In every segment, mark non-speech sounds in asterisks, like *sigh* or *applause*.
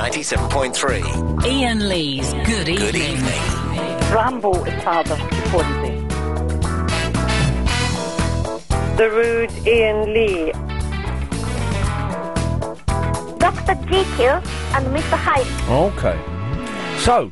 97.3. Ian Lee's Good Evening. Good evening. Rambo is father to Fonzie. The rude Ian Lee. Dr. Jekyll and Mr. Hyde. Okay. So,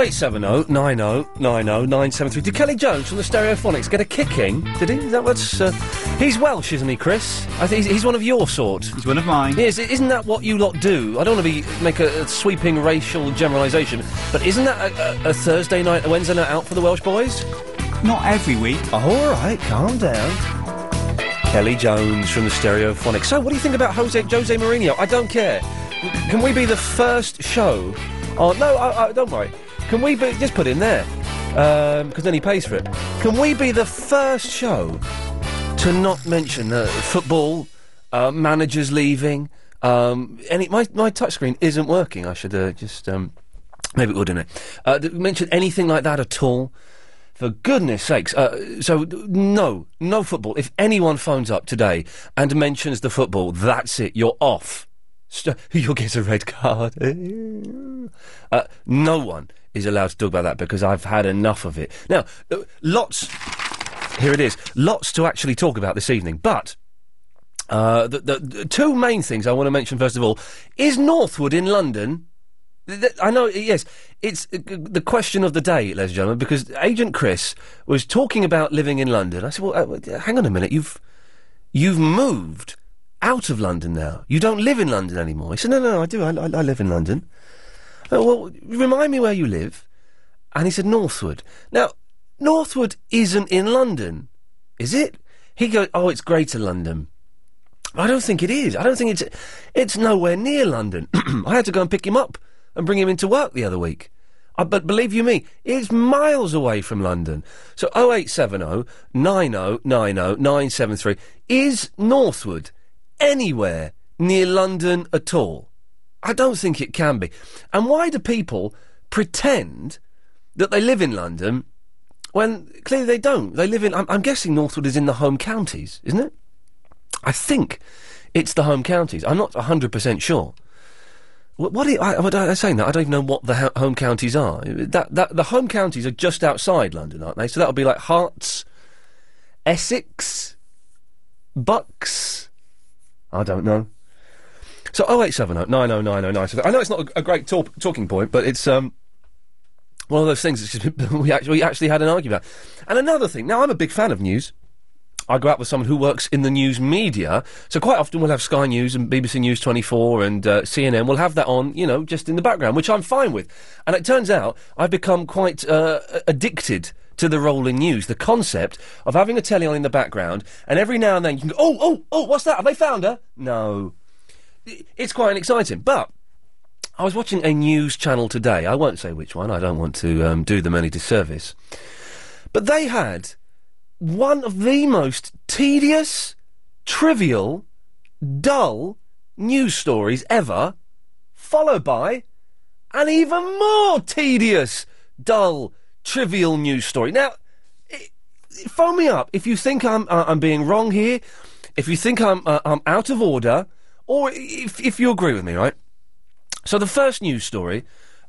0870 90 90 973. Did Kelly Jones from the Stereophonics get a kicking? Did he? Is that what's. Uh, he's Welsh, isn't he, Chris? I think he's, he's one of your sort. He's one of mine. Yes, isn't that what you lot do? I don't want to be make a, a sweeping racial generalisation, but isn't that a, a, a Thursday night, a Wednesday night out for the Welsh boys? Oh, Not every week. all right, calm down. Kelly Jones from the Stereophonics. So, what do you think about Jose Jose Mourinho? I don't care. Can we be the first show? Oh no, I, I, don't worry. Can we be just put in there? Because then he pays for it. Can we be the first show to not mention uh, football, uh, managers leaving? Um, any my my touchscreen isn't working. I should uh, just um, maybe it will, didn't it? Uh, th- mention anything like that at all? For goodness sakes. Uh, so, d- no, no football. If anyone phones up today and mentions the football, that's it. You're off. St- *laughs* you'll get a red card. *laughs* uh, no one is allowed to talk about that because I've had enough of it. Now, uh, lots. Here it is. Lots to actually talk about this evening, but. Uh, the, the, the two main things I want to mention first of all is Northwood in London. Th- th- I know, yes, it's uh, g- the question of the day, ladies and gentlemen, because Agent Chris was talking about living in London. I said, "Well, uh, hang on a minute, you've you've moved out of London now. You don't live in London anymore." He said, "No, no, no I do. I, I, I live in London." Uh, well, remind me where you live. And he said Northwood. Now, Northwood isn't in London, is it? He goes, oh, it's Greater London. I don't think it is. I don't think it's. It's nowhere near London. *clears throat* I had to go and pick him up and bring him into work the other week. Uh, but believe you me, it's miles away from London. So 0870 90 90 973 is Northwood anywhere near London at all? I don't think it can be. And why do people pretend that they live in London when clearly they don't? They live in. I'm, I'm guessing Northwood is in the home counties, isn't it? I think it's the home counties. I'm not 100% sure. What, what are, I, I, I'm saying that I don't even know what the ho- home counties are. That, that the home counties are just outside London, aren't they? So that would be like Hearts, Essex, Bucks. I don't know. So 0870 90909. So oh. I know it's not a, a great talk, talking point, but it's um, one of those things that's just been- *laughs* we actually, we actually had an argument about. And another thing, now I'm a big fan of news. I go out with someone who works in the news media, so quite often we'll have Sky News and BBC News 24 and uh, CNN. We'll have that on, you know, just in the background, which I'm fine with. And it turns out I've become quite uh, addicted to the rolling news, the concept of having a telly on in the background, and every now and then you can go, oh, oh, oh, what's that? Have they found her? No. I- It's quite exciting, but I was watching a news channel today. I won't say which one. I don't want to um, do them any disservice. But they had one of the most tedious, trivial, dull news stories ever, followed by an even more tedious, dull, trivial news story. Now, i- i- phone me up if you think I'm uh, I'm being wrong here, if you think I'm uh, I'm out of order, or if if you agree with me, right? So the first news story,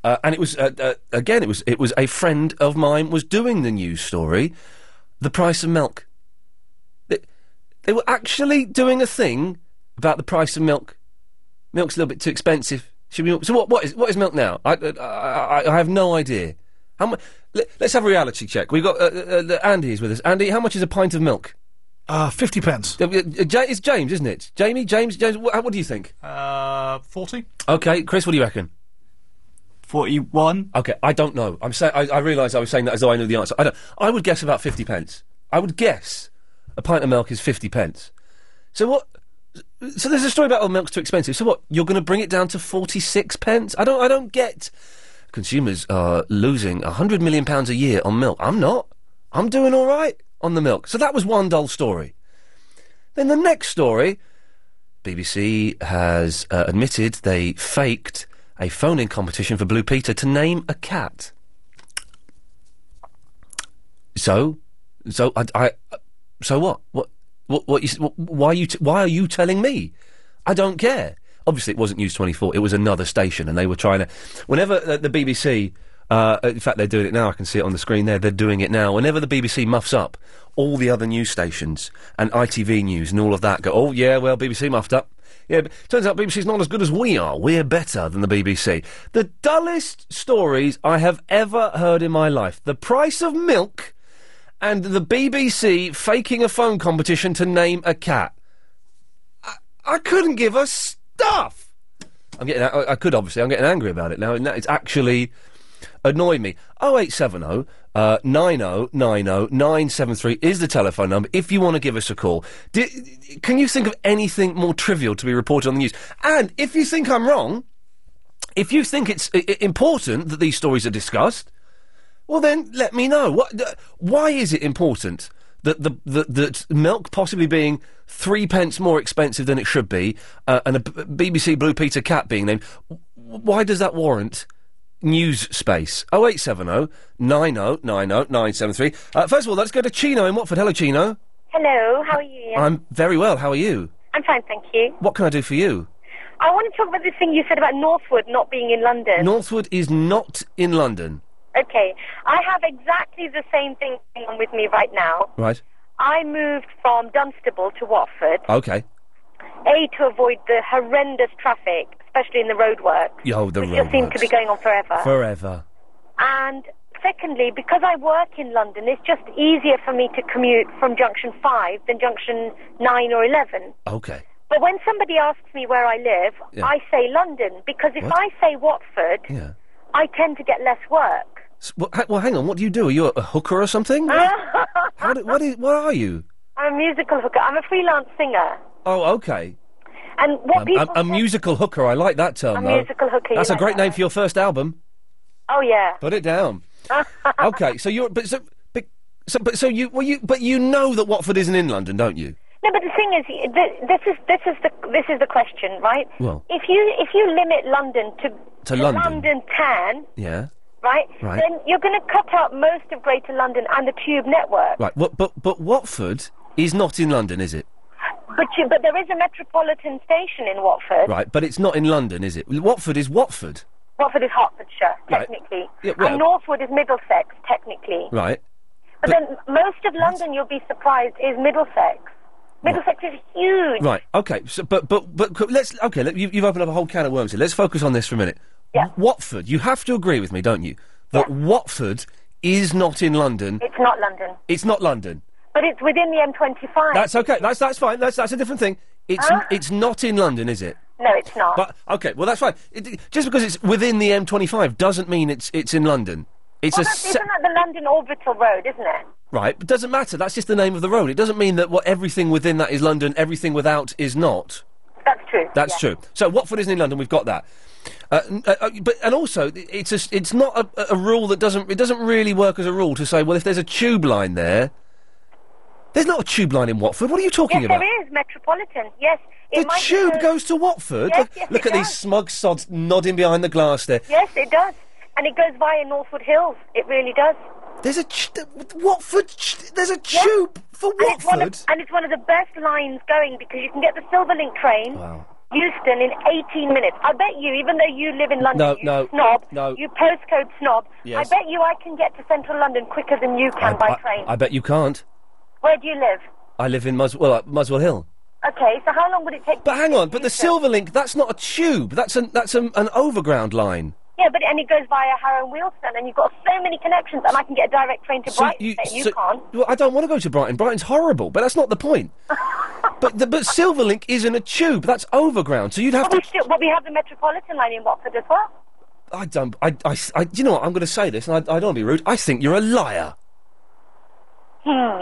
uh, and it was uh, uh, again, it was it was a friend of mine was doing the news story, the price of milk. They, they were actually doing a thing about the price of milk. Milk's a little bit too expensive. Should we? So what? What is what is milk now? I I, I, I have no idea. How much? Let, us have a reality check. We've got uh, uh, uh, Andy is with us. Andy, how much is a pint of milk? Uh, fifty pence. it's James, isn't it? Jamie, James, James. What, what do you think? Uh, forty. Okay, Chris, what do you reckon? Forty-one. Okay, I don't know. I'm saying I, I realise I was saying that as though I knew the answer. I don't. I would guess about fifty pence. I would guess a pint of milk is fifty pence. So what? So there's a story about oh milk's too expensive. So what? You're going to bring it down to forty six pence? I don't. I don't get. Consumers are losing hundred million pounds a year on milk. I'm not. I'm doing all right on the milk. So that was one dull story. Then the next story BBC has uh, admitted they faked a phone-in competition for Blue Peter to name a cat. So, so I, I so what? What? What? what you, s- wh- why are you? T- why are you telling me? I don't care. Obviously, it wasn't News 24. It was another station, and they were trying to. Whenever uh, the BBC, uh, in fact, they're doing it now. I can see it on the screen there. They're doing it now. Whenever the BBC muffs up, all the other news stations and ITV News and all of that go, oh yeah, well, BBC muffed up. Yeah, but turns out BBC's not as good as we are. We're better than the BBC. The dullest stories I have ever heard in my life. The price of milk and the BBC faking a phone competition to name a cat. I, I couldn't give a stuff. I'm getting. I, I could obviously. I'm getting angry about it now. and that- It's actually annoying me. Oh, 0870 uh, 9090 973 is the telephone number if you want to give us a call. Di can you think of anything more trivial to be reported on the news? And if you think I'm wrong, if you think it's i- i- important that these stories are discussed, well, then let me know. What? th- why is it important that the, the that milk possibly being three pence more expensive than it should be, uh, and a B- BBC Blue Peter cat being named? w- Why does that warrant news space? Oh, 0870 9090 973. Uh, first of all, let's go to Chino in Watford. Hello, Chino. Hello, how are you? Ian? I'm very well. How are you? I'm fine, thank you. What can I do for you? I want to talk about this thing you said about Northwood not being in London. Northwood is not in London, Okay, I have exactly the same thing going on with me right now. right? I moved from Dunstable to Watford, Okay. A, to avoid the horrendous traffic, especially in the roadworks, Yo, the which road just seems to be going on forever. forever. And secondly, because I work in London, it's just easier for me to commute from Junction 5 than Junction 9 or 11. Okay. But when somebody asks me where I live, Yeah. I say London because if What? I say Watford, Yeah. I tend to get less work. S- Well, ha- well, hang on. What do you do? Are you a, a hooker or *laughs* something? How do, what, is, what are you? I'm a musical hooker. I'm a freelance singer. Oh, okay. And what Um, people a, a musical hooker. I like that term. A though. musical hooker, you That's a like great name for your first album. Oh yeah. Put it *laughs* down. okay. So you're. But so. But, so. But so you. Well, you. But you know that Watford isn't in London, don't you? No, but the thing is, th- this is this is the this is the question, right? Well. If you if you limit London to Mm. To London. town, Yeah. right? Right. Then you're going to cut out most of Greater London and the Tube network. Right. What, but but Watford is not in London, is it? But you, but there is a metropolitan station in Watford. Right. But it's not in London, is it? Watford is Watford. Watford is Hertfordshire, Right. technically. Yeah, well- and Northwood is Middlesex, technically. Right. But, then most of London, you'll be surprised, is Middlesex. Middlesex is huge. Right. Okay. So, but but but c- let's. Okay. Let, you, you've opened up a whole can of worms here. Let's focus on this for a minute. Yeah. Watford. You have to agree with me, don't you? That Watford is not in London. It's not London. It's not London. But it's within the M25. That's okay. That's that's fine. That's that's a different thing. It's Ah. it's not in London, is it? No, it's not. But okay. Well, that's fine. It- It, just because it's within the M25 doesn't mean it's it's in London. It's well, a that's, se- isn't that the London Orbital Road, isn't it? right. But doesn't matter. That's just the name of the road. It doesn't mean that what everything within that is London. Everything without is not. That's true. That's yeah. true. So Watford isn't in London. We've got that. Uh, n- uh, uh, but and also i- it's a, s- it's not a, a rule that doesn't it doesn't really work as a rule to say well if there's a tube line there. There's not a tube line in Watford. What are you talking Yes, about? there is Metropolitan. Yes, it The might tube go- goes to Watford. Yes, look yes, look it at these does. smug sods nodding behind the glass there. Yes, it does, and it goes via Northwood Hills. It really does. There's a ch- Watford. Ch- there's a tube for and It's one of, Watford? and it's one of the best lines going because you can get the Silverlink train. Houston in 18 minutes. I bet you, even though you live in London, No, you no, snob, no. you postcode snob, Yes. I bet you I can get to central London quicker than you can by train. I bet you can't. Where do you live? I live in Mus- well, uh, Muswell Hill. Okay, so how long would it take? But hang on. But the Silverlink. That's not a tube. That's an that's an an overground line. Yeah, but and it goes via Harrow and Wealdstone, and you've got so many connections, and I can get a direct train to Brighton. that you so- can't. Well, I don't want to go to Brighton. Brighton's horrible, but that's not *laughs* the point. but the, but Silverlink isn't a tube. That's overground. So you'd have But to. we, still, but we have the Metropolitan line in Watford as well. I don't. I, I, I- Do you know what? I'm going to say this, and I, I don't want to be rude. I think you're a liar. Hmm.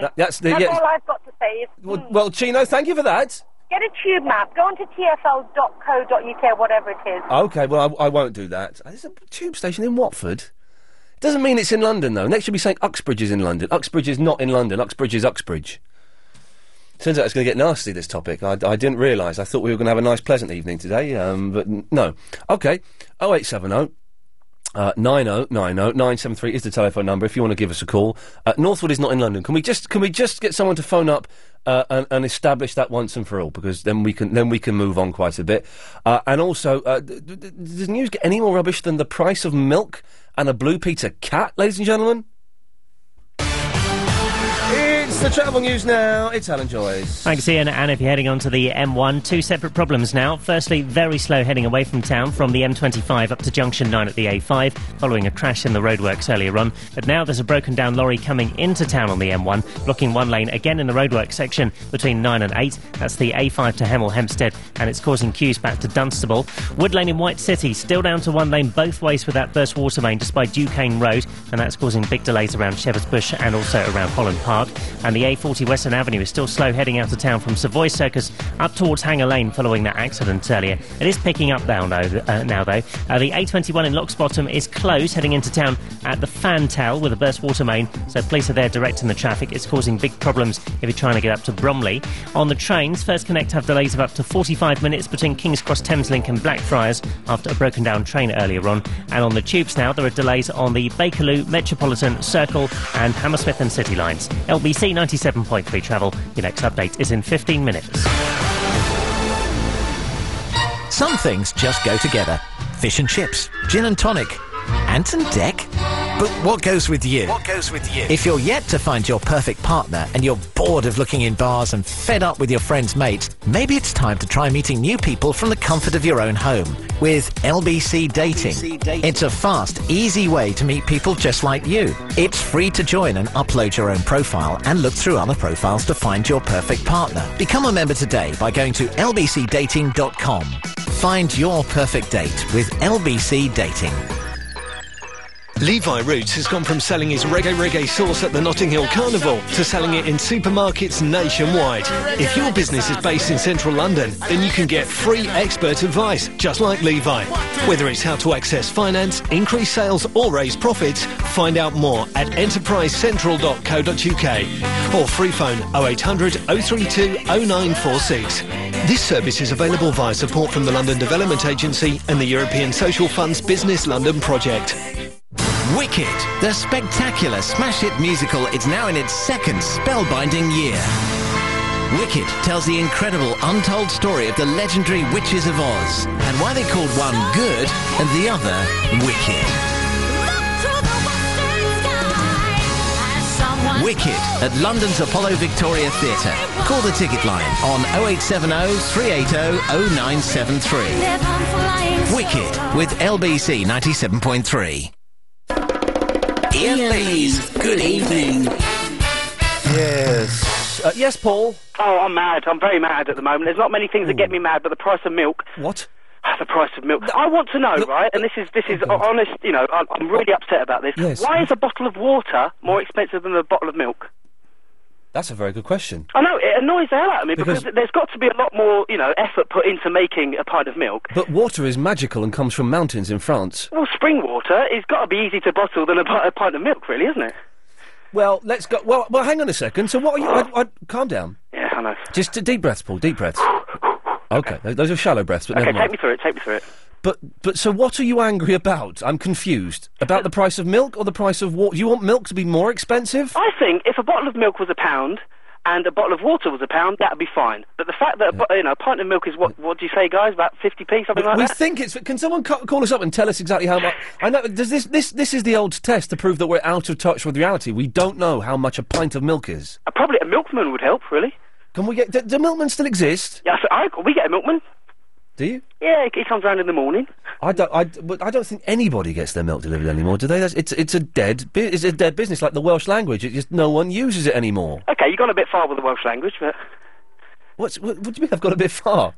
That- that's the. That's yeah, all I've got to say. Is, well, well, Chino, thank you for that. Get a tube map. Go on to tfl.co.uk, whatever it is. Okay, well, I, I won't do that. There's a tube station in Watford. Doesn't mean it's in London, though. Next, you'll be saying Uxbridge is in London. Uxbridge is not in London. Uxbridge is Uxbridge. Turns out it's going to get nasty, this topic. I, I didn't realise. I thought we were going to have a nice, pleasant evening today, um, but n- no. Okay, 0870. Uh, 973 is the telephone number if you want to give us a call. Uh, Northwood is not in London. Can we just can we just get someone to phone up uh, and, and establish that once and for all, because then we can then we can move on quite a bit. Uh, and also, uh, d- d- d- does the news get any more rubbish than the price of milk and a blue Peter cat, ladies and gentlemen? It's the travel news now. It's Alan Joyce. Thanks, Ian. And if you're heading onto the M1, two separate problems now. Firstly, very slow heading away from town from the M25 up to junction 9 at the A5, following a crash in the roadworks earlier on. But now there's a broken down lorry coming into town on the M1, blocking one lane again in the roadworks section between 9 and 8. That's the A5 to Hemel Hempstead, and it's causing queues back to Dunstable. Wood Lane in White City, still down to one lane both ways with that burst water main just by Duquesne Road, and that's causing big delays around Shepherd's Bush and also around Holland Park. And the A40 Western Avenue is still slow heading out of town from Savoy Circus up towards Hanger Lane following that accident earlier. It is picking up now, though. Uh, now though, uh, the A21 in Locksbottom is closed heading into town at the Fantel with a burst water main. So police are there directing the traffic. It's causing big problems if you're trying to get up to Bromley. On the trains, First Connect have delays of up to 45 minutes between King's Cross Thameslink and Blackfriars after a broken down train earlier on. And on the tubes now, there are delays on the Bakerloo, Metropolitan, Circle, and Hammersmith and City lines. LBC 97.3 travel. Your next update is in 15 minutes. Some things just go together. Fish and chips, gin and tonic, Ant and Deck. But what goes with you? What goes with you? If you're yet to find your perfect partner and you're bored of looking in bars and fed up with your friends' mates, maybe it's time to try meeting new people from the comfort of your own home with LBC Dating. LBC Dating. It's a fast, easy way to meet people just like you. It's free to join and upload your own profile and look through other profiles to find your perfect partner. Become a member today by going to lbcdating.com. Find your perfect date with LBC Dating. Levi Roots has gone from selling his reggae reggae sauce at the Notting Hill Carnival to selling it in supermarkets nationwide. If your business is based in central London, then you can get free expert advice, just like Levi. Whether it's how to access finance, increase sales, or raise profits, find out more at enterprisecentral.co.uk or free phone 0800 032 0946. This service is available via support from the London Development Agency and the European Social Fund's Business London project. Wicked, the spectacular smash hit musical, is now in its second spellbinding year. Wicked tells the incredible untold story of the legendary Witches of Oz and why they called one good and the other wicked. Wicked at London's Apollo Victoria Theatre. Call the ticket line on 0870 380 0973. Wicked with LBC 97.3. Ian Lee's Good Evening. Yes. Uh, yes, Paul. Oh, I'm mad. I'm very mad at the moment. There's not many things that get me mad, but the price of milk. *sighs* What? The price of milk. I want to know, right? And this is this is honest. You know, I'm I'm really upset about this. Yes. Why is a bottle of water more expensive than a bottle of milk? That's a very good question. I know it annoys the hell out of me because, Because- there's got to be a lot more, you know, effort put into making a pint of milk. But water is magical and comes from mountains in France. Well, spring water is got to be easy to bottle than a, pi- a pint of milk, really, isn't it? Well, let's go. Well, well, hang on a second. So, what are you? I, I, calm down. Yeah, I know. Just uh, deep breaths, Paul. Deep breaths. Okay, th- those are shallow breaths, but okay, never take mind. me through it. Take me through it. But but so, what are you angry about? I'm confused about the price of milk or the price of water. Do you want milk to be more expensive? I think if a bottle of milk was a pound and a bottle of water was a pound, that'd be fine. But the fact that a, bo- you know a pint of milk is what what do you say, guys? About fifty p, something like we that. think it's. Can someone ca- call us up and tell us exactly how much? I know. Does this this this is the old test to prove that we're out of touch with reality? We don't know how much a pint of milk is. Uh, probably a milkman would help, really. Can we get? Do, do milkmen still exist? Yeah, so I, we get a milkman. Do you? Yeah, he he comes round in the morning. I don't. I, but I don't think anybody gets their milk delivered anymore, do they? That's, it's it's a dead. bu- It's a dead business, like the Welsh language. It just no one uses it anymore. Okay, you've gone a bit far with the Welsh language, but What's what, what do you mean? I've got a bit far.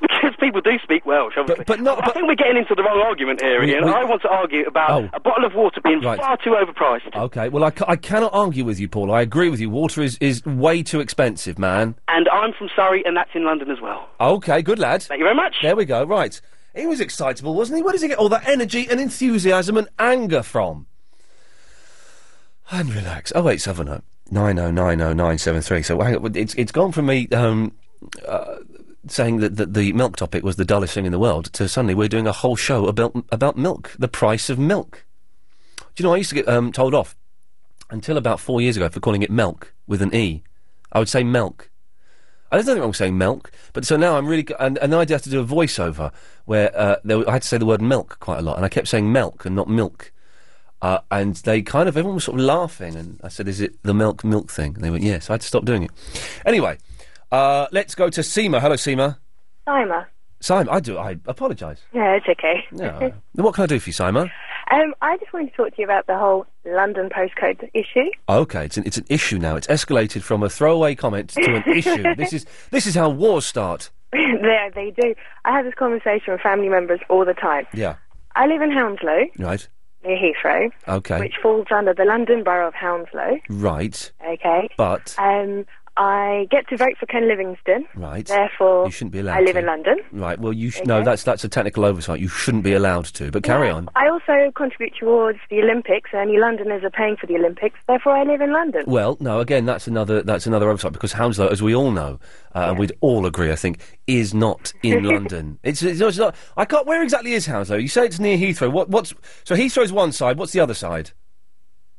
because *laughs* people do speak Welsh, obviously. But, not. I think we're getting into the wrong argument here, We- Ian. we- I want to argue about Oh. a bottle of water being Right. far too overpriced. Okay. Well, I, ca- I cannot argue with you, Paul. I agree with you. Water is is way too expensive, man. And I'm from Surrey, and that's in London as well. Okay. Good lad. Thank you very much. There we go. Right. He was excitable, wasn't he? Where does he get all that energy and enthusiasm and anger from? And relax. Oh eight seven oh nine oh nine oh nine seven three. So hang on, it's it's gone from me um, uh, saying that, that the milk topic was the dullest thing in the world to suddenly we're doing a whole show about about milk, the price of milk. Do you know I used to get um, told off until about four years ago for calling it milk with an e. I would say milk. I don't think I'm saying milk, but so now I'm really, g- and, and then I had to do a voiceover where uh, there, w- I had to say the word milk quite a lot, and I kept saying milk and not milk. Uh, and they kind of, everyone was sort of laughing, and I said, is it the milk, milk thing? And they went, yes, I had to stop doing it. Anyway, uh, let's go to Seema. Hello, Seema. Timer. Simon, I do, I apologise. Yeah, it's okay. Yeah. what can I do for you, Simon? *laughs* um, I just wanted to talk to you about the whole London postcode issue. *laughs* Oh, Okay, it's an, it's an issue now. It's escalated from a throwaway comment to an *laughs* issue. This is this is how wars start. there, they do. I have this conversation with family members all the time. Yeah. I live in Hounslow, Right. near Heathrow, Okay. which falls under the London Borough of Hounslow. Right. Okay. But Um, I get to vote for Ken Livingstone. right. Therefore, you shouldn't be allowed. I live to. in London. Right. Well, you sh- no. That's that's a technical oversight. You shouldn't be allowed to. But carry on. I also contribute towards the Olympics, and any Londoners are paying for the Olympics. Therefore, I live in London. Well, no. Again, that's another that's another oversight because Hounslow, as we all know, uh, and we'd all agree, I think, is not in London. It's, it's, not, it's not. I can't. Where exactly is Hounslow? You say it's near Heathrow. What what's so Heathrow's one side. What's the other side?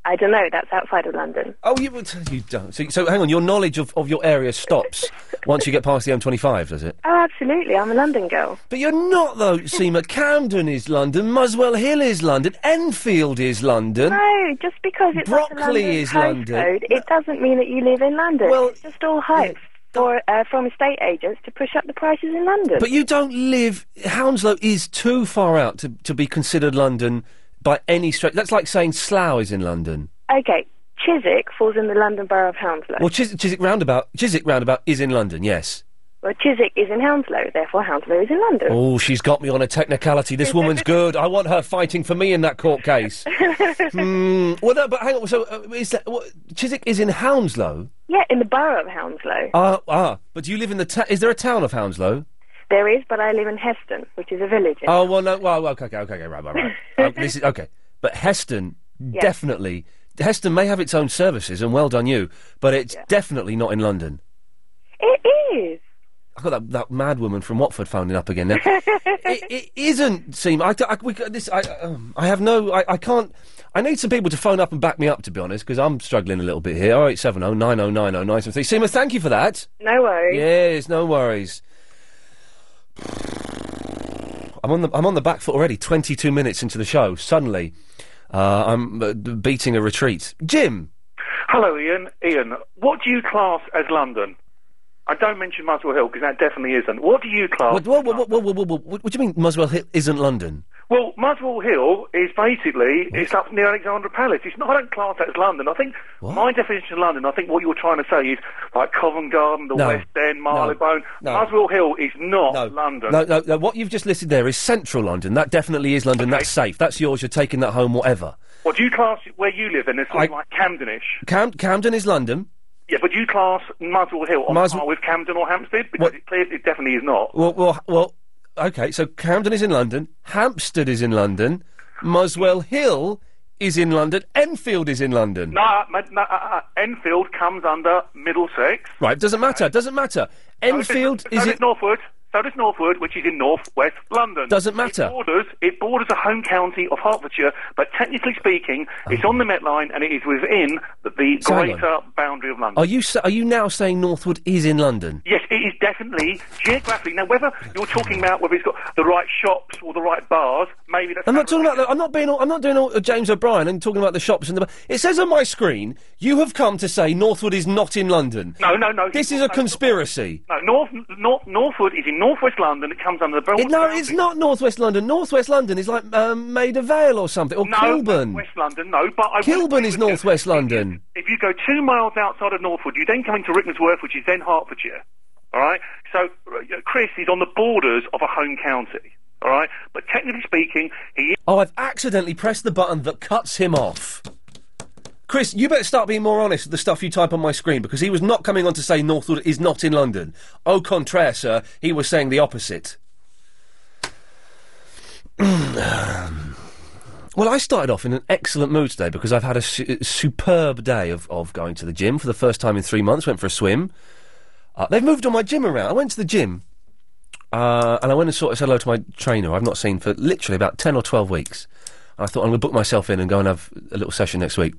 I don't know. That's outside of London. Oh, you you don't. So, so hang on. Your knowledge of, of your area stops once you get past the M25, does it? Oh, absolutely. I'm a London girl. But you're not *laughs* though, Seema. Camden is London. Muswell Hill is London. Enfield is London. No, just because it's like the Broccoli London is postcode, London. it doesn't mean that you live in London. Well, it's just all hype for, uh, from estate agents to push up the prices in London. But you don't live. Hounslow is too far out to, to be considered London by any stretch. That's like saying Slough is in London. okay, Chiswick falls in the London borough of Hounslow. Well, Chis- Chiswick Roundabout, Chiswick Roundabout is in London. Yes. Well, Chiswick is in Hounslow, therefore Hounslow is in London. *laughs* Oh, she's got me on a technicality. This woman's good. I want her fighting for me in that court case. *laughs* Hmm. well, no, but hang on. So, uh, is that, what, Chiswick is in Hounslow? Yeah, in the borough of Hounslow. Ah, ah. But do you live in the? Ta- is there a town of Hounslow? There is, but I live in Heston, which is a village. in- Oh well, no. Well, okay, okay, okay, okay *laughs* right, right, right. Oh, this is okay. But Heston Yeah. definitely. Heston may have its own services, and well done you. But it's definitely not in London. It is. I got that, that mad woman from Watford phoning up *laughs* again now. it, it isn't seem I, I, we, this, I, um, I have no I, I can't I need some people to phone up and back me up to be honest because I'm struggling a little bit here. 0870 9090 973. Seema, thank you for that. No worries. Yes, no worries. I'm on the I'm on the back foot already. 22 minutes into the show, suddenly uh, I'm uh, d- beating a retreat. Jim, Hello, Ian. Ian, what do you class as London? I don't mention Muswell Hill because that definitely isn't. What do you class? what, what, what, what, what, what, what, what do you mean Muswell Hill isn't London? Well, Muswell Hill is basically it's up near Alexandra Palace. It's not. I don't class that as London. I think my definition of London. I think what you're trying to say is like Covent Garden, the No. West End, Marylebone. Muswell Hill is not London. No, no, no, what you've just listed there is central London. That definitely is London. That's safe. That's yours. You're taking that home, whatever. What do you class where you live in? It's sort of I- like Camdenish. Cam- Camden is London. Yeah, but you class Muswell Hill on Mus- par with Camden or Hampstead because it clearly it definitely is not. Well, well, well, okay, so Camden is in London. Hampstead is in London. Muswell Hill is in London. Enfield is in London. No, no, no uh, uh, Enfield comes under Middlesex. Right, doesn't matter. Doesn't matter. Enfield so does- is so in. does Northwood. So does Northwood, which is in North West London. Doesn't matter. It borders, it borders the home county of Hertfordshire, but technically speaking, Oh. it's on the Met Line and it is within the, the So hang greater boundary of London. Are you sa- are you now saying Northwood is in London? Yes, it is definitely geographically. Now, whether you're talking about whether it's got the right shops or the right bars, maybe that's. I'm not talking about. The, I'm not being. All, I'm not doing all, uh, James O'Brien and talking about the shops and the. It says on my screen, you have come to say Northwood is not in London. No, no, no. This is a conspiracy. No, North, North, Northwood is in northwest London. It comes under the Bel- It- no, it's not Northwest London. Northwest London is like um, Maida Vale or something, or No, Kilburn. West London. No, but I will Kilburn is Northwest London. If you go two miles outside of Northwood, you then come into Rickmansworth, which is then Hertfordshire. All right. So uh, Chris is on the borders of a home county. All right. But technically speaking, he is. Oh, I've accidentally pressed the button that cuts him off. Chris, you better start being more honest with the stuff you type on my screen because he was not coming on to say Northwood is not in London. Au contraire, sir, he was saying the opposite. *clears throat* Well, I started off in an excellent mood today because I've had a su- superb day of, of going to the gym for the first time in three months. Went for a swim. Uh, they've moved all my gym around. I went to the gym uh, and I went and sort of said hello to my trainer I've not seen for literally about 10 or 12 weeks. And I thought I'm going to book myself in and go and have a little session next week.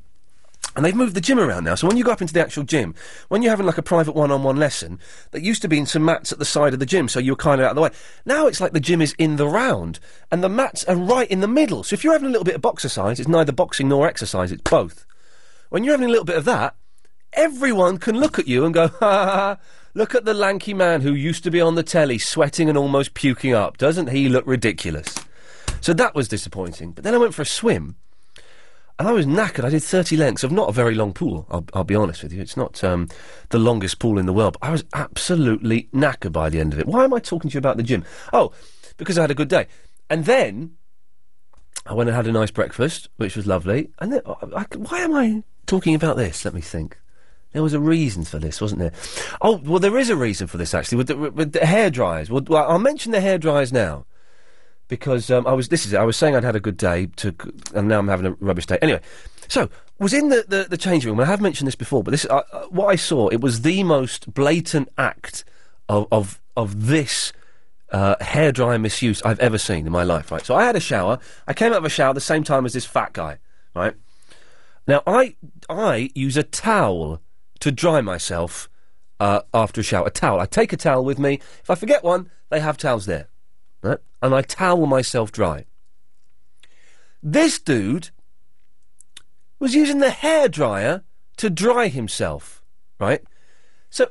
And they've moved the gym around now. So when you go up into the actual gym, when you're having like a private one-on-one lesson, that used to be in some mats at the side of the gym, so you were kind of out of the way. Now it's like the gym is in the round, and the mats are right in the middle. So if you're having a little bit of boxercise, it's neither boxing nor exercise; it's both. When you're having a little bit of that, everyone can look at you and go, ha ha ha. Look at the lanky man who used to be on the telly, sweating and almost puking up. Doesn't he look ridiculous? So that was disappointing. But then I went for a swim and I was knackered. I did 30 lengths of not a very long pool. I'll, I'll be honest with you. It's not um, the longest pool in the world. But I was absolutely knackered by the end of it. Why am I talking to you about the gym? Oh, because I had a good day. And then I went and had a nice breakfast, which was lovely. And then, I, I- why am I talking about this? Let me think. There was a reason for this, wasn't there? Oh, well, there is a reason for this actually. With the, with the hair dryers. Well, well, I'll mention the hair dryers now because um, I was this is it. I was saying I'd had a good day to, and now I'm having a rubbish day. Anyway, so was in the the, the change room. and I have mentioned this before, but this uh, uh, what I saw. It was the most blatant act of of of this. Uh, hairdryer misuse I've ever seen in my life, right? So I had a shower. I came out of a shower the same time as this fat guy, right? Now I I use a towel to dry myself uh, after a shower. A towel. I take a towel with me. If I forget one, they have towels there, right? And I towel myself dry. This dude was using the hairdryer to dry himself, right? So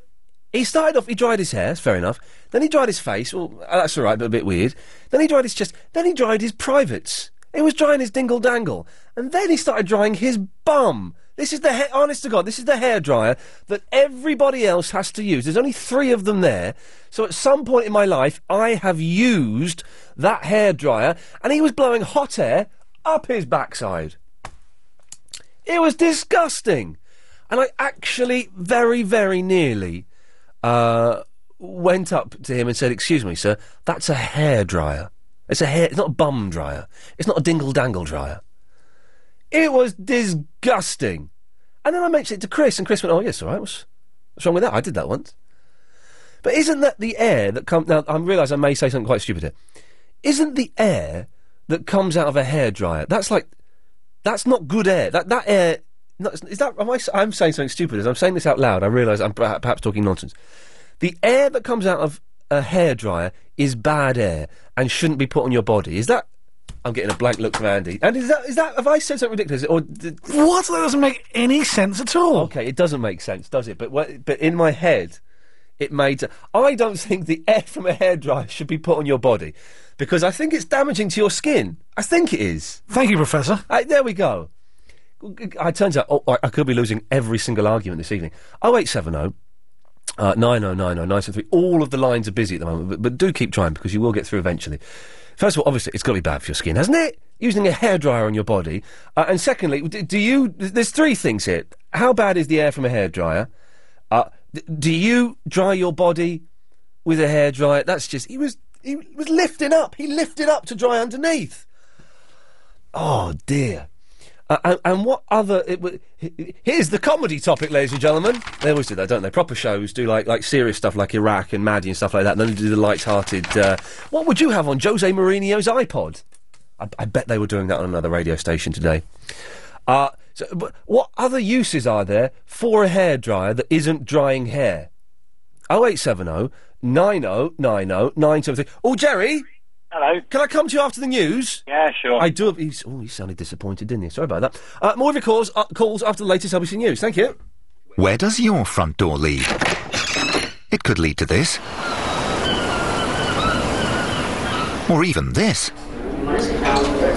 he started off, he dried his hair, fair enough. Then he dried his face, well, uh, that's all right, but a bit weird. Then he dried his chest. Then he dried his privates. He was drying his dingle dangle. And then he started drying his bum. This is the, ha- honest to God, this is the hairdryer that everybody else has to use. There's only three of them there. So at some point in my life, I have used that hairdryer, and he was blowing hot air up his backside. It was disgusting. And I actually very, very nearly uh, went up to him and said, Excuse me, sir, that's a hair dryer. It's a hair, it's not a bum dryer. It's not a dingle dangle dryer. It was disgusting. And then I mentioned it to Chris, and Chris went, Oh, yes, all right. What's, what's wrong with that? I did that once. But isn't that the air that comes. Now, I realise I may say something quite stupid here. Isn't the air that comes out of a hairdryer. That's like that's not good air. That that air. No, is- is that? Am I? am saying something stupid. As I'm saying this out loud, I realise I'm perha- perhaps talking nonsense. The air that comes out of a hairdryer is bad air and shouldn't be put on your body. Is that? I'm getting a blank look from Andy. And is that? Is that? Have I said something ridiculous? Or did, what? That doesn't make any sense at all. Okay, it doesn't make sense, does it? But wha- but in my head, it made. I don't think the air from a hairdryer should be put on your body because I think it's damaging to your skin. I think it is. Thank you, Professor. there we go. I it turns out oh, I, I could be losing every single argument this evening. 0870 uh, 9090973. All of the lines are busy at the moment, but, but do keep trying because you will get through eventually. First of all, obviously, it's got to be bad for your skin, hasn't it? Using a hairdryer on your body. Uh, and secondly, do, do you. th- There's three things here. How bad is the air from a hairdryer? Uh, d- do you dry your body with a hairdryer? That's just. He was, he was lifting up. He lifted up to dry underneath. Oh dear. Uh, and, and what other? It, w- h- h- here's the comedy topic, ladies and gentlemen. They always do that, don't they? Proper shows do like like serious stuff, like Iraq and Maddie and stuff like that. And then they do the light-hearted. Uh, what would you have on Jose Mourinho's iPod? I, I bet they were doing that on another radio station today. Uh, so, but what other uses are there for a hairdryer that isn't drying hair? 0870 9090 973. Oh, Jerry. Hello. Can I come to you after the news? Yeah, sure. I do. He's, oh, he sounded disappointed, didn't he? Sorry about that. Uh, more of your calls, uh, calls after the latest LBC News. Thank you. Where does your front door lead? It could lead to this. Or even this.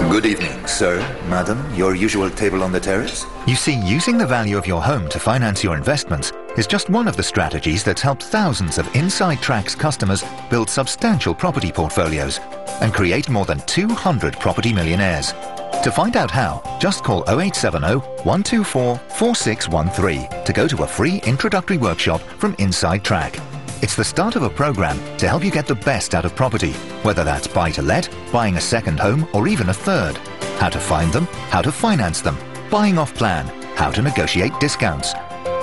Good evening, sir, madam. Your usual table on the terrace? You see, using the value of your home to finance your investments is just one of the strategies that's helped thousands of Inside Tracks customers build substantial property portfolios and create more than 200 property millionaires. To find out how, just call 0870 124 4613 to go to a free introductory workshop from Inside Track. It's the start of a program to help you get the best out of property, whether that's buy to let, buying a second home, or even a third. How to find them, how to finance them, buying off plan, how to negotiate discounts.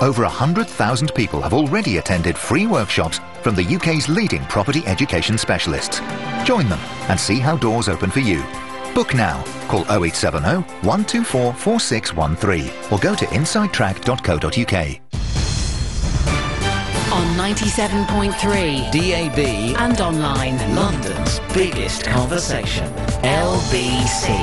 Over 100,000 people have already attended free workshops from the UK's leading property education specialists. Join them and see how doors open for you. Book now. Call 0870 124 4613 or go to insidetrack.co.uk. On 97.3 DAB and online. London's biggest conversation. LBC.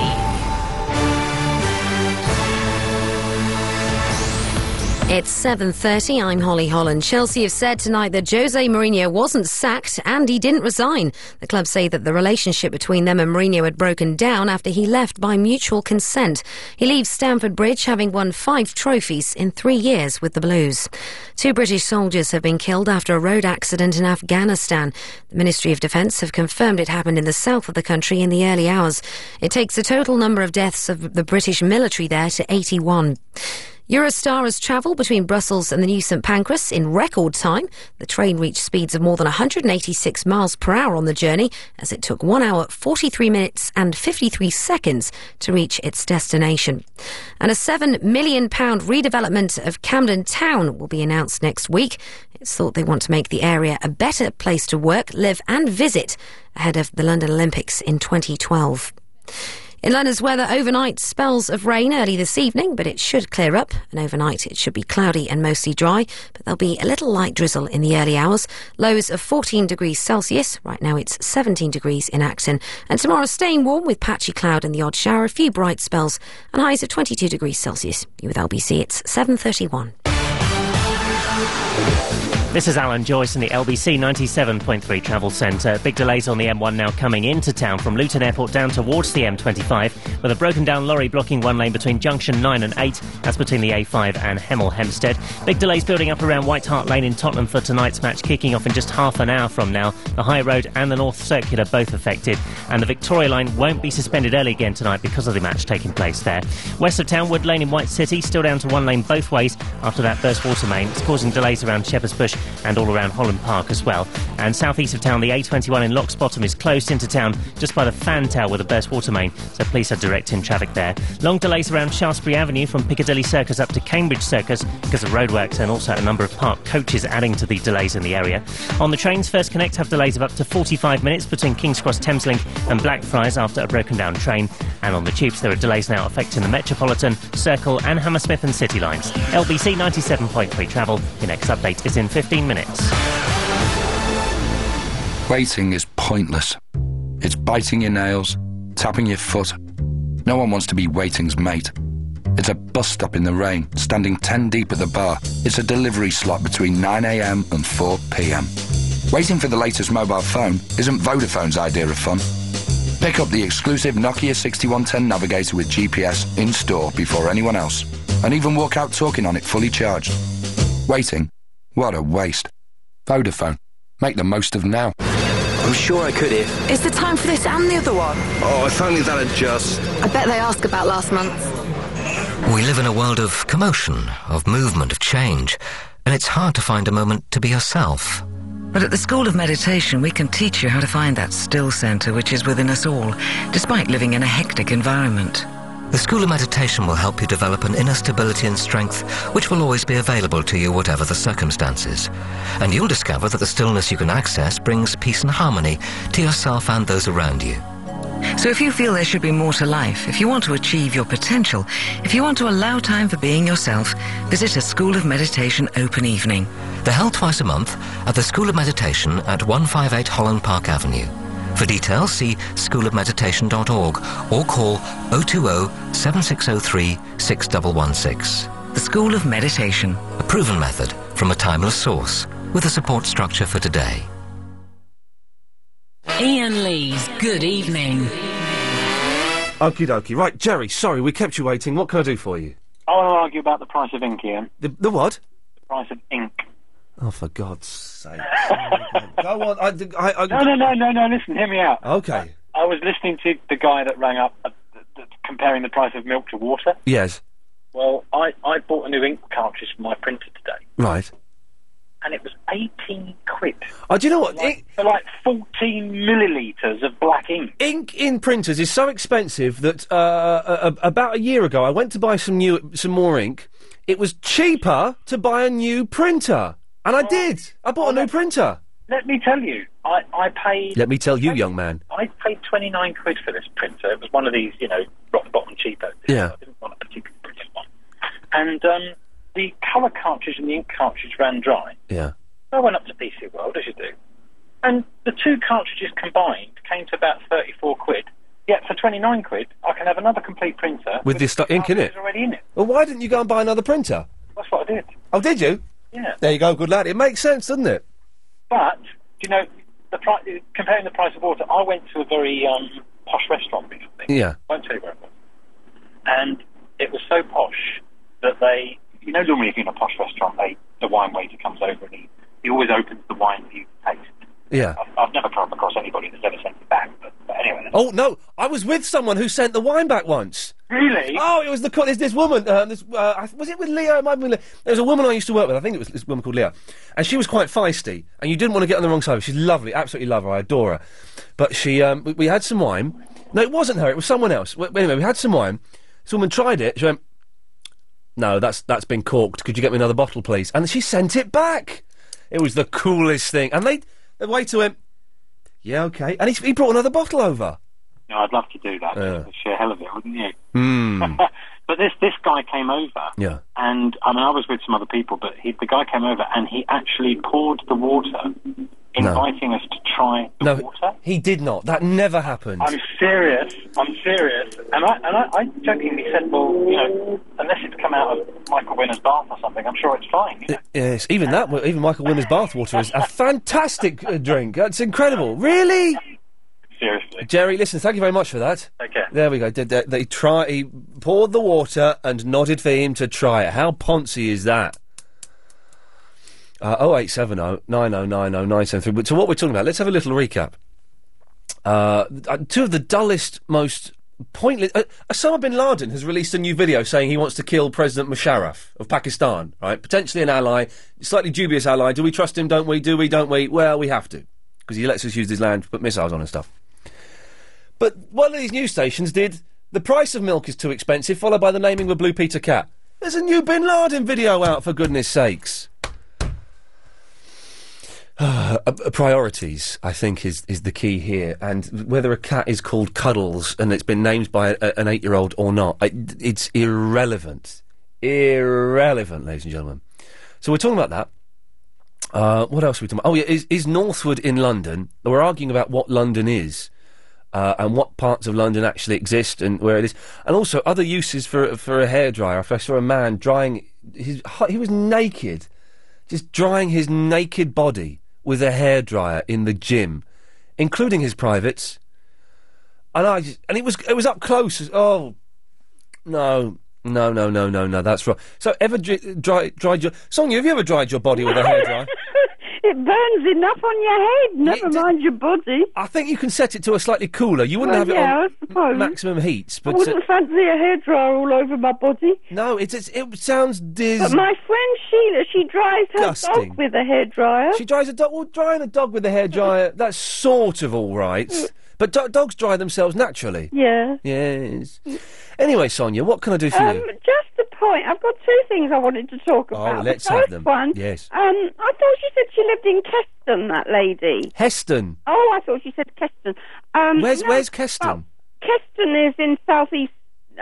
It's 7.30. I'm Holly Holland. Chelsea have said tonight that Jose Mourinho wasn't sacked and he didn't resign. The club say that the relationship between them and Mourinho had broken down after he left by mutual consent. He leaves Stamford Bridge having won five trophies in three years with the Blues. Two British soldiers have been killed after a road accident in Afghanistan. The Ministry of Defence have confirmed it happened in the south of the country in the early hours. It takes the total number of deaths of the British military there to 81. Eurostar has travelled between Brussels and the new St Pancras in record time. The train reached speeds of more than 186 miles per hour on the journey, as it took 1 hour, 43 minutes and 53 seconds to reach its destination. And a £7 million redevelopment of Camden Town will be announced next week. It's thought they want to make the area a better place to work, live and visit ahead of the London Olympics in 2012. In London's weather overnight, spells of rain early this evening, but it should clear up. And overnight, it should be cloudy and mostly dry, but there'll be a little light drizzle in the early hours. Lows of 14 degrees Celsius. Right now, it's 17 degrees in Acton. And tomorrow, staying warm with patchy cloud and the odd shower, a few bright spells, and highs of 22 degrees Celsius. You with LBC, it's 7:31. This is Alan Joyce in the LBC 97.3 Travel Centre. Big delays on the M1 now coming into town from Luton Airport down towards the M25 with a broken down lorry blocking one lane between junction 9 and 8. That's between the A5 and Hemel Hempstead. Big delays building up around White Hart Lane in Tottenham for tonight's match kicking off in just half an hour from now. The High Road and the North Circular both affected and the Victoria Line won't be suspended early again tonight because of the match taking place there. West of town, Wood Lane in White City still down to one lane both ways after that burst water main. It's causing delays around Shepherd's Bush and all around Holland Park as well. And southeast of town, the A21 in Lock's Bottom is closed into town just by the fan tower with a burst water main, so police are directing traffic there. Long delays around Shaftesbury Avenue from Piccadilly Circus up to Cambridge Circus because of roadworks and also a number of park coaches adding to the delays in the area. On the trains, First Connect have delays of up to 45 minutes between King's Cross Thameslink and Blackfriars after a broken down train. And on the tubes, there are delays now affecting the Metropolitan, Circle, and Hammersmith and City lines. LBC 97.3 travel. Your next update is in 15 minutes. Waiting is pointless. It's biting your nails, tapping your foot. No one wants to be waiting's mate. It's a bus stop in the rain, standing 10 deep at the bar. It's a delivery slot between 9am and 4pm. Waiting for the latest mobile phone isn't Vodafone's idea of fun. Pick up the exclusive Nokia 6110 Navigator with GPS in store before anyone else, and even walk out talking on it fully charged. Waiting? What a waste. Vodafone. Make the most of now. I'm sure I could if. It's the time for this and the other one. Oh, if only that had just. I bet they ask about last month. We live in a world of commotion, of movement, of change, and it's hard to find a moment to be yourself. But at the School of Meditation, we can teach you how to find that still centre which is within us all, despite living in a hectic environment. The School of Meditation will help you develop an inner stability and strength which will always be available to you whatever the circumstances. And you'll discover that the stillness you can access brings peace and harmony to yourself and those around you. So if you feel there should be more to life, if you want to achieve your potential, if you want to allow time for being yourself, visit a School of Meditation open evening. They're held twice a month at the School of Meditation at 158 Holland Park Avenue. For details, see schoolofmeditation.org or call 020 7603 6116. The School of Meditation. A proven method from a timeless source with a support structure for today. Ian Lee's Good Evening. Okie dokie. Right, Jerry, sorry, we kept you waiting. What can I do for you? I want to argue about the price of ink, Ian. The, the what? The price of ink. Oh, for God's *laughs* sake. Oh, Go on. I, I, I... No, no, no, no, no. Listen, hear me out. Okay. I was listening to the guy that rang up uh, th- th- comparing the price of milk to water. Yes. Well, I, I bought a new ink cartridge for my printer today, Right. and it was 18 quid. Oh, do you know what? Like, for like 14 millilitres of black ink. Ink in printers is so expensive that uh, a, a- about a year ago I went to buy some new, some more ink. It was cheaper to buy a new printer, and I did. I bought a new printer. Let me tell you, I, I paid. Let me tell you, young man. I paid 29 quid for this printer. It was one of these, you know, rock bottom cheapo. Yeah. I didn't want a particularly brilliant one. And um, the colour cartridge and the ink cartridge ran dry. Yeah. So I went up to PC World, as you do. And the two cartridges combined came to about 34 quid. Yet for 29 quid, I can have another complete printer With this stu- ink in it. that's already in it. Well, why didn't you go and buy another printer? That's what I did. Oh, did you? Yeah. There you go, good lad. It makes sense, doesn't it? But you know, the pri- comparing the price of water, I went to a very um, posh restaurant recently. Yeah. I won't tell you where it was, and it was so posh that they, you know, normally if you're in a posh restaurant, they the wine waiter comes over and he, he always opens the wine for you to taste. Yeah. I've, I've never come across anybody that's ever sent it back, but, but anyway. Oh no, I was with someone who sent the wine back once. Really? Oh, it was the co- this, this woman. Um, this, uh, I th- was it with Leah? It might have been Leah. There was a woman I used to work with. I think it was this woman called Leah, and she was quite feisty. And you didn't want to get on the wrong side. of her. She's lovely, absolutely love her. I adore her. But she, um, we, we had some wine. No, it wasn't her. It was someone else. W- anyway, we had some wine. This woman tried it. She went, "No, that's that's been corked. Could you get me another bottle, please?" And she sent it back. It was the coolest thing. And they, the waiter went, "Yeah, okay." And he, he brought another bottle over. No, I'd love to do that. Yeah. The sheer hell of it, wouldn't you? Hmm. But this this guy came over, yeah. and I mean, I was with some other people, but he, the guy came over and he actually poured the water, inviting us to try No, he did not. That never happened. I'm serious. I'm serious. And I and I, I jokingly said, well, you know, unless it's come out of Michael Winner's bath or something, I'm sure it's fine. Y- Yes, even that, even Michael Winner's bathwater is a fantastic uh, drink. That's incredible. Really? Seriously. Jerry, listen, thank you very much for that. Okay. There we go. Did that- they try? He poured the water and nodded for him to try it. How poncy is that? Uh, 0870 9090 973. So what we're talking about? Let's have a little recap. Uh, th- uh, two of the dullest, most pointless. Uh, Osama bin Laden has released a new video saying he wants to kill President Musharraf of Pakistan. Right, potentially an ally, slightly dubious ally. Do we trust him? Don't we? Do we? Don't we? Well, we have to because he lets us use his land to put missiles on and stuff. But one of these news stations did the price of milk is too expensive, followed by the naming of a blue Peter cat. There's a new Bin Laden video out, for goodness sakes. *sighs* Uh, priorities, I think, is, is the key here. And whether a cat is called Cuddles and it's been named by a, an eight year old or not, I, it's irrelevant. Irrelevant, ladies and gentlemen. So we're talking about that. Uh, what else are we talking about? Oh, yeah, is, is Northwood in London? We're arguing about what London is uh, and what parts of London actually exist and where it is. And also other uses for, for a hairdryer. I saw a man drying his... He was naked. Just drying his naked body with a hairdryer in the gym, including his privates. And I just, and it was it was up close. Oh no, no, no, no, no, no. That's right. So ever dri- dry, dried your Sonia? Have you ever dried your body with a hairdryer? *laughs* It burns enough on your head, never mind your body. I think you can set it to a slightly cooler. You wouldn't Well, have it yeah, on I suppose. maximum heats, I but uh, wouldn't fancy a hairdryer all over my body. No, it's, it's it sounds dis. But my friend Sheila, she dries her Disgusting. dog with a hairdryer. she dries a dog. Well, drying a dog with a hairdryer, that's sort of all right. But do- dogs dry themselves naturally. Mm. Yeah. Yes. Anyway, Sonia, what can I do for Um, you? just a point. I've got two things I wanted to talk Oh, about. let's the have first them. One, Yes. Um, I thought she said she lived in Keston, that lady. Heston. Oh, I thought she said Keston. Um, where's no, Where's Keston? Keston is in southeast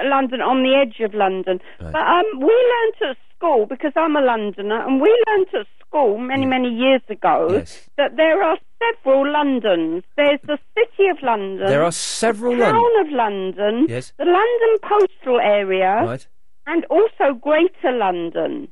London, on the edge of London. Right. But um, we learnt at school because I'm a Londoner, and we learnt at school Mm. many, many years ago that there are several Londons. There's the City of London. There are several the London. Town of London. Yes. The London Postal Area. Right. And also Greater London.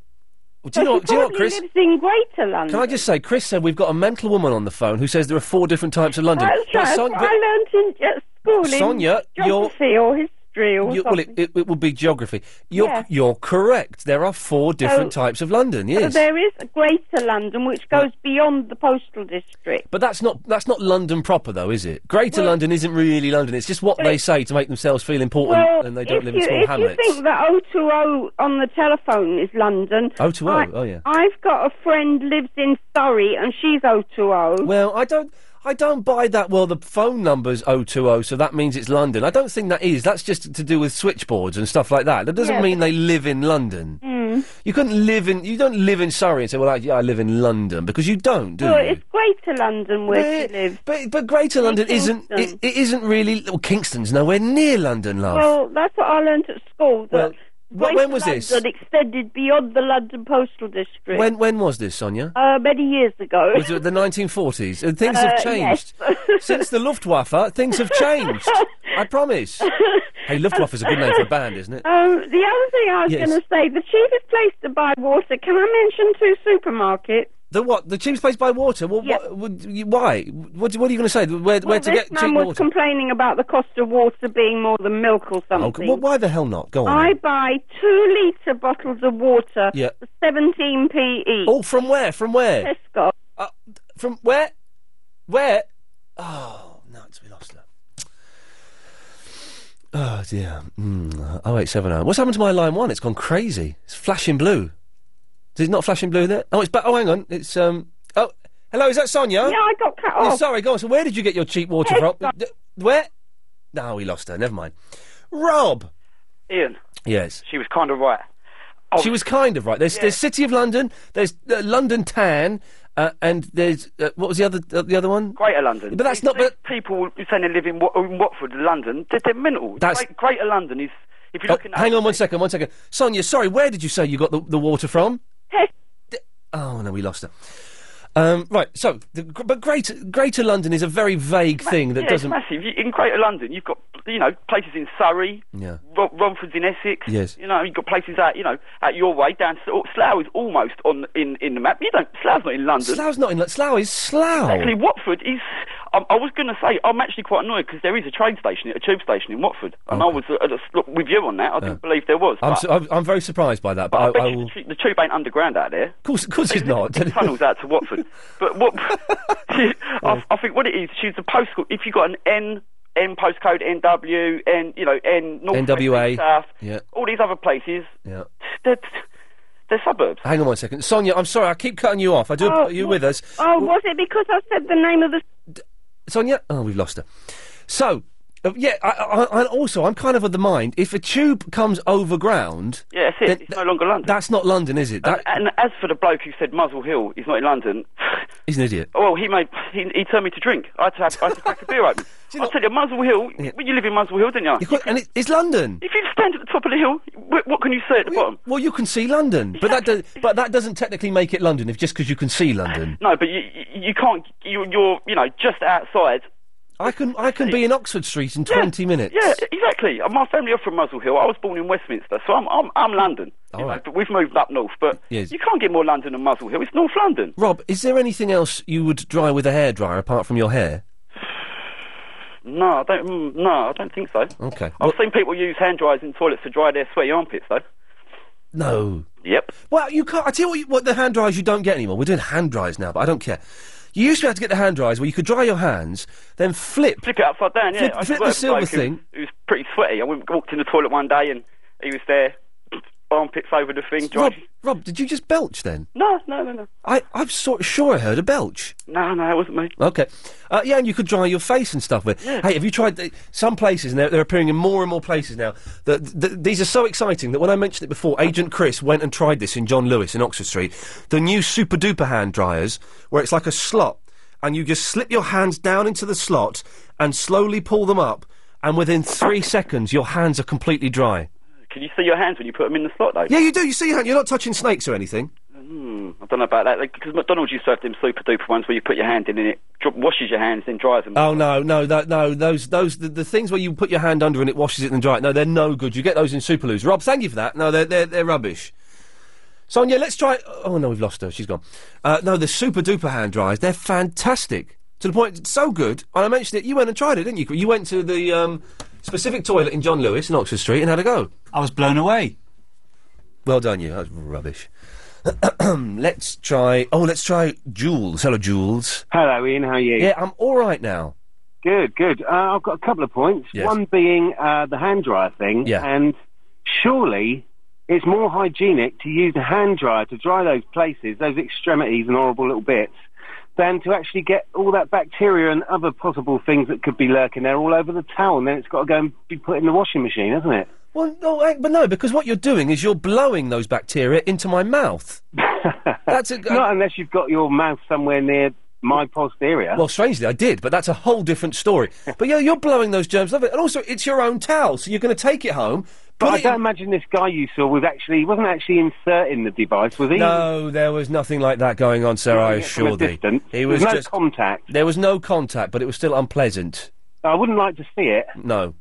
Well, do So she you know? what- Do you know what, probably Chris? lives in Greater London. Can I just say, Chris said we've got a mental woman on the phone who says there are four different types of London. That's Now, right. Son- That's what I learnt in at school in Sonia, you're- geography or history or you- well, it, something. it, it would be geography. You're Yeah. you're correct. There are four different types of London. So Yes. there is a Greater London which goes beyond the postal district. But that's not that's not London proper, though, is it? Greater London isn't really London. It's just what Well, they it- say to make themselves feel important, well, and they don't if live you, in small if hamlets. you think that 020 on the telephone is London, 020, I- oh, yeah. I've got a friend lives in Surrey and she's 020. Well, I don't. I don't buy that. Well, the phone number's 020, so that means it's London. I don't think that is. That's just to do with switchboards and stuff like that. That doesn't Yeah, mean but- they live in London. Hmm. You couldn't live in. You don't live in Surrey and say, "Well, I, yeah, I live in London," because you don't, do well, you? it's Greater London where But- she lives. But but Greater London isn't. It, it isn't really. Well, Kingston's nowhere near London, love. Well, that's what I learnt at school. That Well, wh- when Greater was this? London extended beyond the London postal district. when when was this, Sonia? Uh, many years ago. was it the 1940s? And things Uh, have changed *laughs* since the Luftwaffe. Things have changed. I promise. Hey, Luftwaffe's a good name for a band, isn't it? *laughs* Um, the other thing I was Yes. going to say, the cheapest place to buy water. Can I mention two supermarkets? The what? The cheapest place by water. Well, what, would you- why? What, what are you going to say? Where, where well, to this get man cheap was water? complaining about the cost of water being more than milk or Oh, something. well, why the hell not? Go on. I buy two litre bottles of water Yeah. for 17p each. Oh, from where? From where? Uh, Tesco. from where? Where? Oh dear. Mm. Oh eight seven oh. What's happened to my line one? It's gone crazy. It's flashing blue. Is it not flashing blue there? Oh, it's ba- oh, hang on. It's um. Oh, hello. Is that Sonia? Yeah, I got cut Yeah, off. sorry. Go on. So where did you get your cheap water from? D- where? No, we lost her. Never mind. Rob. Ian, Yes. she was kind of right. Oh. She was kind of right. There's there's City of London. There's uh, London Tan, uh, and there's uh, what was the other uh, the other one? Greater London. But that's not. But People saying they live in, Wa- in Watford, London, they're, they're mental. That's- Great, Greater London is, if you're Oh, looking at hang on one second, one second. Sonia, sorry, where did you say you got the, the water from? D- oh, no, we lost her. Um, right, so, the, gr- but Greater, Greater London is a very vague thing that yeah, doesn't. It's massive. You- In Greater London, you've got you know places in Surrey, Yeah. Ro- Romford's in Essex. Yes. You know, you've got places out you know out your way down. Sl- Slough is almost on in in the map. You don't. Slough's not in London. Slough's not in. Lo- Slough is Slough. Actually, Watford is. Um, I was going to say I'm actually quite annoyed because there is a train station, a tube station in Watford, and I was uh, uh, look, with you on that. I didn't believe there was. I'm, but- su- I'm, I'm very surprised by that, but but I I, bet I you will. the, tube, the tube ain't underground out there. Of course, of course *laughs* it's not. tunnels out to Watford. But *laughs* what *laughs* she, I, I think what it is, she's a postcode. If you've got an N, N postcode, NW, N, you know, N, North, NWA. South, Yeah, all these other places, yeah. they're, they're suburbs. Hang on one second. Sonia, I'm sorry, I keep cutting you off. I do. Oh, are you well- with us? Oh, was it because I said the name of the Sonia? Oh, we've lost her. So, uh, yeah, I, I, I, and also, I'm kind of of the mind if a tube comes over ground. Yeah, that's it. It's no longer London. That's not London, is it? That And, and as for the bloke who said Muswell Hill is not in London, he's an idiot. well, he made he, he turned me to drink. I had to, have, I had to crack a beer *laughs* open. I tell you, Muswell Hill. well, You live in Muswell Hill, didn't you? and it, it's London. If you stand at the top of the hill, wh- what can you say at the bottom? Well, you can see London, but that does, but that doesn't technically make it London if just because you can see London. No, but you you- you can't. You, you're you know just outside. I can I can be in Oxford Street in 20 minutes. Yeah, exactly. Uh, My family are from Muswell Hill. I was born in Westminster, so I'm I'm, I'm London. you know, but we've moved up north, but Yes. you can't get more London than Muswell Hill. It's North London. Rob, is there anything else you would dry with a hairdryer apart from your hair? No, I don't. Mm, no, I don't think so. Okay. I've seen people use hand dryers in toilets to dry their sweaty armpits, though. No. Yep. Well, you can't. I tell you what, you, what the hand dryers you don't get anymore. We're doing hand dryers now, but I don't care. You used to have to get the hand dryers where you could dry your hands, then flip. Flip it upside down. Yeah, I Flip- used to flip work the with a bloke silver who- thing. Who was pretty sweaty. I went, walked in the toilet one day and he was there, *clears throat* armpits over the thing. Rob, Dry. Rob, did you just belch then? No, no, no, no. I, I'm sort sure I heard a belch. No, no, it wasn't me. Okay. Uh, yeah, and you could dry your face and stuff with. Yeah. Hey, have you tried the, some places, and they're, they're appearing in more and more places now, that th- these are so exciting that when I mentioned it before, Agent Chris went and tried this in John Lewis in Oxford Street. The new super duper hand dryers, where it's like a slot, and you just slip your hands down into the slot and slowly pull them up, and within three seconds, your hands are completely dry. Can you see your hands when you put them in the slot, though? Yeah, you do. You see, your hand- you're not touching snakes or anything. Hmm, I don't know about that because McDonald's used to have them super duper ones where you put your hand in and it dr- washes your hands, then dries them. Oh no, no, that, no, those, those, the, the things where you put your hand under and it washes it and dry it. No, they're no good. You get those in Superloos. Rob, thank you for that. No, they're they're, they're rubbish. Sonia, let's try. Oh no, we've lost her. She's gone. Uh, no, the super duper hand dryers. They're fantastic to the point. it's so good. And I mentioned it. You went and tried it, didn't you? You went to the um, specific toilet in John Lewis in Oxford Street and had a go. I was blown away. Well done, you. That was rubbish. *clears throat* let's try. Oh, let's try Jules. Hello, Jules. Hello, Ian. How are you? Yeah, I'm all right now. Good, good. Uh, I've got a couple of points. Yes. One being uh, the hand dryer thing. Yeah. And surely it's more hygienic to use a hand dryer to dry those places, those extremities and horrible little bits, than to actually get all that bacteria and other possible things that could be lurking there all over the towel, and then it's got to go and be put in the washing machine, hasn't it? Well, no, eh, but no, because what you're doing is you're blowing those bacteria into my *laughs* mouth. That's a, Not unless you've got your mouth somewhere near my posterior. Well, strangely, I did, but that's a whole *laughs* different story. but yeah, you're blowing those germs off it, and also it's your own towel, so you're going to take it home. but put I it don't in- imagine this guy you saw was actually wasn't actually inserting the device, was he? No, there was nothing like that going on, sir. I Yeah, from a assure thee. distance. It was There's no just contact. There was no contact, but it was still unpleasant. I wouldn't like to see it. No.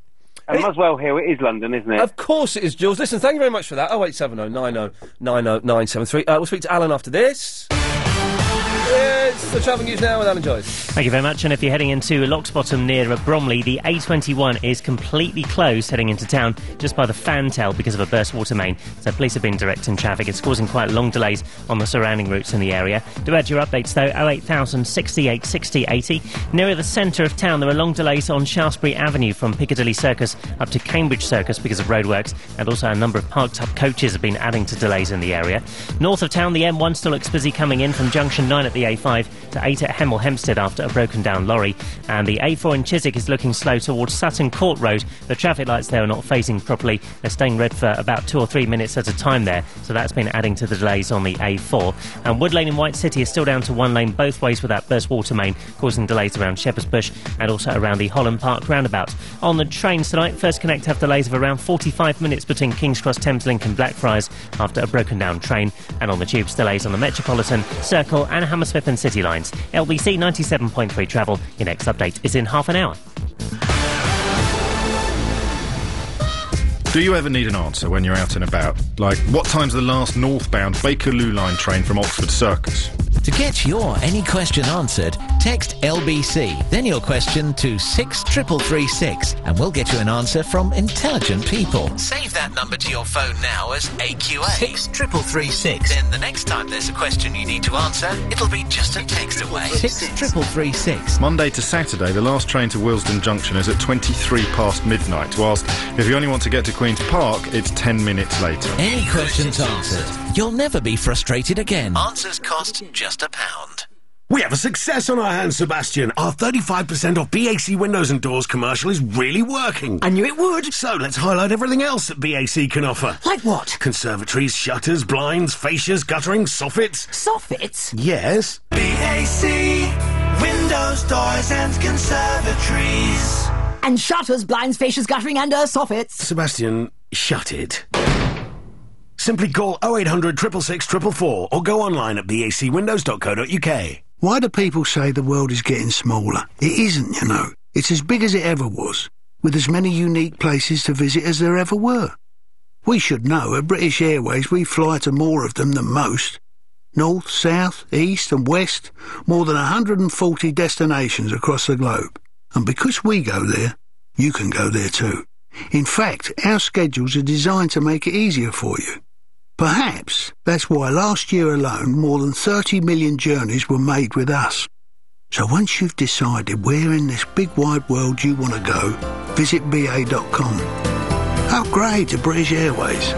I might as well here. It is London, isn't it? Of course it is, Jules. Listen, thank you very much for that. Oh eight seven oh nine oh nine oh nine seven three. Uh, we'll speak to Alan after this. It's the travel news now with Alan Joyce. Thank you very much. And if you're heading into Loxbottom near Bromley, the A21 is completely closed heading into town just by the fantail because of a burst water main. So police have been directing traffic. It's causing quite long delays on the surrounding routes in the area. Do add your updates though 08000 68 60 80. Nearer the centre of town, there are long delays on Shaftesbury Avenue from Piccadilly Circus up to Cambridge Circus because of roadworks, and also a number of parked up coaches have been adding to delays in the area. North of town, the M1 still looks busy coming in from junction 9 at the A5 to 8 at Hemel Hempstead after a broken down lorry, and the A4 in Chiswick is looking slow towards Sutton Court Road. The traffic lights there are not phasing properly, they're staying red for about two or three minutes at a time there, so that's been adding to the delays on the A4. And Wood Lane in White City is still down to one lane both ways with that burst water main, causing delays around Shepherd's Bush and also around the Holland Park roundabout. On the trains tonight, First Connect have delays of around 45 minutes between King's Cross, Thameslink, and Blackfriars after a broken down train. And on the tubes, delays on the Metropolitan, Circle, and Hammersmith and City lines. LBC 97.3 travel. Your next update is in half an hour. Do you ever need an answer when you're out and about? Like, what time's the last northbound Bakerloo line train from Oxford Circus? To get your any question answered, text LBC, then your question to 63336, and we'll get you an answer from intelligent people. Save that number to your phone now as AQA 63336. Then the next time there's a question you need to answer, it'll be just a text away. 63336. Monday to Saturday, the last train to Willesden Junction is at 23 past midnight, whilst if you only want to get to Queen's Park, it's 10 minutes later. Any questions answered, you'll never be frustrated again. Answers cost just a pound. We have a success on our hands, Sebastian. Our 35% off BAC windows and doors commercial is really working. I knew it would. So let's highlight everything else that BAC can offer. Like what? Conservatories, shutters, blinds, fascias, guttering, soffits. Soffits? Yes. BAC, windows, doors, and conservatories. And shutters, blinds, fascias, guttering, and uh, soffits. Sebastian, shut it. Simply call 0800 666 444 or go online at bacwindows.co.uk. Why do people say the world is getting smaller? It isn't, you know. It's as big as it ever was, with as many unique places to visit as there ever were. We should know at British Airways we fly to more of them than most. North, south, east, and west, more than 140 destinations across the globe. And because we go there, you can go there too. In fact, our schedules are designed to make it easier for you. Perhaps that's why last year alone more than 30 million journeys were made with us. So once you've decided where in this big wide world you want to go, visit BA.com. Upgrade to British Airways.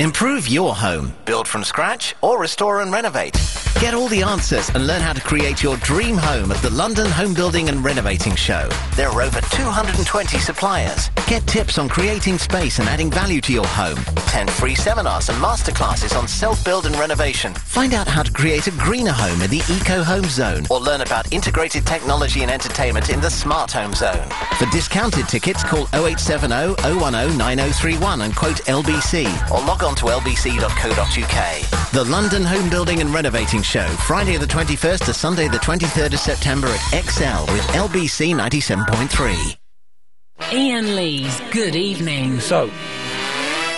Improve your home, build from scratch, or restore and renovate. Get all the answers and learn how to create your dream home at the London Home Building and Renovating Show. There are over 220 suppliers. Get tips on creating space and adding value to your home. 10 free seminars and masterclasses on self-build and renovation. Find out how to create a greener home in the Eco Home Zone or learn about integrated technology and entertainment in the Smart Home Zone. For discounted tickets, call 0870 010 9031 and quote LBC or log on to lbc.co.uk. The London Home Building and Renovating Show, Friday the 21st to Sunday the 23rd of September at XL with LBC 97.3. Ian Lee's Good Evening. So,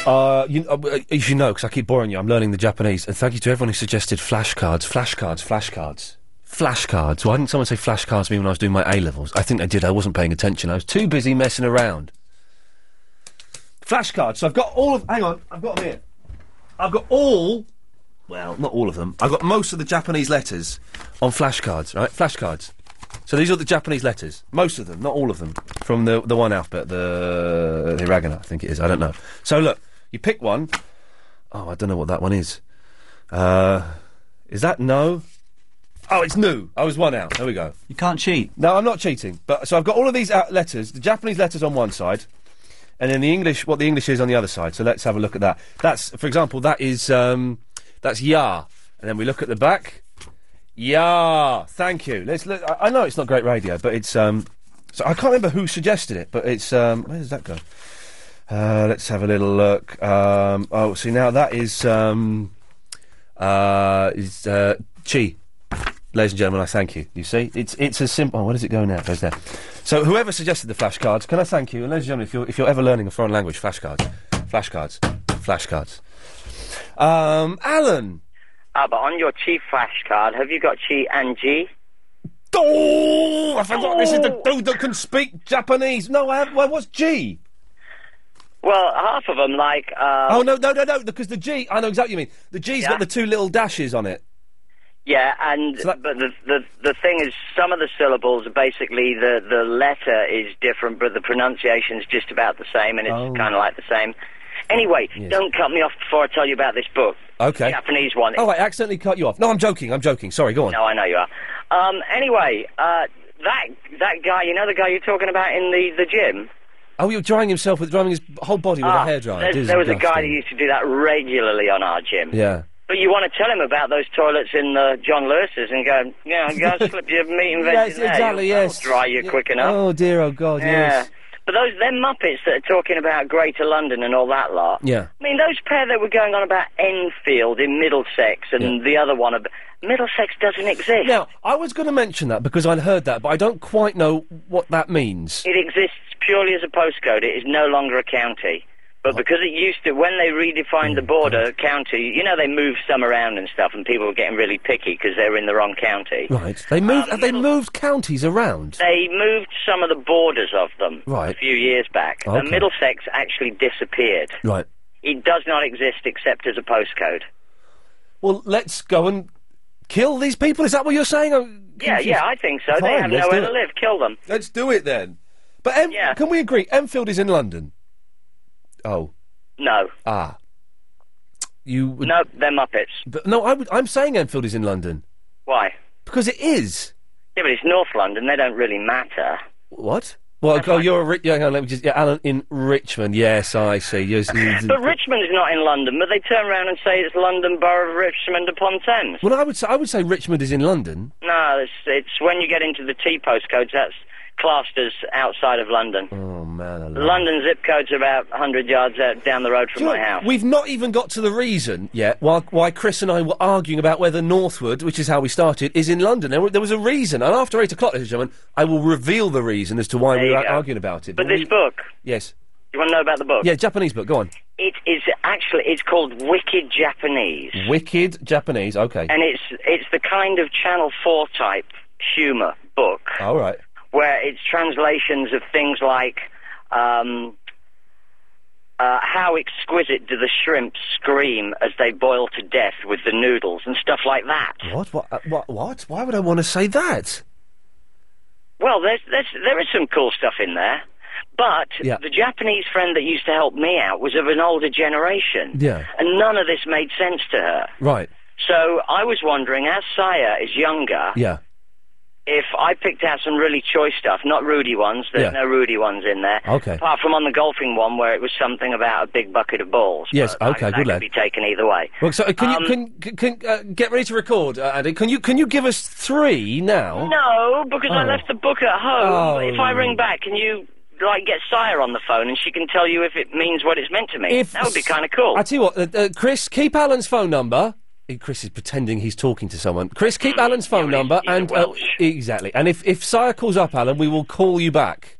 uh, you, uh, uh, as you know, because I keep boring you, I'm learning the Japanese. And thank you to everyone who suggested flashcards, flashcards, flashcards, flashcards. Why didn't someone say flashcards to me when I was doing my A levels? I think they did. I wasn't paying attention. I was too busy messing around. Flashcards. So I've got all of. Hang on, I've got them here. I've got all. Well, not all of them. I've got most of the Japanese letters on flashcards. Right, flashcards. So these are the Japanese letters. Most of them, not all of them, from the the one alphabet, the the hiragana, I think it is. I don't know. So look, you pick one. Oh, I don't know what that one is. Uh, is that no? Oh, it's new. I was one out. There we go. You can't cheat. No, I'm not cheating. But so I've got all of these out letters. The Japanese letters on one side, and then the English. What the English is on the other side. So let's have a look at that. That's, for example, that is um, that's ya, and then we look at the back. Yeah, thank you. Let's look. I, I know it's not great radio, but it's um. So I can't remember who suggested it, but it's um. Where does that go? Uh, let's have a little look. Um, oh, see now that is um, uh, is uh, chi. Ladies and gentlemen, I thank you. You see, it's it's as simple. Oh, where does it go now? It goes there. So whoever suggested the flashcards, can I thank you? And ladies and gentlemen, if you're if you're ever learning a foreign language, flashcards, flashcards, flashcards. Um, Alan. Ah, but on your Chi flash card, have you got Chi and G? Oh, I forgot. This is the dude that can speak Japanese. No, I have. Well, what's G? Well, half of them, like. Uh, oh no, no, no, no! Because the G, I know exactly what you mean. The G's Yeah. got the two little dashes on it. Yeah, and but the, the the thing is, some of the syllables are basically the the letter is different, but the pronunciation's just about the same, and it's Oh. kind of like the same. Anyway, Yes. don't cut me off before I tell you about this book. Okay. Japanese one. Oh, I accidentally cut you off. No, I'm joking. I'm joking. Sorry, go on. No, I know you are. Um, anyway, uh, that that guy, you know the guy you're talking about in the the gym. Oh, you're drying himself with drying his whole body with Ah, a hairdryer. It There, is there was a guy that disgusting. used to do that regularly on our gym. Yeah. But you want to tell him about those toilets in uh, John Lewis's and go, yeah, *laughs* go slip your meat and veg Yes, in there. exactly, That'll yes. dry you quick enough. Oh dear. Oh God. yeah. Yes. But those them Muppets that are talking about Greater London and all that lot. Yeah. I mean, those pair that were going on about Enfield in Middlesex and the other one. ab- Middlesex doesn't exist. Now, I was going to mention that because I'd heard that, but I don't quite know what that means. It exists purely as a postcode. It is no longer a county. But because it used to, when they redefined Oh, the border county, you know, they moved some around and stuff, and people were getting really picky because they were in the wrong county. Right. Um, They moved. have they moved counties around? They moved some of the borders of them a Right. few years back, Okay. and Middlesex actually disappeared. Right. It does not exist except as a postcode. Well, let's go and kill these people. Is that what you're saying? I'm Yeah, confused. yeah, I think so. they Fine, have let's nowhere do to it. live. Kill them. Let's do it then. But em- can we agree? Enfield is in London. Oh. No. Ah. You would. No, they're Muppets. But no, I would, I'm saying Enfield is in London Why? because it is. Yeah, but it's North London. They don't really matter. What? Well, oh, you're a rich. Yeah, hang on, let me just. Yeah, Alan in Richmond. Yes, I *laughs* see. Yes, you- But Richmond's not in London, but they turn around and say it's London Borough of Richmond upon Thames. well, I would say I would say Richmond is in London. No, it's, it's when you get into the T postcodes, that's classed as outside of London. Oh man, I love London zip codes are about 100 yards out, down the road from my house. We've not even got to the reason yet why, why Chris and I were arguing about whether Northwood, which is how we started, is in Ladies London. There, were- there was a reason, and after eight o'clock, ladies and gentlemen, I will reveal the reason as to why There we you were go. arguing about it. But this we- book, yes, you want to know about the book? yeah, Japanese book. Go on, It is actually, it's called Wicked Japanese. wicked Japanese. Okay, And it's, it's the kind of Channel 4 type humour book all right. where it's translations of things like um, uh, how exquisite do the shrimp scream as they boil to death with the noodles and stuff like that. What? What? Uh, what? What? Why would I want to say that? Well, there's, there's, there is some cool stuff in there. But Yeah. the Japanese friend that used to help me out was of an older generation. Yeah. And none of this made sense to her. Right. So I was wondering, as Saya is younger, Yeah. if I picked out some really choice stuff, not Rudy ones, there's Yeah. no Rudy ones in there. Okay. Apart from on the golfing one where it was something about a big bucket of balls. Yes, but okay, that, good that lad. could be taken either way. Well, so uh, can Um, you can c- can uh, get ready to record, uh, Andy? Can you can you give us three now? No, because I Oh. left the book at home. Oh. If I ring back, can you like get Sire on the phone and she can tell you if it means what it's meant to mean? If that would be kind of cool. I tell you what, uh, uh, Chris, keep Alan's phone number. Eh, Chris is pretending he's talking to someone. Chris, keep Mm, Alan's phone number and uh, exactly. And if if Sire calls up Alan, we will call you back.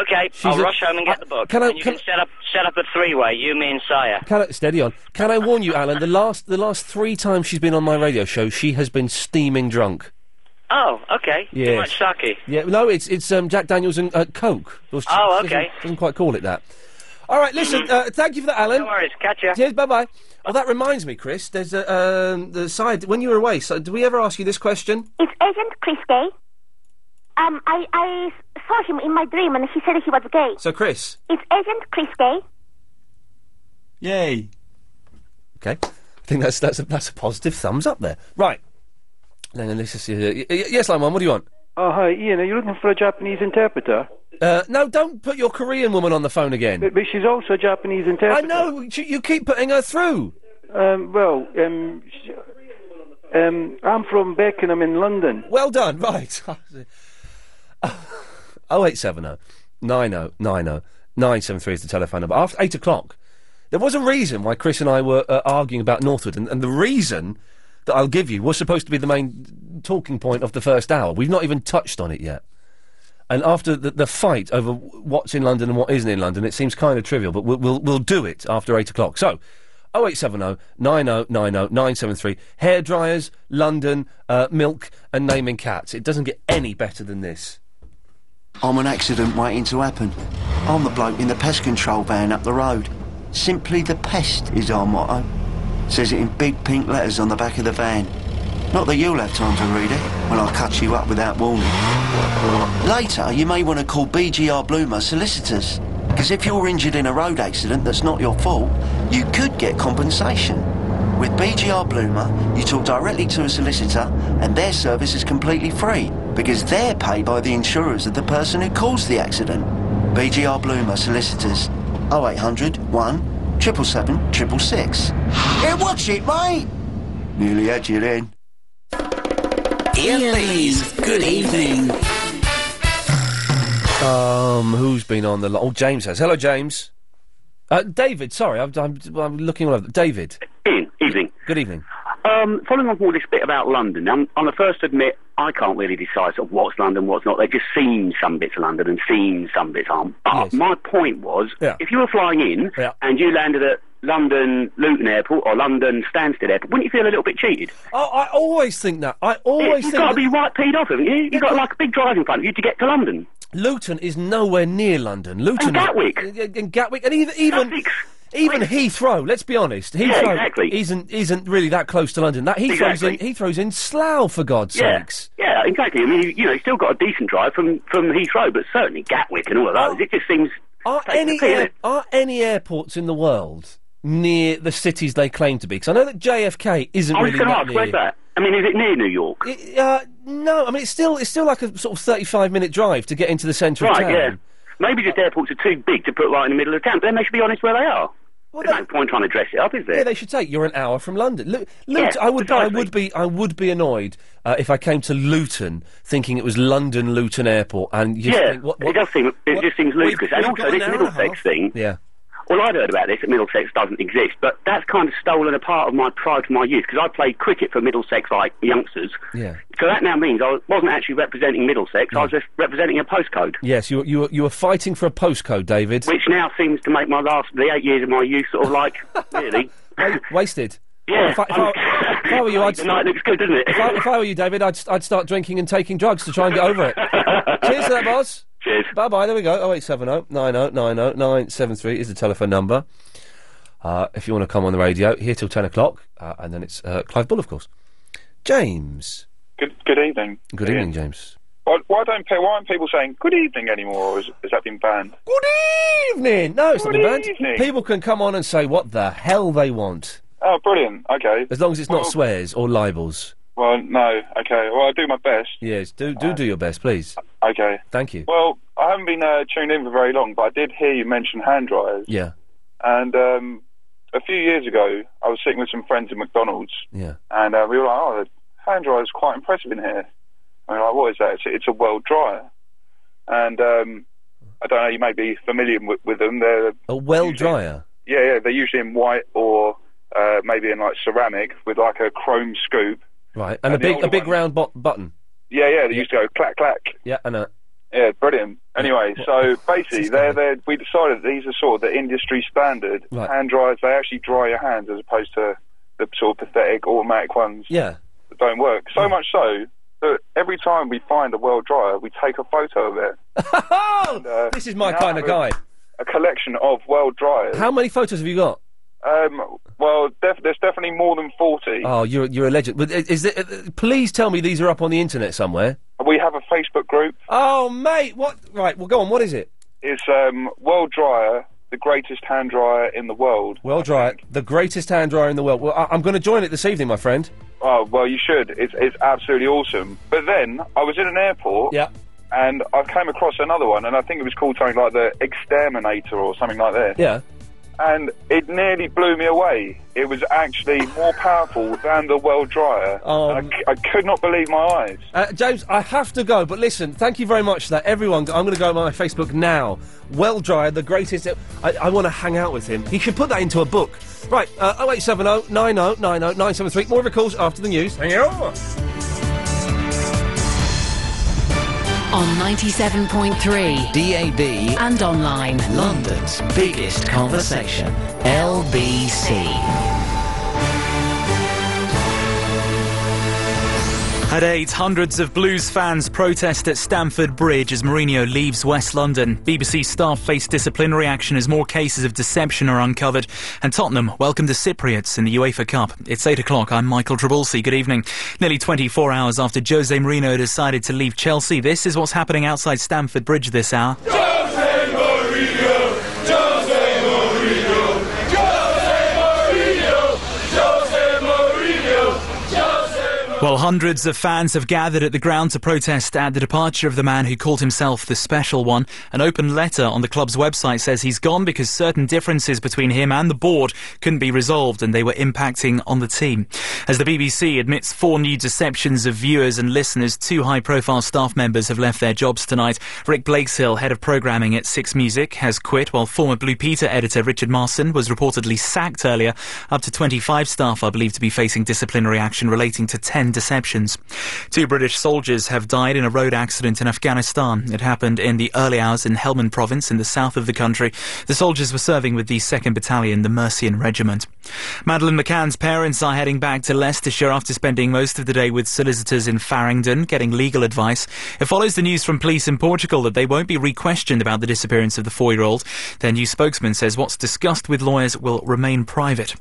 okay, She's I'll a- rush home and get the book. can I- and you can- can, set up set up a three way. You, me, and Sire. Can I, steady on? Can I warn you, Alan? The last the last three times she's been on my radio show, she has been steaming drunk. Oh, okay. Too Yes. much sake. Yeah, no, it's it's um, Jack Daniels and uh, Coke. Or she- Oh, she okay. Doesn't, doesn't quite call it that. All right, listen. Uh, thank you for that, Alan. No worries. Catch you. Cheers. Bye bye. Oh, that reminds me, Chris. There's a um, the side when you were away. So, did we ever ask you this question? Is isn't Chris gay? Um, I, I saw him in my dream and he said he was gay. So, Chris. Is isn't Chris gay? Yay. Okay. I think that's that's a, that's a positive thumbs up there. Right. No, no, this is, uh, y- y- yes, Lamon, what do you want? Oh, hi, Ian. Are you looking for a Japanese interpreter? Uh, no, don't put your Korean woman on the phone again. But, but she's also a Japanese interpreter. I know. You, you keep putting her through. Um, well, um, sh- um, I'm from Beckenham in London. Well done. *laughs* Right. 0870 90 90 973 is the telephone number. After 8 o'clock, there was a reason why Chris and I were uh, arguing about Northwood, and, and the reason that I'll give you was supposed to be the main talking point of the first hour. We've not even touched on it yet. And after the, the fight over what's in London and what isn't in London, it seems kind of trivial, but we'll, we'll, we'll do it after 8 o'clock. So, 0870 9090 973, hairdryers, London, uh, milk, and naming cats. It doesn't get any better than this. I'm an accident waiting to happen. I'm the bloke in the pest control van up the road. Simply the pest is our motto. Says it in big pink letters on the back of the van. Not that you'll have time to read it when I cut you up without warning. Later, you may want to call BGR Bloomer solicitors. Because if you're injured in a road accident that's not your fault, you could get compensation. With BGR Bloomer, you talk directly to a solicitor, and their service is completely free because they're paid by the insurers of the person who caused the accident. BGR Bloomer Solicitors, 0800 1 777 666. Hey, watch it, mate! Nearly had you then. Ian Lee's Good Evening. Um, who's been on the? Lo- oh, James has. Hello, James. Uh, David, sorry, I'm, I'm, I'm looking all over. David, Ian, evening. good evening. Um, following on from all this bit about London, I'm, I'm the first to admit I can't really decide sort of what's London, what's not. They just seem some bits of London and seem some bits aren't. But my point was, if you were flying in and you landed at London Luton Airport or London Stansted Airport, wouldn't you feel a little bit cheated? Oh, I always think that. I always You've think got to that- be right peed off, haven't you? You've got like a big drive in front of you to get to London. Luton is nowhere near London. Luton, And Oh, Gatwick. and, and Gatwick, and even even even Heathrow. Let's be honest, Yeah, Heathrow exactly. isn't isn't really that close to London. That Heathrow's in Exactly. Heathrow's in Slough, for God's Yeah, sakes. yeah, exactly. I mean, you- you know, you've still got a decent drive from, from Heathrow, but certainly Gatwick and all of those. It just seems. Oh. Are taking any the piss. air, are any airports in the world near the cities they claim to be? Because I know that JFK isn't I was really going to that ask, near. where's that? I mean, is it near New York? It- uh, no, I mean it's still it's still like a sort of thirty-five minute drive to get into the centre of right, town. yeah. Maybe just airports are too big to put right in the middle of town, but then they should be honest where they are. There's no point trying to dress it up, is there? Yeah, they should say you're an hour from London. Lu- Yeah, Lut- I would, I would be, I would be annoyed uh, if I came to Luton thinking it was London Luton Airport, and you yeah, think, what, it does seem it just seems ludicrous. And we've also got an this hour and a Middlesex thing. Yeah. Well, I'd heard about this that Middlesex doesn't exist, but that's kind of stolen a part of my pride from my youth because I played cricket for Middlesex like youngsters. yeah. So that now means I wasn't actually representing Middlesex; I was just representing a postcode. Yes, you, you, you were fighting for a postcode, David. which now seems to make my last the eight years of my youth sort of like *laughs* really Wa- wasted. Yeah, If I, if I- if *laughs* I were you, I'd. Oh, The night looks good, doesn't it? If I, if I were you, David, I'd, I'd start drinking and taking drugs to try and get over it. Cheers to that, boss. Cheers. Bye bye. There we go. Oh, 0870 90 90 973 is the telephone number. Uh, if you want to come on the radio, here till 10 o'clock, uh, and then it's uh, Clive Bull, of course. James. Good, good evening. Good evening, James. Why, why don't pe- why aren't people saying good evening anymore? Or is, has that been banned? Evening. No, it's Good not been evening. banned. People can come on and say what the hell they want, Oh, brilliant. Okay. as long as it's not Well- swears or libels. Well, no. Okay. Well, I'll do my best. Yes, do do do your best, please. Okay. Thank you. Well, I haven't been uh, tuned in for very long, but I did hear you mention hand dryers. Yeah, And um, a few years ago, I was sitting with some friends in McDonald's, yeah. and uh, we were like, "Oh, the hand dryer is quite impressive in here." I mean, like, what is that? It's, it's a world dryer, and um, I don't know. You may be familiar with, with them. They're A well dryer. yeah, yeah, they're usually in white or uh, maybe in like ceramic with like a chrome scoop. Right, and, And a the big a older big round bo- button. Yeah, yeah, they used to go clack clack. Yeah, and a Yeah, brilliant. Anyway, so basically, they're, they're, we decided these are sort of the industry standard Right. hand dryers. They actually dry your hands as opposed to the sort of pathetic automatic ones yeah. that don't work. So much so that every time we find a well dryer, we take a photo of it. and, uh, This is my now kind of I guy. have A collection of well dryers. How many photos have you got? Um, well, def- there's definitely more than 40. Oh, you're you're a legend. But i- is it, uh, please tell me these are up on the internet somewhere. We have a Facebook group. Oh, mate, what? Right, well, go on. What is it? It's um, well dryer, the greatest hand dryer in the world. Well, dryer, the greatest hand dryer in the world. Well, I, I'm going to join it this evening, my friend. Oh well, you should. It's it's absolutely awesome. But then I was in an airport. Yeah. And I came across another one, and I think it was called something like the Exterminator or something like that. Yeah. And it nearly blew me away. It was actually more powerful than the Well Dryer. And I c- I, could not believe my eyes. Uh, James, I have to go, but listen, thank you very much for that. Everyone, I'm going to go on my Facebook now. Well Dryer, the greatest. I, I want to hang out with him. He should put that into a book. Right, uh, 0870 90 90 973. More of your calls after the news. Hang on. On 97.3 DAB and online. London's biggest conversation, LBC. At eight, hundreds of Blues fans protest at Stamford Bridge as Mourinho leaves West London. BBC staff face disciplinary action as more cases of deception are uncovered. And Tottenham welcome the Cypriots in the UEFA Cup. It's eight o'clock. I'm Michael Trabulsi. Good evening. Nearly 24 hours after Jose Mourinho decided to leave Chelsea, this is what's happening outside Stamford Bridge this hour. Well, hundreds of fans have gathered at the ground to protest at the departure of the man who called himself the Special One. An open letter on the club's website says he's gone because certain differences between him and the board couldn't be resolved and they were impacting on the team. As the BBC admits four new deceptions of viewers and listeners, two high profile staff members have left their jobs tonight. Rick Blakeshill, head of programming at Six Music, has quit, while former Blue Peter editor Richard Marson was reportedly sacked earlier. Up to 25 staff are believed to be facing disciplinary action relating to 10 deceptions. Two British soldiers have died in a road accident in Afghanistan. It happened in the early hours in Helmand province in the south of the country. The soldiers were serving with the 2nd Battalion, the Mercian Regiment. Madeleine McCann's parents are heading back to Leicestershire after spending most of the day with solicitors in Farringdon getting legal advice. It follows the news from police in Portugal that they won't be re-questioned about the disappearance of the four-year-old. Their new spokesman says what's discussed with lawyers will remain private.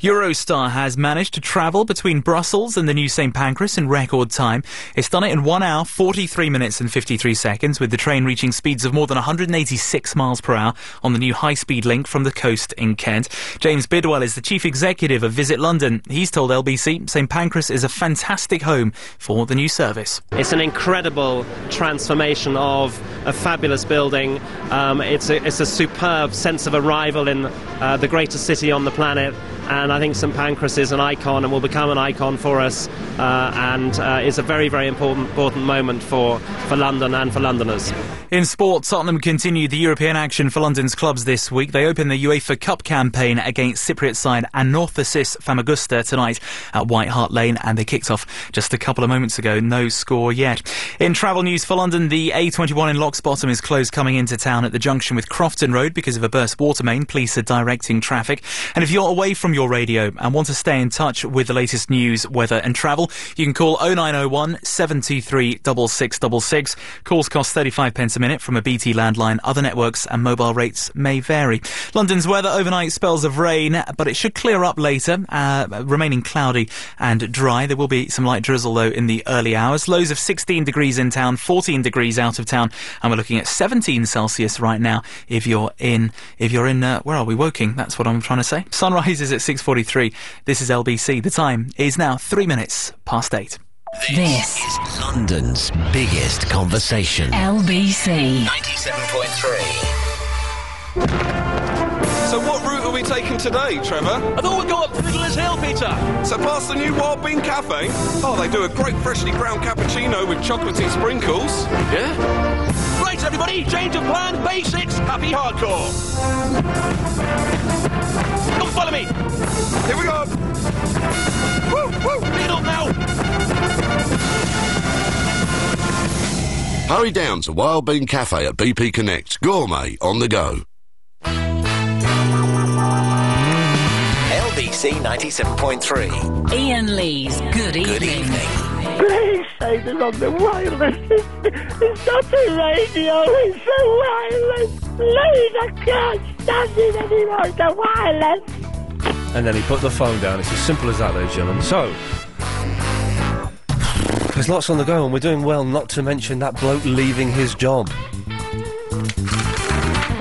Eurostar has managed to travel between Brussels and the new St Pancras in record time. It's done it in 1 hour, 43 minutes and 53 seconds, with the train reaching speeds of more than 186 miles per hour on the new high-speed link from the coast in Kent. James Bidwell is the chief executive of Visit London. He's told LBC St Pancras is a fantastic home for the new service. It's an incredible transformation of a fabulous building. Um, it's, a, it's a superb sense of arrival in uh, the greatest city on the planet. And I think St Pancras is an icon and will become an icon for us. Uh, and uh, it's a very, very important, important moment for, for London and for Londoners. In sport, Tottenham continued the European action for London's clubs this week. They opened the UEFA Cup campaign against Cypriot side Anorthosis Famagusta tonight at White Hart Lane, and they kicked off just a couple of moments ago. No score yet. In travel news for London, the A21 in Loxbottom is closed coming into town at the junction with Crofton Road because of a burst water main. Police are directing traffic. And if you're away from your radio and want to stay in touch with the latest news, weather, and travel, you can call 0901 723 6666. Calls cost 35 pence a minute from a BT landline. Other networks and mobile rates may vary. London's weather overnight spells of rain, but it should clear up later, uh, remaining cloudy and dry. There will be some light drizzle though in the early hours. Lows of 16 degrees in town, 14 degrees out of town, and we're looking at 17 Celsius right now. If you're in, if you're in, uh, where are we? Woking. That's what I'm trying to say. Sunrise is at 6:43. This is LBC. The time is now three minutes past eight. This is London's biggest conversation. LBC. 97.3. So what route are we taking today, Trevor? I thought we got up to Fiddler's Hill, Peter. So past the new Wild Bean Cafe. Oh, they do a great freshly ground cappuccino with chocolatey sprinkles. Yeah. Right, everybody, change of plan, basics, happy hardcore. Come follow me. Here we go. Woo, woo, pick it up now. Hurry down to Wild Bean Cafe at BP Connect. Gourmet on the go. LBC 97.3. Ian Lee's Good Evening. Good evening. Please say this on the wireless. It's, it's not a radio, it's a wireless. Please, I can't stand it anymore. The wireless. And then he put the phone down. It's as simple as that, ladies and gentlemen. So, there's lots on the go, and we're doing well not to mention that bloke leaving his job.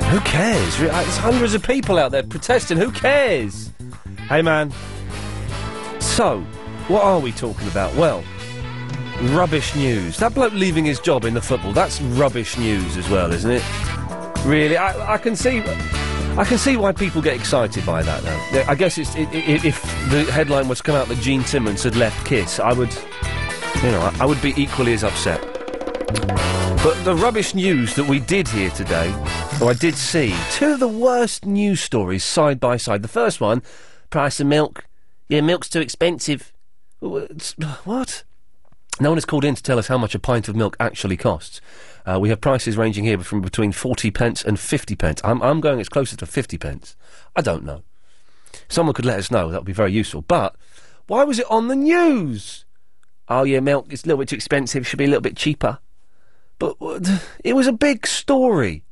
Who cares? Re- uh, There's hundreds of people out there protesting. Who cares? Hey, man. So, What are we talking about? Well, rubbish news. That bloke leaving his job in the football, that's rubbish news as well, isn't it? Really, I, I can see. I can see why people get excited by that, though. I guess it's, i i if the headline was to come out that Gene Simmons had left Kiss, I would, you know, I, I would be equally as upset. But the rubbish news that we did hear today, or I did see, two of the worst news stories side by side. The first one, price of milk. Yeah, milk's too expensive. Oh, it's- *sighs* What? No one has called in to tell us how much a pint of milk actually costs. Uh, we have prices ranging here from between 40 pence and 50 pence. I'm, I'm going it's closer to 50 pence. I don't know. Someone could let us know. That would be very useful. But why was it on the news? Oh, yeah, milk is a little bit too expensive. Should be a little bit cheaper. But what- it was a big story.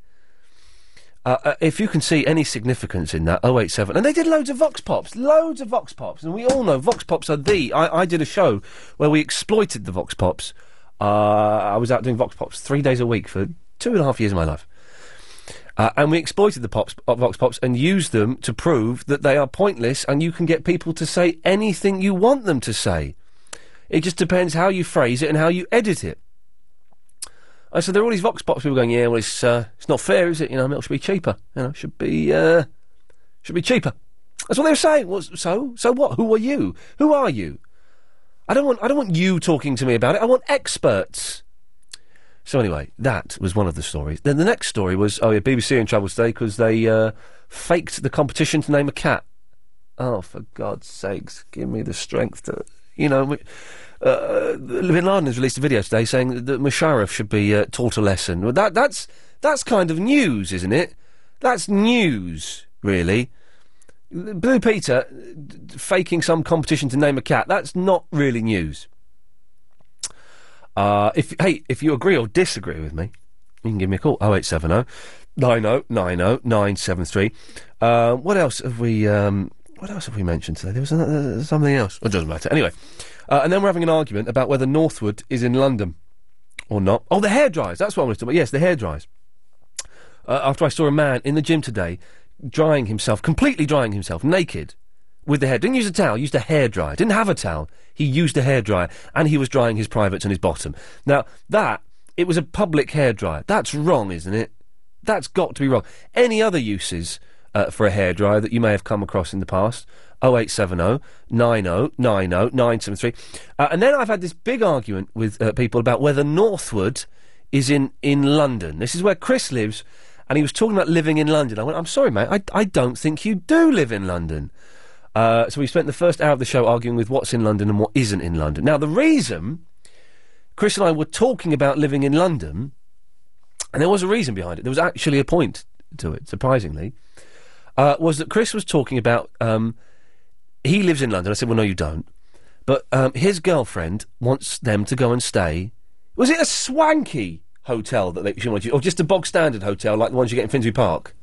Uh, uh, if you can see any significance in that, 087. And they did loads of Vox Pops, loads of Vox Pops. And we all know Vox Pops are the. I, I did a show where we exploited the Vox Pops. Uh, I was out doing Vox Pops three days a week for two and a half years of my life. Uh, and we exploited the pops, uh, Vox Pops and used them to prove that they are pointless and you can get people to say anything you want them to say. It just depends how you phrase it and how you edit it. Uh, so there are all these Vox Pops people going, yeah, well, it's uh, it's not fair, is it? You know, milk should be cheaper. You know, should be uh, should be cheaper. That's what they were saying. Well, so so what? Who are you? Who are you? I don't want I don't want you talking to me about it. I want experts. So anyway, that was one of the stories. Then the next story was, oh yeah, BBC in trouble today because they uh, faked the competition to name a cat. Oh, for God's sakes, give me the strength to, you know. we- Uh, Bin Laden has released a video today saying that Musharraf should be uh, taught a lesson. Well, that that's that's kind of news, isn't it? That's news, really. Blue Peter uh, d- d- faking some competition to name a cat. That's not really news. Uh, if hey, if you agree or disagree with me, you can give me a call 0870 oh, 9090 973. Uh, what else have we? Um, what else have we mentioned today? There was another, something else. Well, it doesn't matter. Anyway, uh, and then we're having an argument about whether Northwood is in London or not. Oh, the hair dryers. That's what I was talking about. Yes, the hair dryers uh, after I saw a man in the gym today drying himself, completely drying himself, naked, with the hair. Didn't use a towel, used a hairdryer. Didn't have a towel. He used a hairdryer, and he was drying his privates and his bottom. Now, that, it was a public hairdryer. That's wrong, isn't it? That's got to be wrong. Any other uses uh, for a hairdryer that you may have come across in the past? 0870 90 90 973. Uh, and then I've had this big argument with uh, people about whether Northwood is in, in London. This is where Chris lives, and he was talking about living in London. I went, I'm sorry, mate, I, I don't think you do live in London. Uh, so we spent the first hour of the show arguing with what's in London and what isn't in London. Now, the reason Chris and I were talking about living in London, and there was a reason behind it, there was actually a point to it, surprisingly, uh, was that Chris was talking about um, he lives in London. I said, well, no, you don't. But um, his girlfriend wants them to go and stay. Was it a swanky hotel that they, she wanted you, or just a bog standard hotel like the ones you get in Finsbury Park?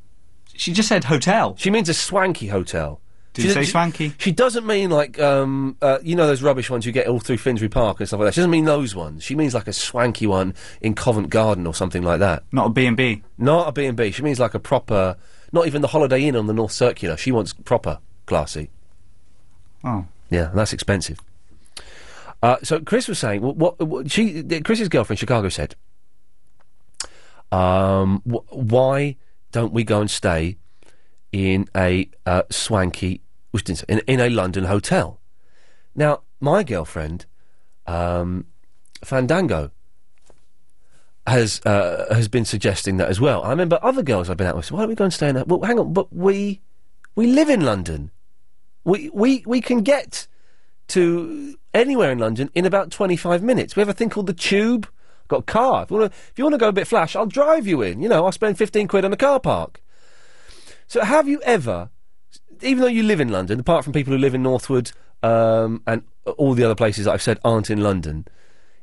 She just said hotel. She means a swanky hotel. Did she you say doesn't- She, she doesn't mean like um, uh, you know those rubbish ones you get all through Finsbury Park and stuff like that. She doesn't mean those ones. She means like a swanky one in Covent Garden or something like that. Not a B and B. Not a B and B. She means like a proper, not even the Holiday Inn on the North Circular. She wants proper, classy. Oh. Yeah, and that's expensive. Uh, so Chris was saying, wh- what, what she, th- Chris's girlfriend, Chicago, said, um, wh- why don't we go and stay in a uh, swanky, which didn't say- in, in a London hotel? Now, my girlfriend, um, Fandango, has uh, has been suggesting that as well. I remember other girls I've been out with. said, Why don't we go and stay in that? Well, hang on, but we we live in London. We we we can get to anywhere in London in about twenty five minutes. We have a thing called the Tube. I've got a car. If you want to, if you want to go a bit flash, I'll drive you in. You know, I'll spend fifteen quid on a car park. So, have you ever, even though you live in London, apart from people who live in Northwood um, and all the other places that I've said aren't in London,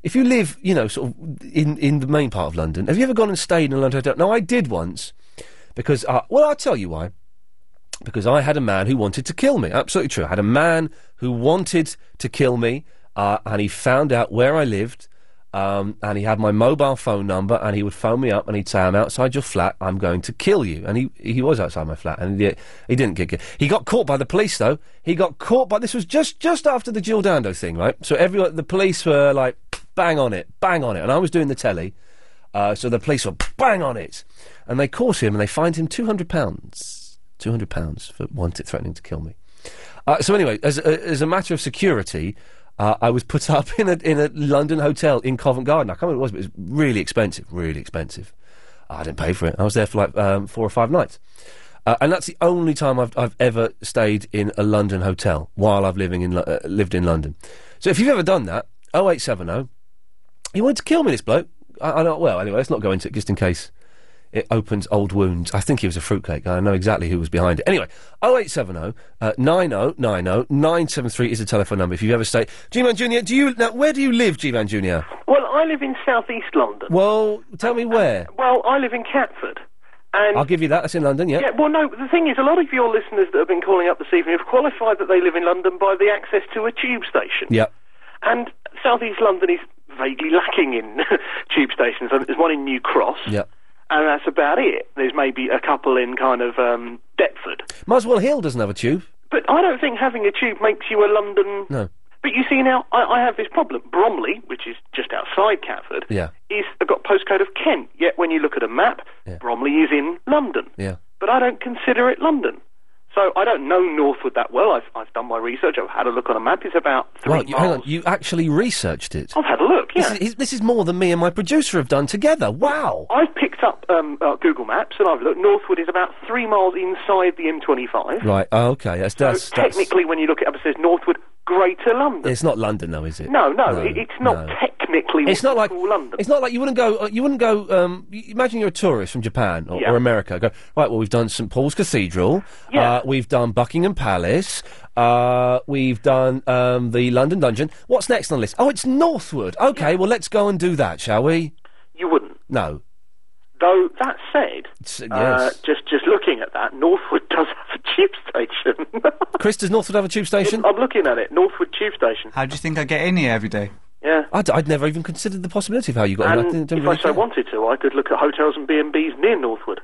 if you live, you know, sort of in, in the main part of London, have you ever gone and stayed in a London hotel? No, I did once because, uh, well, I'll tell you why. Because I had a man who wanted to kill me. Absolutely true. I had a man who wanted to kill me, uh, and he found out where I lived, Um, and he had my mobile phone number, and he would phone me up, and he'd say, "I'm outside your flat. I'm going to kill you." And he he was outside my flat, and he, he didn't get killed. He got caught by the police, though. He got caught by this was just just after the Jill Dando thing, right? So everyone, the police were like, "Bang on it, bang on it," and I was doing the telly, uh, so the police were bang on it, and they caught him and they fined him two hundred pounds, two hundred pounds for wanted threatening to kill me. Uh, so anyway, as a, as a matter of security, uh, I was put up *laughs* in a in a London hotel in Covent Garden. I can't remember what it was, but it was really expensive, really expensive. Uh, I didn't pay for it. I was there for like um, four or five nights, uh, and that's the only time I've I've ever stayed in a London hotel while I've living in Lo- uh, lived in London. So if you've ever done that, 0870, he wanted to kill me. This bloke. I, I don't. Well, anyway, let's not go into it just in case it opens old wounds. I think he was a fruitcake. I know exactly who was behind it. Anyway, 0870 uh, 9090 973 is the telephone number if you've ever stayed. G-Man Jr., do you, now, where do you live, G-Man Jr.? Well, I live in southeast London. Well, tell me where. Well, I live in Catford. And I'll give you that. That's in London, yeah? yeah, well, no, the thing is, a lot of your listeners that have been calling up this evening have qualified that they live in London by the access to a tube station. Yeah. And southeast London is vaguely lacking in *laughs* tube stations. There's one in New Cross, Yeah. and that's about it. There's maybe a couple in kind of um, Deptford. Muswell Hill doesn't have a tube. But I don't think having a tube makes you a London. No. But you see now, I, I have this problem. Bromley, which is just outside Catford, Yeah. is I've got postcode of Kent. Yet when you look at a map, Bromley is in London, Yeah. but I don't consider it London. So I don't know Northwood that well. I've, I've done my research. I've had a look on a map. It's about three Right, you, hang miles. on. You actually researched it. I've had a look. Yeah. This is, this is more than me and my producer have done together. Wow. I've picked up um, uh, Google Maps and I've looked. Northwood is about three miles inside the M25. Right, oh, okay. That's, that's, so that's- technically, when you look it up, it says Northwood, Greater London. It's not London, though, is it? No, no, it- it's not no. technically. It's not like London. It's not like you wouldn't go. uh, You wouldn't go. Um, y- imagine you're a tourist from Japan or, Yeah. or America. Go right. Well, we've done St Paul's Cathedral. Yeah. Uh, we've done Buckingham Palace. Uh, we've done um, the London Dungeon. What's next on the list? Oh, it's Northwood. Okay. Well, let's go and do that, shall we? You wouldn't. No. Though that said, It's- uh, yes. just just looking at that, Northwood *laughs* does have a tube station. *laughs* Chris, does Northwood have a tube station? I'm looking at it, Northwood tube station. How do you think I get in here every day? Yeah. I'd, I'd never even considered the possibility of how you got in. I and didn't- if didn't I really so care. wanted to, I could look at hotels and B and B's near Northwood.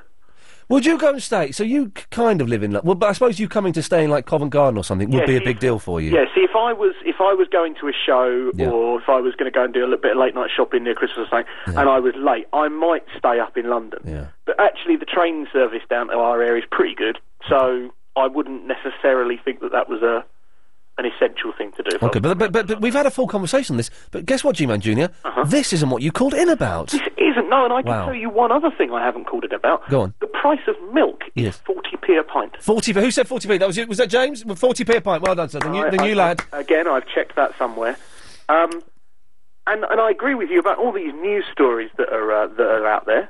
Would you go and stay? So you c- kind of live in. Lo- Well, but I suppose you coming to stay in like Covent Garden or something would Yeah, be a see, big deal for you. Yeah. See, if I was if I was going to a show or if I was going to go and do a little bit of late night shopping near Christmas or something, and I was late, I might stay up in London. Yeah. But actually, the train service down to our area is pretty good, so I wouldn't necessarily think that that was a an essential thing to do. if I Okay, but, but, but, but we've had a full conversation on this. But guess what, G-Man Junior? Uh-huh. This isn't what you called in about. This isn't. No, and I can Wow. tell you one other thing I haven't called it about. Go on. The price of milk Yes. is 40p a pint. Forty. Who said forty p? That was you. Was that James? Forty p a pint. Well done, sir. The new, I- the I- new lad. Again, I've checked that somewhere. Um, and, and I agree with you about all these news stories that are, uh, that are out there.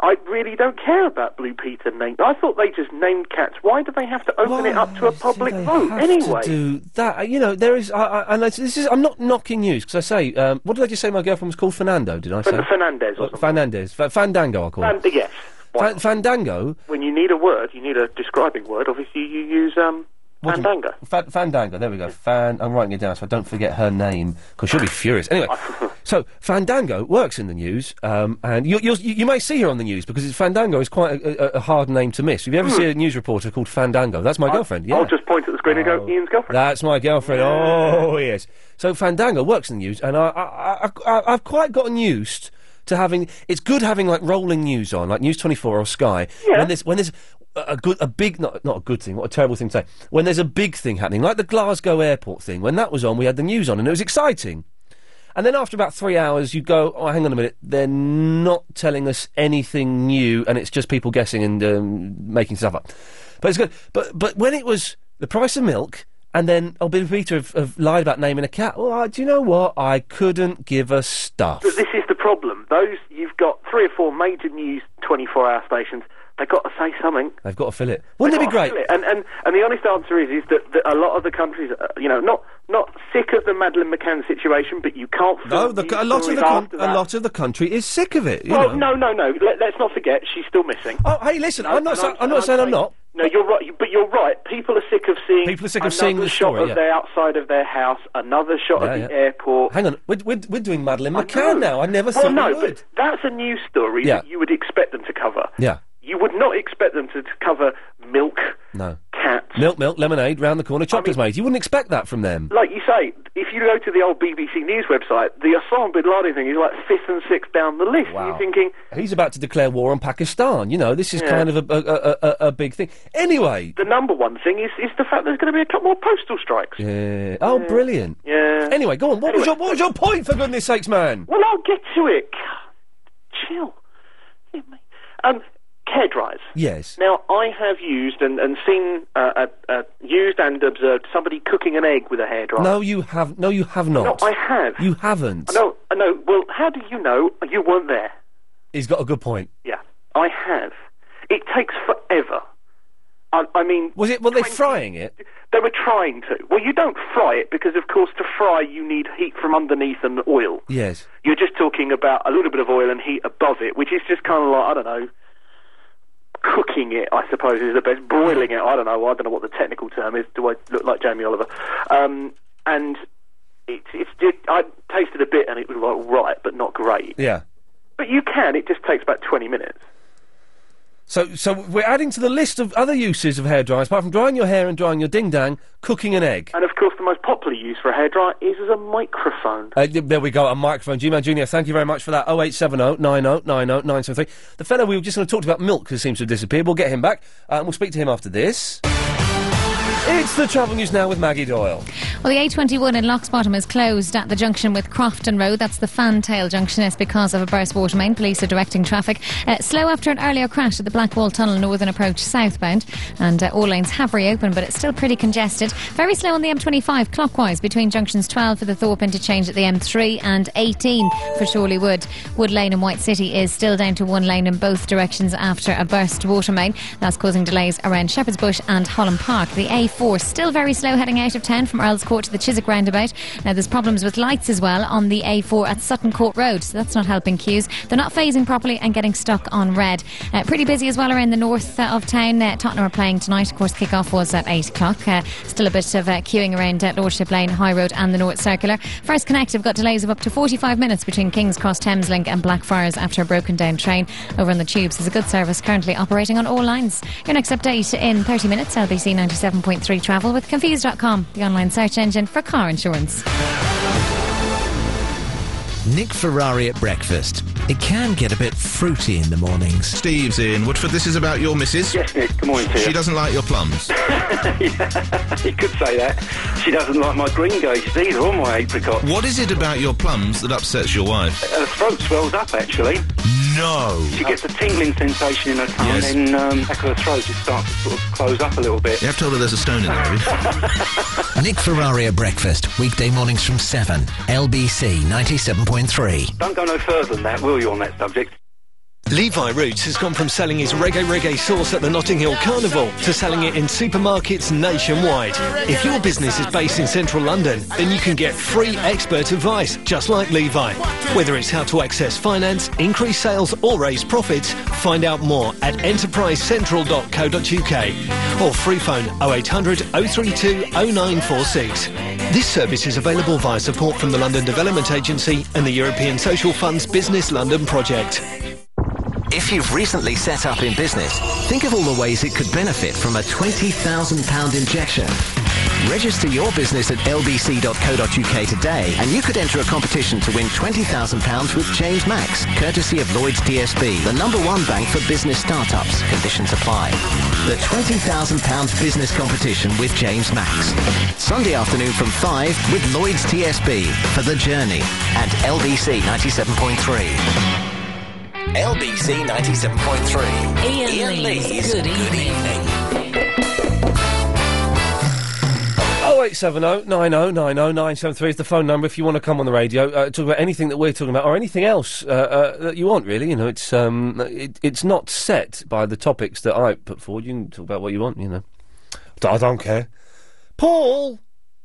I really don't care about Blue Peter name. I thought they just named cats. Why do they have to open it up to a public vote have anyway? to do that. Uh, You know, there is. I, I, and it's- this is. I'm not knocking you because I say. Um, what did I just say? My girlfriend was called Fernando. Did I say Fernandez or Uh, Fernandez? Fa- Fandango. I call And, it. yes, Fa- Fandango. when you need a word, you need a describing word. Obviously, you use um, What do you- Fandango. Fa- Fandango. There we go. Fan. I'm writing it down so I don't forget her name because she'll be furious. *laughs* Anyway, so Fandango works in the news, um, and you, you'll, you you may see her on the news because it's, Fandango is quite a, a, a hard name to miss. If you ever see a news reporter called Fandango, that's my girlfriend. Yeah. Hmm. Oh. I'll just point at the screen and go, Ian's girlfriend. That's my girlfriend. Oh, yes. So Fandango works in the news, and I, I, I, I, I've quite gotten used to having. It's good having like rolling news on, like News Twenty Four or Sky. Yeah. When there's when there's a a good, a big, not not a good thing. What a terrible thing to say. When there's a big thing happening, like the Glasgow airport thing. When that was on, we had the news on, and it was exciting. And then after about three hours, you go, oh, hang on a minute, they're not telling us anything new, and it's just people guessing and um, making stuff up. But it's good. But but when it was the price of milk, and then oh, Bill Peter have, have lied about naming a cat. Well, I, do you know what? I couldn't give a stuff. But this is the problem. Those you've got three or four major news twenty-four hour stations. They've got to say something. They've got to fill it. Wouldn't They've it be got to great? fill it. Oh, And and and the honest answer is is that, that a lot of the countries, uh, you know, not not sick of the Madeleine McCann situation, but you can't. No, fill the, news a lot of stories the con- after a that. lot of the country is sick of it. You Well, know. no, no, no. Let, let's not forget she's still missing. Oh, hey, listen, I'm not. and sa- I'm not saying I'm saying not. No, you're right. you- But you're right. People are sick of seeing. People are sick of another seeing the shot story, of yeah. their outside of their house. Another shot Yeah, of yeah. the airport. Hang on, we're, we're, we're doing Madeline McCann now. I never well, thought no, we would. but that's a news story Yeah. that you would expect them to cover. Yeah, You would not expect them to, to cover milk, no. cat. Milk, milk, lemonade, round the corner, chocolate's made. You wouldn't expect that from them. Like you say, if you go to the old BBC News website, the Osama bin Laden thing is like fifth and sixth down the list. You're thinking, He's about to declare war on Pakistan. You know, this is Yeah. kind of a, a, a, a, a big thing. Anyway. the number one thing is, is the fact there's going to be a couple more postal strikes. Yeah. Oh, brilliant. Yeah. Anyway, go on. What, was your, what was your point, for goodness sakes, man? Well, I'll get to it. Chill. Um, hair dries. Yes. Now, I have used and, and seen, uh, uh, uh, used and observed somebody cooking an egg with a hairdryer. No, you have. No, you have not. No, I have. You haven't. No, no. Well, how do you know you weren't there? He's got a good point. Yeah, I have. It takes forever. I, I mean, was it? Were they frying it? They were trying to. Well, you don't fry it because, of course, to fry you need heat from underneath and oil. Yes. You're just talking about a little bit of oil and heat above it, which is just kind of like I don't know, cooking it. I suppose is the best. Broiling it. I don't know. I don't know what the technical term is. Do I look like Jamie Oliver? Um, and it's it's. It, I tasted a bit and it was like right, but not great. Yeah. But you can. It just takes about twenty minutes. So, so we're adding to the list of other uses of hair dryers, apart from drying your hair and drying your ding dang, cooking an egg. And of course, the most popular use for a hairdryer is as a microphone. Uh, y- there we go, a microphone. G-Man Junior, thank you very much for that. 0870 90 90 973. The fellow we were just going to talk about, Milk, who seems to have disappeared. We'll get him back, uh, and we'll speak to him after this. It's the travel news now with Maggie Doyle. Well, the A21 in Locksbottom is closed at the junction with Crofton Road. That's the Fantail junction. It's because of a burst water main. Police are directing traffic. Uh, slow after an earlier crash at the Blackwall Tunnel northern approach southbound. And uh, all lanes have reopened, but it's still pretty congested. Very slow on the M25 clockwise between junctions 12 for the Thorpe interchange at the M3 and 18 for Shorley Wood. Wood Lane and White City is still down to one lane in both directions after a burst water main. That's causing delays around Shepherd's Bush and Holland Park. The A4 still very slow heading out of town from Earl's Court to the Chiswick roundabout. Now there's problems with lights as well on the A4 at Sutton Court Road, so that's not helping queues. They're not phasing properly and getting stuck on red. Uh, pretty busy as well around the north uh, of town. Uh, Tottenham are playing tonight. Of course, kick-off was at 8 o'clock. Uh, still a bit of uh, queuing around uh, Lordship Lane, High Road and the North Circular. First Connect have got delays of up to 45 minutes between King's Cross Thameslink and Blackfriars after a broken down train. Over on the tubes is a good service currently operating on all lines. Your next update in 30 minutes, LBC 97.3 travel with Confused.com, the online search engine for car insurance. Nick Ferrari at breakfast. It can get a bit fruity in the mornings. Steve's in Woodford. This is about your missus. Yes, Nick. Good morning *laughs* to you. She doesn't like your plums. you could say that. She doesn't like my green gages either, or my apricot. What is it about your plums that upsets your wife? Her throat swells up, actually. No. She gets a tingling sensation in her tongue, Yes. and then um, back of her throat just starts to sort of close up a little bit. You have told her there's a stone in there, *laughs* Nick Ferrari at breakfast. Weekday mornings from 7. LBC 97.3. Don't go no further than that, will you, on that subject? Levi Roots has gone from selling his reggae reggae sauce at the Notting Hill Carnival to selling it in supermarkets nationwide. If your business is based in central London, then you can get free expert advice, just like Levi. Whether it's how to access finance, increase sales, or raise profits, find out more at enterprisecentral.co.uk or free phone 0800 032 0946. This service is available via support from the London Development Agency and the European Social Fund's Business London project. If you've recently set up in business, think of all the ways it could benefit from a £20,000 injection. Register your business at lbc.co.uk today and you could enter a competition to win £20,000 with James Max, courtesy of Lloyds DSB, the number one bank for business startups. Conditions apply. The £20,000 business competition with James Max. Sunday afternoon from 5 with Lloyds TSB for The Journey and LBC 97.3. LBC 97.3. Ian, Lee's, good, evening. 0870 90 90 973 is the phone number if you want to come on the radio, uh, talk about anything that we're talking about or anything else uh, uh, that you want, really. You know, it's, um, it, it's not set by the topics that I put forward. You can talk about what you want, you know. D- I don't care. Paul.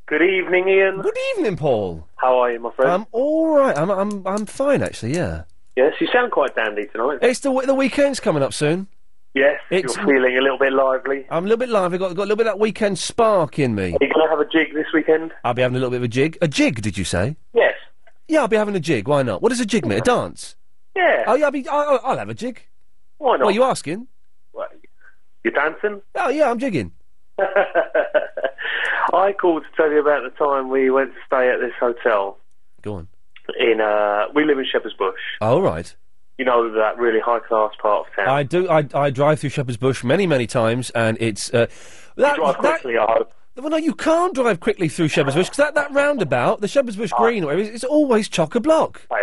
Good evening, Ian. Good evening, Paul. Um, How are you, my friend? I'm all right. I'm, I'm, I'm fine, actually, yeah. yes, you sound quite dandy tonight. It's the, w- the weekend's coming up soon. Yes, It's- you're feeling a little bit lively. I'm a little bit live. I've got, got a little bit of that weekend spark in me. Are you going to have a jig this weekend? I'll be having a little bit of a jig. A jig, did you say? Yes. Yeah, I'll be having a jig. Why not? What does a jig mean? A dance? Yeah. Oh, yeah, I'll, be, I'll, I'll have a jig. Why not? What are you asking? Well, you dancing? Oh, yeah, I'm jigging. *laughs* I called to tell you about the time we went to stay at this hotel Go on. in. Uh, we live in Shepherd's Bush. All right. You know that really high class part of town. I do. I, I drive through Shepherd's Bush many, many times, and it's. Uh, that, drive quickly, I hope. Well, no, you can't drive quickly through Shepherd's Bush because that, that roundabout, the Shepherd's Bush Greenway, is it's always chock a block. Ah.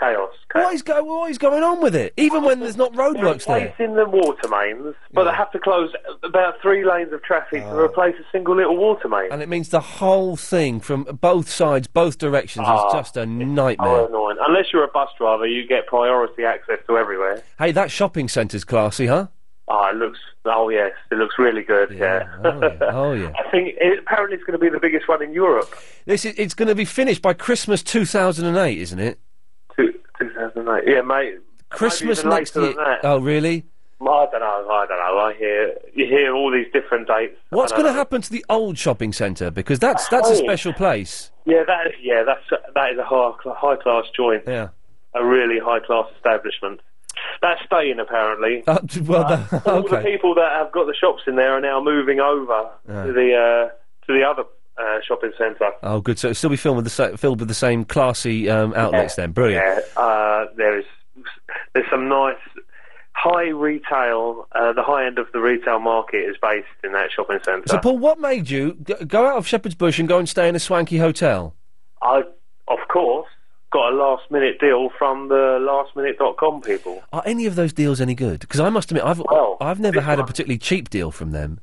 Chaos. Chaos. What is, go- what is going on with it? Even when there's not roadworks there. Replacing the water mains, but they have to close about three lanes of traffic Ah. to replace a single little water main. And it means the whole thing from both sides, both directions, Ah, is just a nightmare. Oh, annoying. Unless you're a bus driver, you get priority access to everywhere. Hey, that shopping centre's classy, huh? Ah, it looks. Oh yes, it looks really good. Yeah. *laughs* Oh yeah. I think it, apparently it's going to be the biggest one in Europe. This is, it's going to be finished by Christmas 2008, isn't it? 2008. Yeah, mate. Maybe Christmas even later next year. Than that. Oh, really? I don't know. I don't know. I hear you hear all these different dates. I What's don't going to know. happen to the old shopping centre? Because that's that's a Oh. special place. Yeah, that is. Yeah, that's that is a high high class joint. Yeah. A really high class establishment. That's staying *laughs* apparently. Uh, t- well, *laughs* that- All the okay. people that have got the shops in there are now moving over Yeah. to the uh, to the other uh, shopping centre. Oh, good. So it'll still be filmed with the sa- filled with the same classy um, outlets. Then, brilliant. Uh, there is there's some nice high retail. Uh, the high end of the retail market is based in that shopping centre. So, Paul, what made you g- go out of Shepherd's Bush and go and stay in a swanky hotel? I, of course, got a last minute deal from the lastminute.com people. Are any of those deals any good? Because I must admit, I've I've never had a particularly cheap deal from them.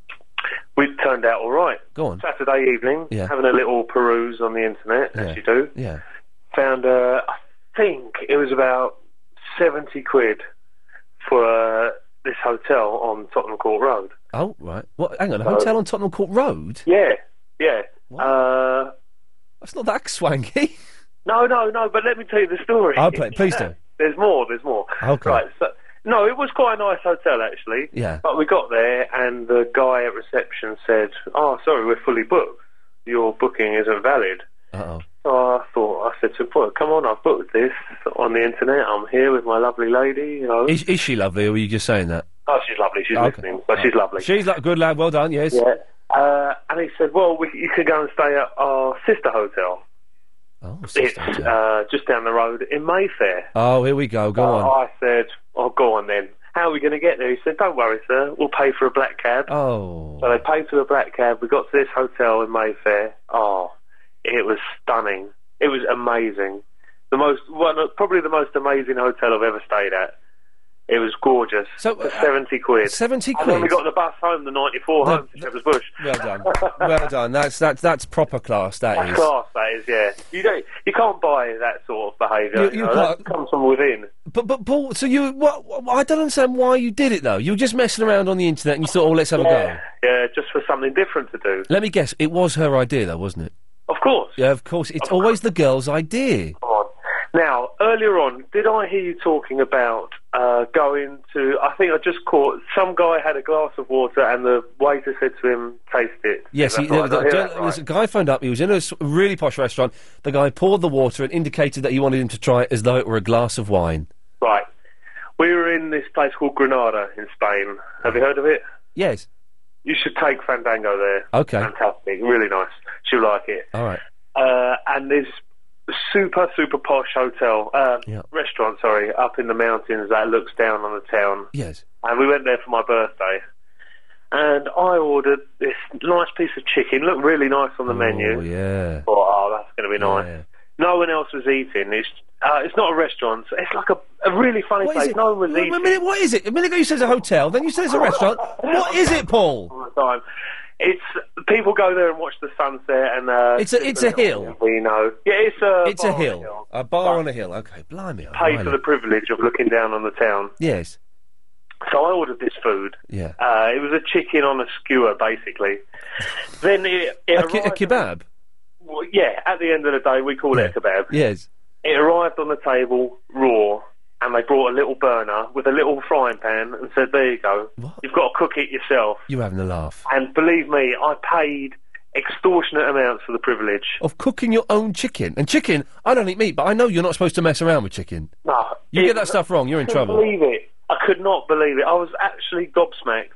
We turned out all right. Go on. Saturday evening, Yeah. having a little peruse on the internet, Yeah. as you do. Yeah. Found, uh, I think it was about 70 quid for uh, this hotel on Tottenham Court Road. Oh, right. What? Hang on. A So- hotel on Tottenham Court Road. Yeah, yeah. Uh, That's not that swanky. *laughs* no, no, no, but let me tell you the story. Oh, pl- please do. Oh, There's more, there's more. Okay. Right, so, no, it was quite a nice hotel, actually. Yeah. But we got there, and the guy at reception said, Oh, sorry, we're fully booked. Your booking isn't valid. Uh oh. So I thought, I said to him, "Well, come on, I've booked this on the internet. I'm here with my lovely lady. You know. Is, is she lovely, or were you just saying that? oh, she's lovely. She's Okay. Oh. listening, but she's lovely. She's like good lad. Well done. Yes. Yeah. Uh, and he said, Well, we, you can go and stay at our sister hotel. Oh, it's Uh, just down the road in Mayfair. Oh, here we go. Go Uh, on. I said, "Oh, go on then. How are we going to get there?" He said, "Don't worry, sir. We'll pay for a black cab." Oh. So they paid for the black cab. We got to this hotel in Mayfair. Oh, it was stunning. It was amazing. The most, one, of- probably the most amazing hotel I've ever stayed at. It was gorgeous. So seventy quid. 70 And then we uh, quid? got the bus home, the ninety four The- home to Shepherd's Bush. Well *laughs* done. well done. That's that's that's proper class. That That's is. class, that is, yeah. You don't, you can't buy that sort of behaviour. You- You, you know, that comes from within. But but Paul, so you what? what- I don't understand why you did it though. You were just messing around on the internet and you thought, oh, let's have a go. Yeah, just for something different to do. Let me guess. It was her idea though, wasn't it? Of course. Yeah, of course. It's always the girl's idea. Come on. Now, earlier on, did I hear you talking about uh, going to? I think I just caught some guy had a glass of water, and the waiter said to him, "Taste it." Yes, he, Is that right? there, Did I hear there- that there was a right? guy phoned up. He was in a s- really posh restaurant. The guy poured the water and indicated that he wanted him to try it as though it were a glass of wine. Right. We were in this place called Granada in Spain. Have you heard of it? Yes. You should take Fandango there. Okay. Fantastic, really nice. She'll like it. All right. Uh, and this super super posh hotel uh, restaurant, sorry, up in the mountains that looks down on the town. Yes. and we went there for my birthday. And I ordered this nice piece of chicken. Looked really nice on the Oh menu. yeah. Thought, oh, that's going to be nice. Yeah. No one else was eating. It's uh, it's not a restaurant. so It's like a, a really funny What is place. it? No one was Wait eating a minute, what is it? A minute ago you said it's a hotel, then you said it's a restaurant. What is it, Paul? all the time. It's people go there and watch the sunset and uh, It's a it's a hill. We know. Yeah, it's uh, a It's a bar on hill. A bar on a hill. Okay, blimey. Pay blimey. for the privilege of looking down on the town. Yes. So I ordered this food. Yeah. Uh, it was a chicken on a skewer, basically. then it, it A, ki- a arrived- kebab. well, yeah, at the end of the day, we call it a kebab. Yes. It arrived on the table raw, and they brought a little burner with a little frying pan and said, "There you go. You've got to cook it yourself." You're having a laugh. And believe me, I paid extortionate amounts for the privilege. Of cooking your own chicken. And chicken, I don't eat meat, but I know you're not supposed to mess around with chicken. No, You it- get that stuff wrong, you're in I couldn't trouble. Believe it? I could not believe it. I was actually gobsmacked.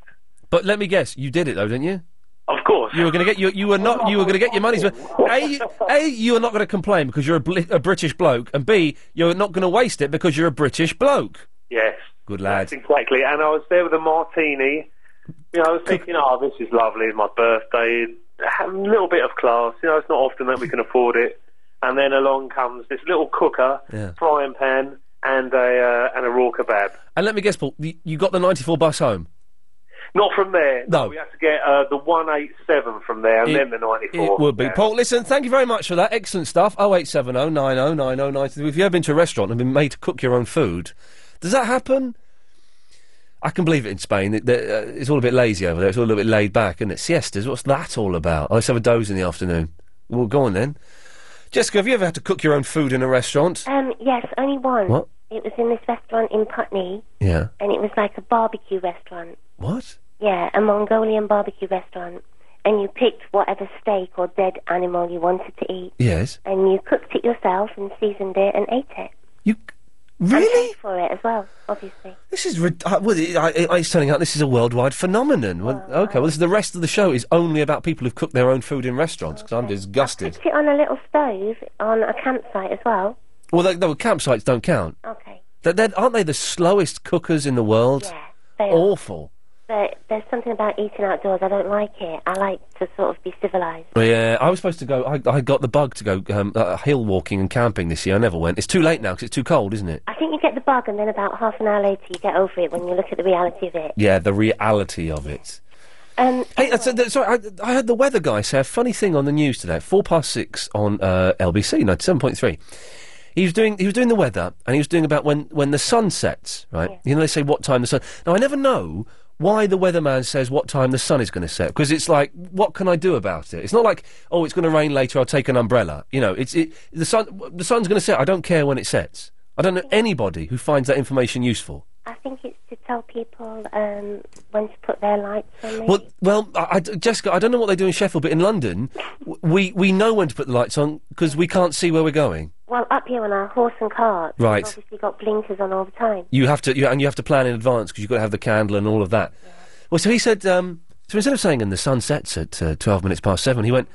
But let me guess, you did it though, didn't you? Of course. You were going to get you. You were not. You were going to get your *laughs* money's worth. A, a, you are not going to complain because you're a, bli a British bloke, and B, you're not going to waste it because you're a British bloke. Yes, Good lad. exactly. And I was there with a martini. You know, I was thinking, oh, this is lovely. My birthday, a little bit of class. You know, it's not often that we can afford it. And then along comes this little cooker, Yeah. frying pan, and a uh, and a raw kebab. And let me guess, Paul, you, you got the 94 bus home. Not from there. No. we had to get uh, the one eight seven from there, and It- then the ninety four. It would be. Paul, listen, thank you very much for that. Excellent stuff. 0870 90 90 90. If you've ever been to a restaurant and been made to cook your own food, does that happen? I can believe it in Spain. They- they- uh, It's all a bit lazy over there. It's all a little bit laid back, isn't it? Siestas, what's that all about? Oh, let's have a doze in the afternoon. Well, go on then. Jessica, have you ever had to cook your own food in a restaurant? Um, yes, only one. What? It was in this restaurant in Putney, Yeah. and it was like a barbecue restaurant. What? Yeah, a Mongolian barbecue restaurant. And you picked whatever steak or dead animal you wanted to eat, Yes. and you cooked it yourself and seasoned it and ate it. You really? paid for it as well, obviously. This is rid- uh, well, it, I, it, it's turning out this is a worldwide phenomenon. Well, okay, well, this is the rest of the show is only about people who've cooked their own food in restaurants because I'm disgusted. Sit on a little stove on a campsite as well. Well, they, no, campsites don't count. Okay. They're, they're, aren't they the slowest cookers in the world? They are. Awful. But there's something about eating outdoors. I don't like it. I like to sort of be civilized. Yeah, I was supposed to go. I, I got the bug to go um, uh, hill walking and camping this year. I never went. It's too late now because it's too cold, isn't it? I think you get the bug, and then about half an hour later, you get over it when you look at the reality of it. Yeah, the reality of it. Um, Hey, I said that- sorry, I, I heard the weather guy say a funny thing on the news today. at Four past six on uh, LBC ninety-seven point three. He was doing he was doing the weather, and he was doing about when when the sun sets. Right, you know they say what time the sun. Now I never know why the weatherman says what time the sun is going to set because it's like what can I do about it? It's not like oh it's going to rain later. I'll take an umbrella. You know, it's it, the sun the sun's going to set. I don't care when it sets. I don't know anybody who finds that information useful. I think it's to tell people um, when to put their lights on. Maybe. Well, well, I, I- Jessica, I don't know what they do in Sheffield, but in London, w- we we know when to put the lights on because we can't see where we're going. Well, up here on our horse and cart, we've Right. obviously got blinkers on all the time. You have to, you, and you have to plan in advance because you've got to have the candle and all of that. Well, so he said, um, so instead of saying "and the sun sets at uh, twelve minutes past seven, he went,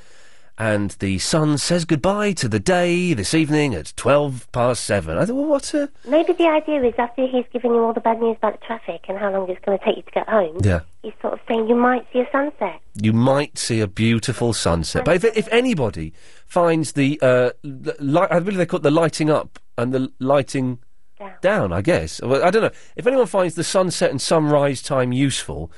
"and the sun says goodbye to the day this evening at twelve past seven. I thought, well, what a Maybe the idea is after he's given you all the bad news about the traffic and how long it's going to take you to get home, yeah. he's sort of saying you might see a sunset. you might see a beautiful sunset. But if, if anybody finds the, uh, l- li- I believe they call it the lighting up and the lighting down, I guess. Well, I don't know. If anyone finds the sunset and sunrise time useful,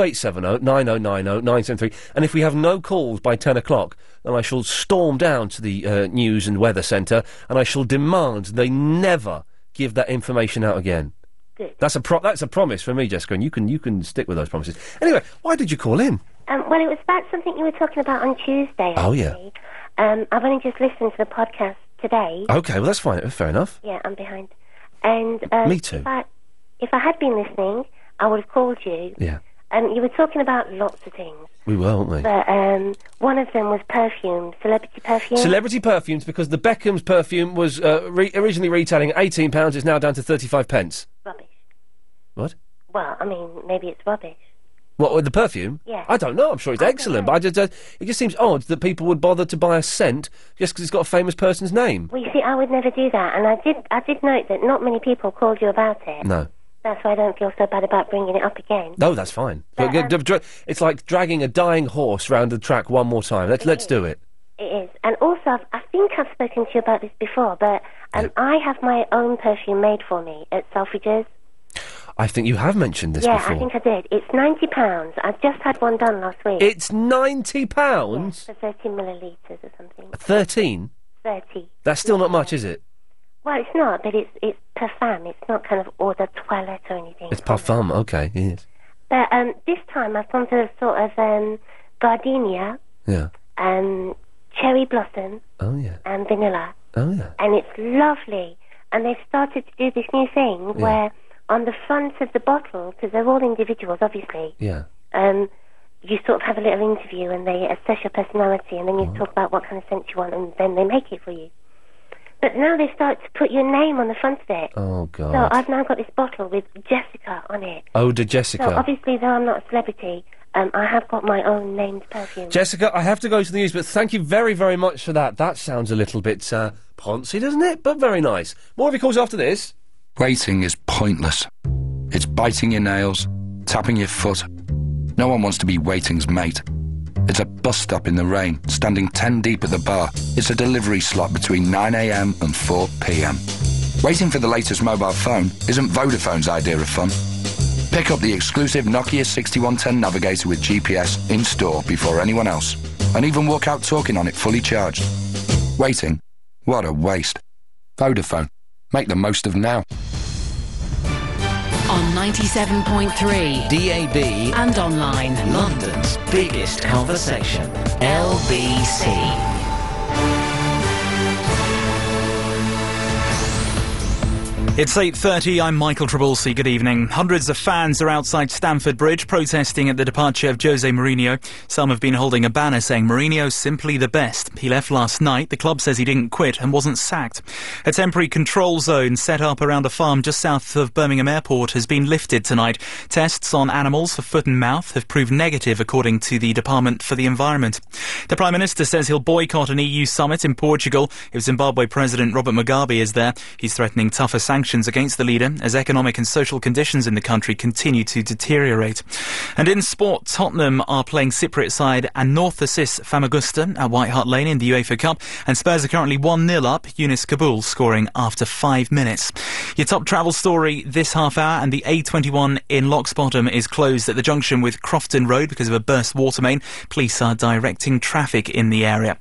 0870 9090 973. And if we have no calls by 10 o'clock, then I shall storm down to the uh, news and weather centre and I shall demand they never give that information out again. That's a pro- that's a promise for me, Jessica, and you can you can stick with those promises. Anyway, why did you call in? Um, well, it was about something you were talking about on Tuesday. Oh yeah. Um, I've only just listened to the podcast today. Okay, well that's fine. Fair enough. Yeah, I'm behind. And um, Me too. If I, if I had been listening, I would have called you. Yeah. Um, you were talking about lots of things, We were, weren't we? but um, one of them was perfume, celebrity perfume. Celebrity perfumes because the Beckham's perfume was uh, re- originally retailing at eighteen pounds. It's now down to thirty-five pence. Rubbish. What? Well, I mean, maybe it's rubbish. What with the perfume? Yeah. I don't know. I'm sure it's excellent, but I just, uh, it just seems odd that people would bother to buy a scent just because it's got a famous person's name. Well, you see, I would never do that, and I did. I did note that not many people called you about it. No. That's why I don't feel so bad about bringing it up again. No, that's fine. But, um, g- d- dra- it's like dragging a dying horse round the track one more time. Let's let's do it. It is, and also I've, I think I've spoken to you about this before, but um, I have my own perfume made for me at Selfridges. I think you have mentioned this yeah, before. I think I did. It's ninety pounds. I've just had one done last week. It's ninety pounds for thirty millilitres or something. thirteen. Thirty. That's still not much, is it? Well, it's not, but it's it's parfum. It's not kind of eau de toilette or anything. It's parfum. Okay. Yes. But um, this time I've gone for a sort of um, gardenia, Yeah. um, cherry blossom, Oh yeah. and vanilla, Oh yeah. and it's lovely. and they've started to do this new thing Yeah. where on the front of the bottle, because they're all individuals, obviously, Yeah. um, you sort of have a little interview and they assess your personality and then you Mm-hmm. talk about what kind of scent you want and then they make it for you. But now they start to put your name on the front of it. Oh God. So I've now got this bottle with Jessica on it. oh, dear So Jessica. obviously, though I'm not a celebrity, um, I have got my own named perfume. Jessica, I have to go to the news, but thank you very, very much for that. That sounds a little bit uh, poncy, doesn't it? But very nice. More of your calls after this. Waiting is pointless. It's biting your nails, tapping your foot. No one wants to be waiting's mate. It's a bus stop in the rain, standing 10 deep at the bar. It's a delivery slot between 9am and 4pm. Waiting for the latest mobile phone isn't Vodafone's idea of fun. Pick up the exclusive Nokia 6110 Navigator with GPS in store before anyone else, and even walk out talking on it fully charged. Waiting? What a waste. Vodafone. Make the most of now. On 97.3 DAB and online. London's biggest conversation. LBC. It's 8.30, I'm Michael Trabulsi, good evening. Hundreds of fans are outside Stamford Bridge protesting at the departure of Jose Mourinho. Some have been holding a banner saying Mourinho's simply the best. He left last night, the club says he didn't quit and wasn't sacked. A temporary control zone set up around a farm just south of Birmingham Airport has been lifted tonight. Tests on animals for foot and mouth have proved negative according to the Department for the Environment. The Prime Minister says he'll boycott an EU summit in Portugal if Zimbabwe President Robert Mugabe is there. He's threatening tougher sanctions against the leader as economic and social conditions in the country continue to deteriorate. And in sport, Tottenham are playing Cypriot side and North assist Famagusta at White Hart Lane in the UEFA Cup, and Spurs are currently 1 0 up, Eunice Kabul scoring after five minutes. Your top travel story this half hour, and the A21 in Locksbottom is closed at the junction with Crofton Road because of a burst water main. Police are directing traffic in the area.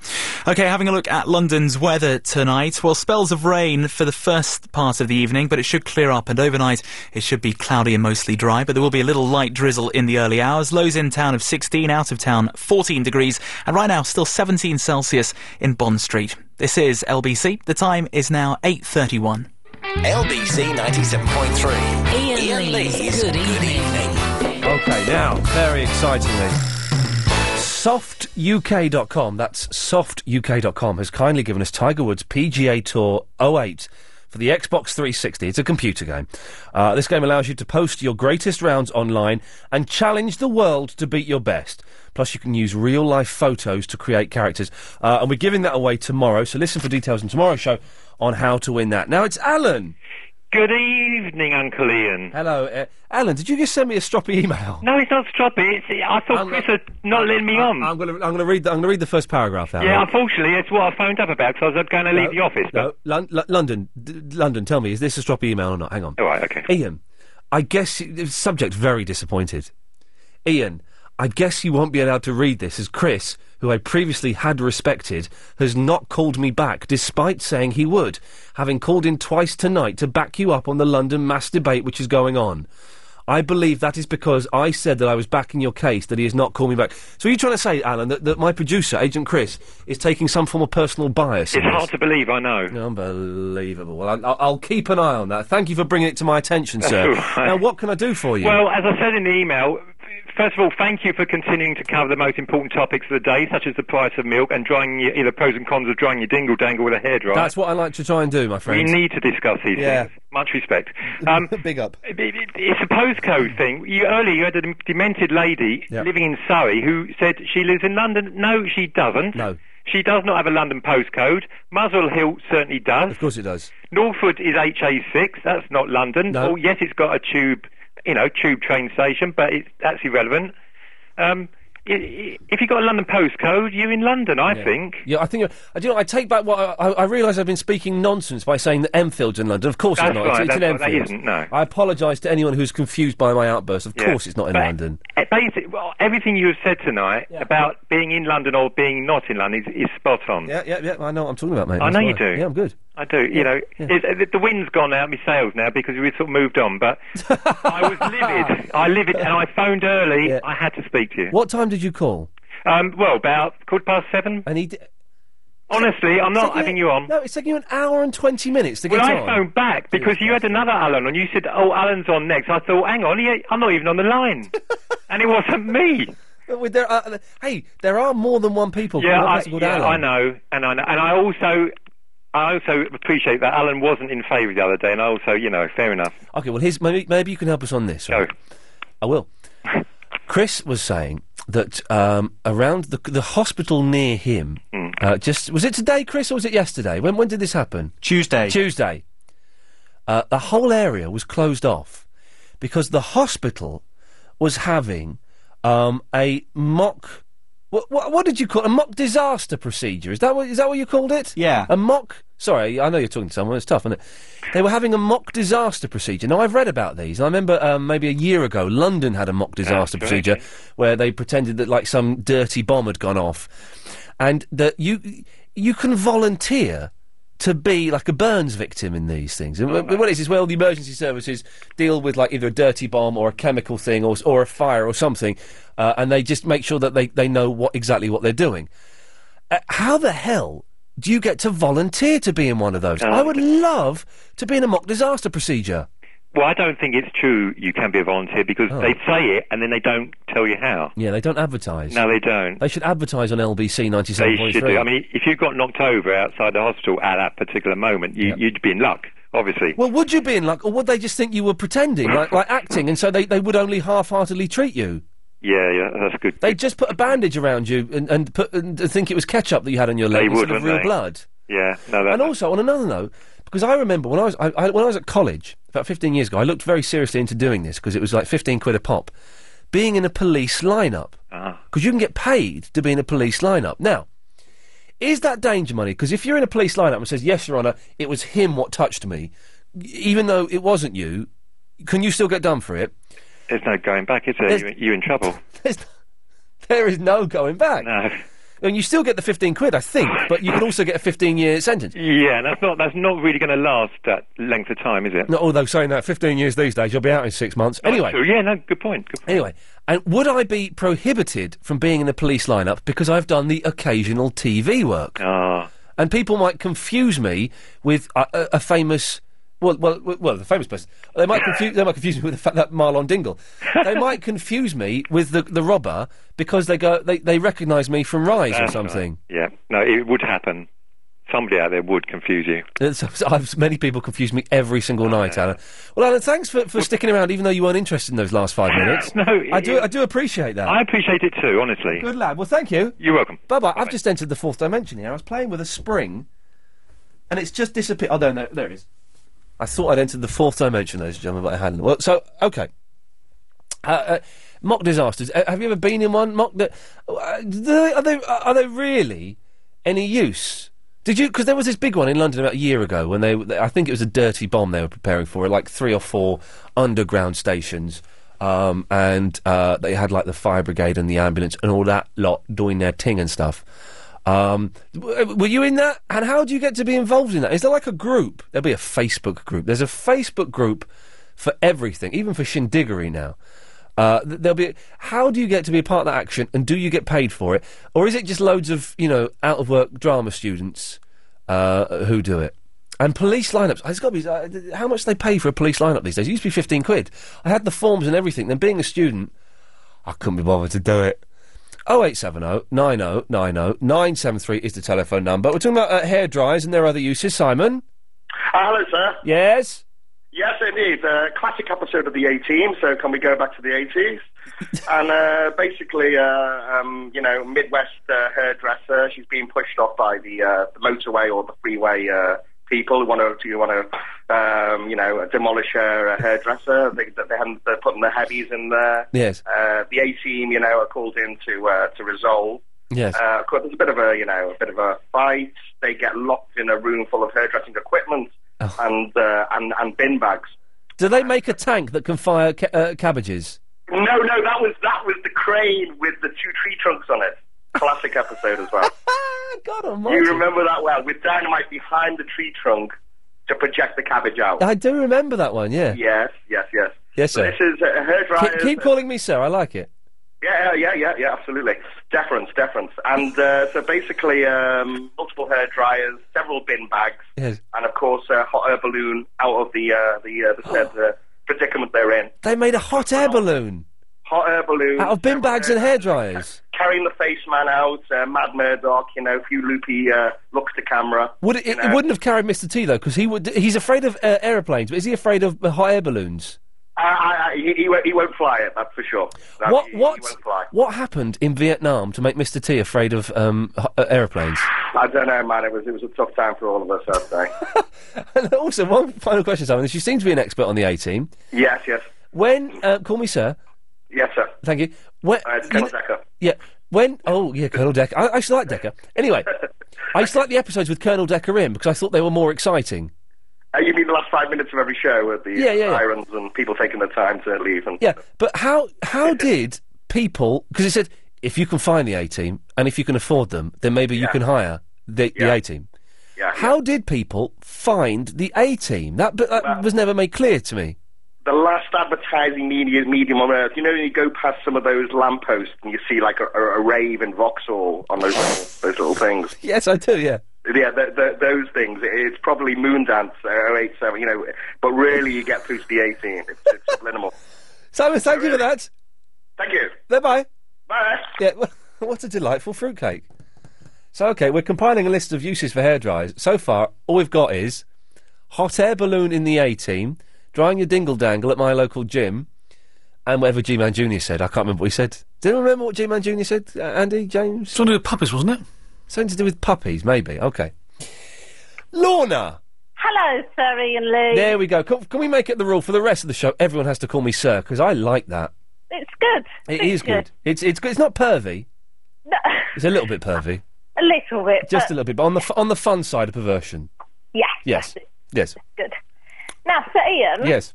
Okay, having a look at London's weather tonight. Well, spells of rain for the first part of the evening, but it should clear up, and overnight it should be cloudy and mostly dry, but there will be a little light drizzle in the early hours. Lows in town of 16, out of town 14 degrees, and right now still 17 Celsius in Bond Street. This is LBC. The time is now 8:31. LBC 97.3. Ian, Lee's, Good Evening. Okay, now, very excitingly. SoftUK.com, that's SoftUK.com, has kindly given us Tiger Woods PGA Tour 08 for the Xbox 360. It's a computer game. Uh, this game allows you to post your greatest rounds online and challenge the world to beat your best. Plus, you can use real life photos to create characters. Uh, and we're giving that away tomorrow, so listen for details in tomorrow's show on how to win that. Now, it's Alan. Good evening, Uncle Ian. Hello, uh, Alan. Did you just send me a stroppy email? uh, No, it's not stroppy. It's, I thought Chris had not letting me on. I'm going to I'm going to read the, I'm going to read the first paragraph out. yeah, unfortunately, it's what I phoned up about because I was going to leave the office. No, Lon- Lo- London, D- London. Tell me, is this a stroppy email or not? Hang on. All right, okay. Ian, I guess y- the subject very disappointed. Ian, I guess you won't be allowed to read this as Chris, who I previously had respected, has not called me back despite saying he would, having called in twice tonight to back you up on the London mass debate which is going on. I believe that is because I said that I was backing your case that he has not called me back. So are you trying to say, Alan, that, that my producer, Agent Chris, is taking some form of personal bias? in It's this? hard to believe, I know. Unbelievable. Well, I'll, I'll keep an eye on that. Thank you for bringing it to *laughs* my attention, sir. *laughs* Right. Now, what can I do for you? Well, as I said in the email, f- first of all, thank you for continuing to cover the most important topics of the day, such as the price of milk and drying your, the pros and cons of drying your dingle dangle with a hairdryer. that's what I like to try and do, my we friend. need to discuss these Yeah. things. Much respect. Um, *laughs* Big up. It- it- It's a postcode thing. You, earlier, you had a dem- demented lady Yeah. living in Surrey who said she lives in London. No, she doesn't. No. She does not have a London postcode. Muswell Hill certainly does. Of course it does. Northwood is HA6. That's not London. No. Oh, yes, it's got a tube, you know, tube train station, but it's, that's irrelevant. Um, i- i- if you've got a London postcode, you're in London, I think. Yeah, I think. I do. You know, I take back what I, I, I realise. I've been speaking nonsense by saying that Enfield's in London. Of course, That's it's not. right, it's, it's that's in right, that Enfield. isn't, no. I apologise to anyone who's confused by my outburst. Of Yeah. course, it's not in But- London. Uh, Basic, well, everything you have said tonight about being in London or being not in London is, is spot on. Yeah, yeah, yeah. I know what I'm talking about, mate. I That's know you why. do. Yeah, I'm good. I do. You know, it's, uh, the- the wind's gone out of my sails now because we've sort of moved on. But I was *laughs* livid. I livid, and I phoned early. I had to speak to you. What time did you call? Um, well, about quarter past seven. And he. D- Honestly, I'm not having you on. No, it's taking you an hour and 20 minutes to Um, Well, get I on. phoned back because you had another Alan on. You said, "Oh, Alan's on next." I thought, "Hang on, he ain't- I'm not even on the *laughs* line," and it wasn't me. But with there are, hey, there are more than one people. yeah, called- I, that's called yeah, Alan. I know, and I know, and I also, I also appreciate that Alan wasn't in favour the other day, and I also, you know, fair enough. Okay, well, here's maybe, maybe you can help us on this. Right? I will. Chris was saying that um, around the the hospital near him, uh, just was it today, Chris, or was it yesterday? When when did this happen? Tuesday. Tuesday. Uh, the whole area was closed off because the hospital was having um, a mock. What, what, what did you call a mock disaster procedure? Is that what is that what you called it? Yeah. A mock. Sorry, I know you're talking to someone. It's tough, isn't it? They were having a mock disaster procedure. Now I've read about these. I remember um, maybe a year ago, London had a mock disaster Absolutely. procedure where they pretended that like some dirty bomb had gone off, and that you you can volunteer to be like a Burns victim in these things. And wh- what it is is well, the emergency services deal with like either a dirty bomb or a chemical thing or s- or a fire or something, uh, and they just make sure that they they know what exactly what they're doing. Uh, how the hell? Do you get to volunteer to be in one of those? I would love to be in a mock disaster procedure. Well, I don't think it's true. You can be a volunteer because Oh. they say it and then they don't tell you how. Yeah, they don't advertise. No, they don't. They should advertise on LBC They 97.3. should do. I mean, if you got knocked over outside the hospital at that particular moment, you, you'd be in luck, obviously. well, would you be in luck, or would they just think you were pretending, like, like acting, and so they, they would only half-heartedly treat you? Yeah, yeah, that's good. They'd just put a bandage around you and, and, put, and think it was ketchup that you had on your leg They instead would, of wouldn't real they? blood. Yeah, no, that, And also, on another note, because I remember when I was I, I, when I was at college about 15 years ago, I looked very seriously into doing this because it was like 15 quid a pop. Being in a police lineup because Ah. you can get paid to be in a police lineup. Now, is that danger money? Because if you're in a police lineup and says, "Yes, Your Honour, it was him what touched me," y- even though it wasn't you, can you still get done for it? there's no going back, is there? There's- You, you're in trouble. There is no going back. No. And you still get the 15 quid, I think, but you can also get a 15 *laughs* year sentence. Yeah, and that's not that's not really going to last that length of time, is it? No, although saying that, 15 years these days, you'll be out in six months. Anyway. So, yeah, no, good point. Good Anyway, and would I be prohibited from being in the police lineup because I've done the occasional TV work? Ah. And people might confuse me with a, a, a famous. Well, well, well, well, the famous person. They might confuse. They might confuse me with the fact that Marlon Dingle. *laughs* They might confuse me with the, the robber because they go. They, they recognise me from Rise That's or something. right. Yeah, no, it would happen. Somebody out there would confuse you. It's- I've, many people confuse me every Oh, single night, Alan. Well, Alan, thanks for, for sticking around, even though you weren't interested in those last five minutes. No, I do. it- I do appreciate that. I appreciate it too, honestly. Good lad. Well, thank you. You're welcome. Bye bye. I've just entered the fourth dimension here. I was playing with a spring, and it's just disappeared. Oh, no, no, there it is. I thought I'd entered the fourth dimension, ladies and gentlemen, but I hadn't. Well, so okay. Uh, uh, mock disasters. Uh, have you ever been in one? Mock that? Uh, do they- are they are they really any use? Did you? Because there was this big one in London about a year ago when they, they- I think it was a dirty bomb they were preparing for, like three or four underground stations, um, and uh, they had like the fire brigade and the ambulance and all that lot doing their ting and stuff. Um, w- were you in that? And how do you get to be involved in that? Is there like a group? There'll be a Facebook group. There's a Facebook group for everything, even for shindiggery now. Uh, th- there'll be. How do you get to be a part of that action, and do you get paid for it, or is it just loads of you know out of work drama students uh, who do it? And police lineups. It's got to be uh, th- how much they pay for a police lineup these days. It used to be fifteen quid. I had the forms and everything. Then being a student, I couldn't be bothered to do it. 0870 9090 973 is the telephone number. We're talking about uh, hair dryers and their other uses. Simon? Oh, hello, sir. Yes? Yes, indeed. Uh, classic episode of the A Team. So can we go back to the 80s? and uh, basically, uh, um, you know, Midwest uh, hairdresser. She's being pushed off by the, uh, the motorway or the freeway uh, people who want to, who want to, um, you know, demolish her uh, hairdresser. They, they haven't, they're putting the heavies in there. Yes. Uh, the A Team, you know, are called in to uh, to resolve. Yes. Uh, of course, there's a bit of a you know a bit of a fight. They get locked in a room full of hairdressing equipment Oh. and uh, and and bin bags. Do they make a tank that can fire ca- uh, cabbages? No, no, that was that was the crane with the two tree trunks on it. Classic episode as well. *laughs* God almighty. you remember that well with dynamite behind the tree trunk to project the cabbage Oh. out. I do remember that one, yeah. Yes, yes, yes. Yes, So sir. This is uh, hairdryer. Keep, keep calling me sir, I like it. Yeah, yeah, yeah, yeah, absolutely. Deference, deference. And uh, so basically, um, multiple hair dryers, several bin bags, Yes. and of course, a hot air balloon out of the uh, the, uh, the said *gasps* uh, predicament they're in. They made a hot air balloon Hot air balloon. out of bin bags and hair dryers. Carrying the face man out, uh, Mad Murdoch, you know, a few loopy uh, looks to camera. Would it, you it, know. wouldn't have carried Mr. T though, because he would. He's afraid of uh, aeroplanes, but is he afraid of uh, hot air balloons? I, I, I, he, he, won't, he won't fly it, that's for sure. That- What- he- he what- won't fly. What happened in Vietnam to make Mr. T afraid of um, ho- uh, aeroplanes? *sighs* *laughs* I don't know, man. It was it was a tough time for all of us, I'd say. And also, one final question, Simon. You seem to be an expert on the A team. yes, yes, When uh, call me sir, yes, sir. thank you. When, Uh, you Colonel kn- Decker. Yeah. When oh yeah, Colonel Decker. I, I used to like Decker. *laughs* Anyway, I used to like the episodes with Colonel Decker in because I thought they were more exciting. Uh, you mean the last five minutes of every show with the Yeah, yeah, yeah. sirens and people taking their time to leave? And Yeah, but how *laughs* how did people? Because it said if you can find the A team and if you can afford them, then maybe you Yeah. can hire the, the Yeah. A team. Yeah, How did people find the A team? That but that was never made clear to me. *laughs* the last advertising media medium on earth. You know, you go past some of those lampposts and you see like a, a, a rave in Vauxhall on those those little things. Yes, I do. Yeah. Yeah, th th those things. It's probably Moondance uh, 087, you know, but really you get through to the 18. It's, it's subliminal. Simon, thank you for that. Thank you. Bye bye. Bye. Yeah, wha- what a delightful fruitcake. So, okay, we're compiling a list of uses for hairdryers. So far, all we've got is hot air balloon in the A team, drying your dingle dangle at my local gym, and whatever G Man Jr. said. I can't remember what he said. Do you remember what G Man Jr. said, uh, Andy, James? Something to do with puppies, wasn't it? Something to do with puppies, maybe. Okay. Lorna! Hello, Sir Ian Lee. There we go. Can, can we make it the rule for the rest of the show? Everyone has to call me sir, because I like that. It's good. It It's *laughs* is good. It's, it's good. It's not pervy. No, It's a little bit *laughs* pervy. a little bit. Just but a little bit, but on the f- on the fun side of perversion. Yeah. Yes, yes, Good. Now, Sir Ian. yes.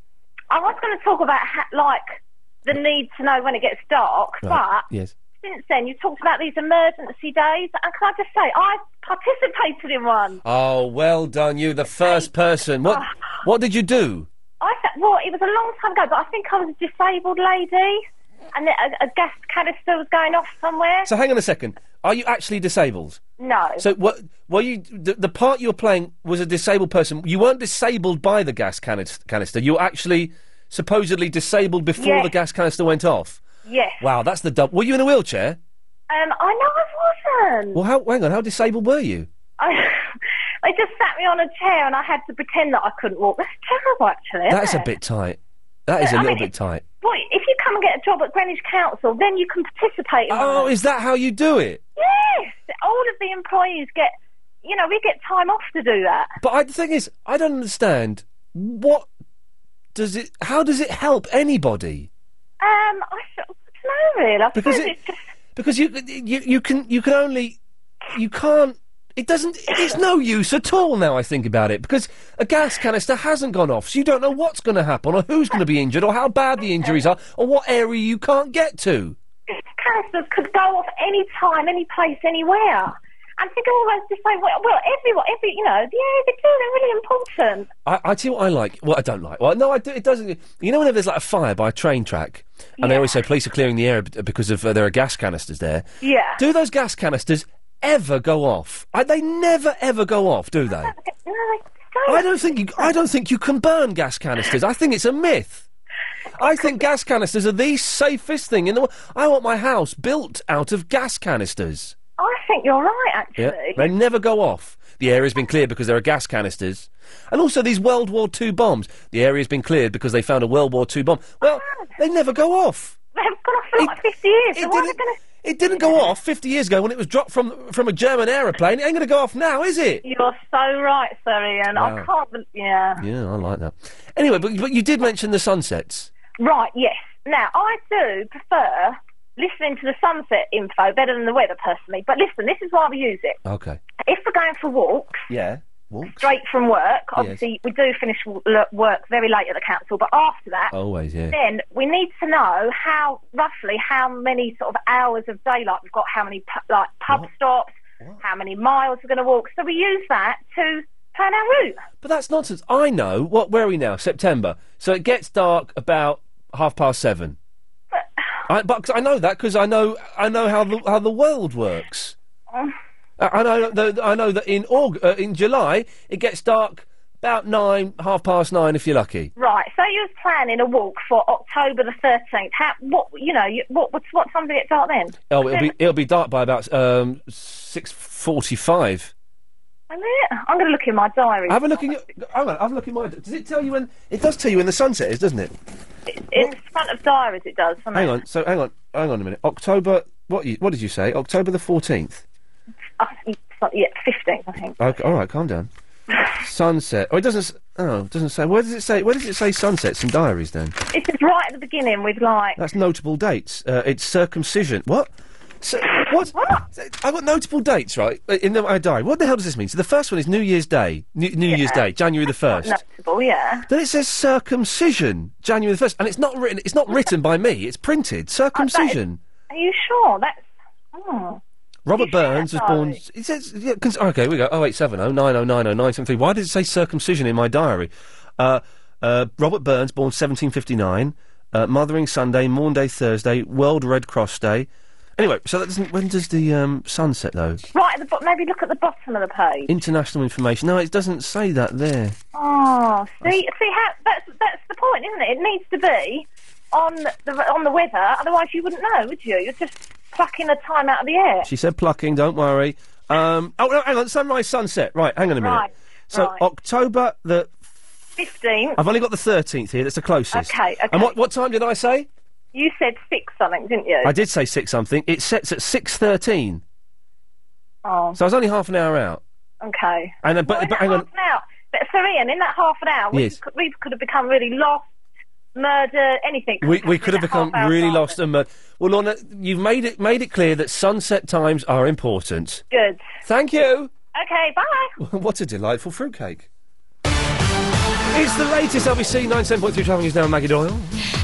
I was going to talk about ha- like the need to know when it gets dark, Right. Yes. but since then you talked about these emergency days, and can I just say I participated in one. Oh, well done, you, the first person. What Ah. what did you do? I th- well, it was a long time ago, but I think I was a disabled lady, and a, a gas canister was going off somewhere. So hang on a second. Are you actually disabled? no. So what? Were you the, the part you were playing was a disabled person? You weren't disabled by the gas canis- canister. You were actually supposedly disabled before Yes. the gas canister went off. yes. Wow, that's the dub. Were you in a wheelchair? Um, I know I wasn't. Well, how? Hang on. How disabled were you? I, *laughs* they just sat me on a chair and I had to pretend that I couldn't walk. That's terrible, actually. isn't That's a it? bit tight. That is a I little mean, bit tight. Boy, if you come and get a job at Greenwich Council, then you can participate. In Oh, that. is that how you do it? yes. All of the employees get, you know, we get time off to do that. But I, the thing is, I don't understand what does it. How does it help anybody? Um, I s- don't know really. I Because suppose it- it's just Because you you you can you can only you can't. It doesn't. It's no use at all. Now I think about it, because a gas canister hasn't gone off, so you don't know what's going to happen, or who's going to be injured, or how bad the injuries are, or what area you can't get to. canisters could go off any time, any place, anywhere. And think of all those disabled. Well, well, everyone, every, you know, yeah, they do. They're really important. I, I tell you what I like. What I don't like. Well, no, I do, it doesn't. You know, whenever there's like a fire by a train track, and they always say police are clearing the air b- because of uh, there are gas canisters there. Yeah. Do those gas canisters ever go off? I, they never ever go off, do they? No, they I don't think you. I don't think you can burn gas canisters. I think it's a myth. I think gas canisters are the safest thing in the world. I want my house built out of gas canisters. I think you're right, *laughs* actually. Yeah, they never go off. The area's been cleared because there are gas canisters. And also these World War II bombs. The area's been cleared because they found a World War II bomb. Well, they never go off. They've gone off for like 50 years. so why are they gonna... It didn't go off 50 years ago when it was dropped from, from a German aeroplane. It ain't going to go off now, is it? You're so right, Sir Ian. Wow. I can't. bel- Yeah. Yeah, I like that. Anyway, but, but you did mention the sunsets. Right, yes. Now, I do prefer listening to the sunset info better than the weather, personally. But listen, this is why we use it. Okay. If we're going for walks, Yeah. Walks? straight from work, Yes. obviously we do finish w- lo- work very late at the council, but after that, Always, yeah. then we need to know how, roughly, how many sort of hours of daylight we've got, how many pu- like pub stops, how many miles we're going to walk. So we use that to plan our route. But that's nonsense. I know. What? Where are we now? September. So it gets dark about half past seven. I, but 'cause I know that because I know I know how the how the world works. Uh, I, I know the, I know that in Aug- uh, in July it gets dark about nine, half past nine if you're lucky. Right. So you was planning a walk for October the thirteenth. How? What? You know? You, what? What? What time did it start then? Oh, it'll be it'll be dark by about um, six forty-five. Is it? I'm going to look in my diary. Have a look in your. Hang on, have a look in my. Does it tell you when? It does tell you when the sunset is, doesn't it? in front of diaries. It does. doesn't Hang it? on. So hang on. Hang on a minute. October. What? You, what did you say? October the fourteenth. Uh, yeah, fifteenth. I think. Okay. All right. Calm down. sunset. Oh, it doesn't. s- Oh, it doesn't say. Where does it say? Where does it say sunsets and diaries? Then It is right at the beginning with like. that's notable dates. Uh, it's circumcision. What? So, what? I've got notable dates, right? uh, In the, my diary. What the hell does this mean? So the first one is New Year's Day. New, New Year's Yeah. Day, January the first. Notable. Yeah. Then it says circumcision, January the first, and it's not written. It's not written by me. It's printed. Circumcision. Are you sure? That's. Oh. Robert Burns was that born. diary? It says yeah, cons- okay. We go. Oh eight seven oh nine oh nine oh nine seven three. Why did it say circumcision in my diary? Uh, uh, Robert Burns, born seventeen fifty nine. Uh, Mothering Sunday, Maunday Thursday, World Red Cross Day. Anyway, so that doesn't. When does the um, sunset though? Right at the bottom. Maybe look at the bottom of the page. International information. No, it doesn't say that there. Oh, see, see how that's that's the point, isn't it? It needs to be on the on the weather, otherwise you wouldn't know, would you? You're just plucking the time out of the air. She said plucking, don't worry. Um, oh, no, hang on, sunrise, sunset. Right, hang on a minute. Right, So, right. October the. Fifteen. I've only got the 13th here, that's the closest. Okay, okay. And what, what time did I say? You said six something, didn't you? I did say 6 something. It sets at 6.13. Oh, So I was only half an hour out. okay. And then, but, but hang on. Now, but so Ian, in that half an hour, we, Yes. could, we could have become really lost, murder, anything. We, we could have become really lost and mur- Well, Lorna, you've made it made it clear that sunset times are important. Good. Thank you. Okay, bye. *laughs* what a delightful fruitcake. It's the latest LBC 97.3 travelling is now Maggie Doyle.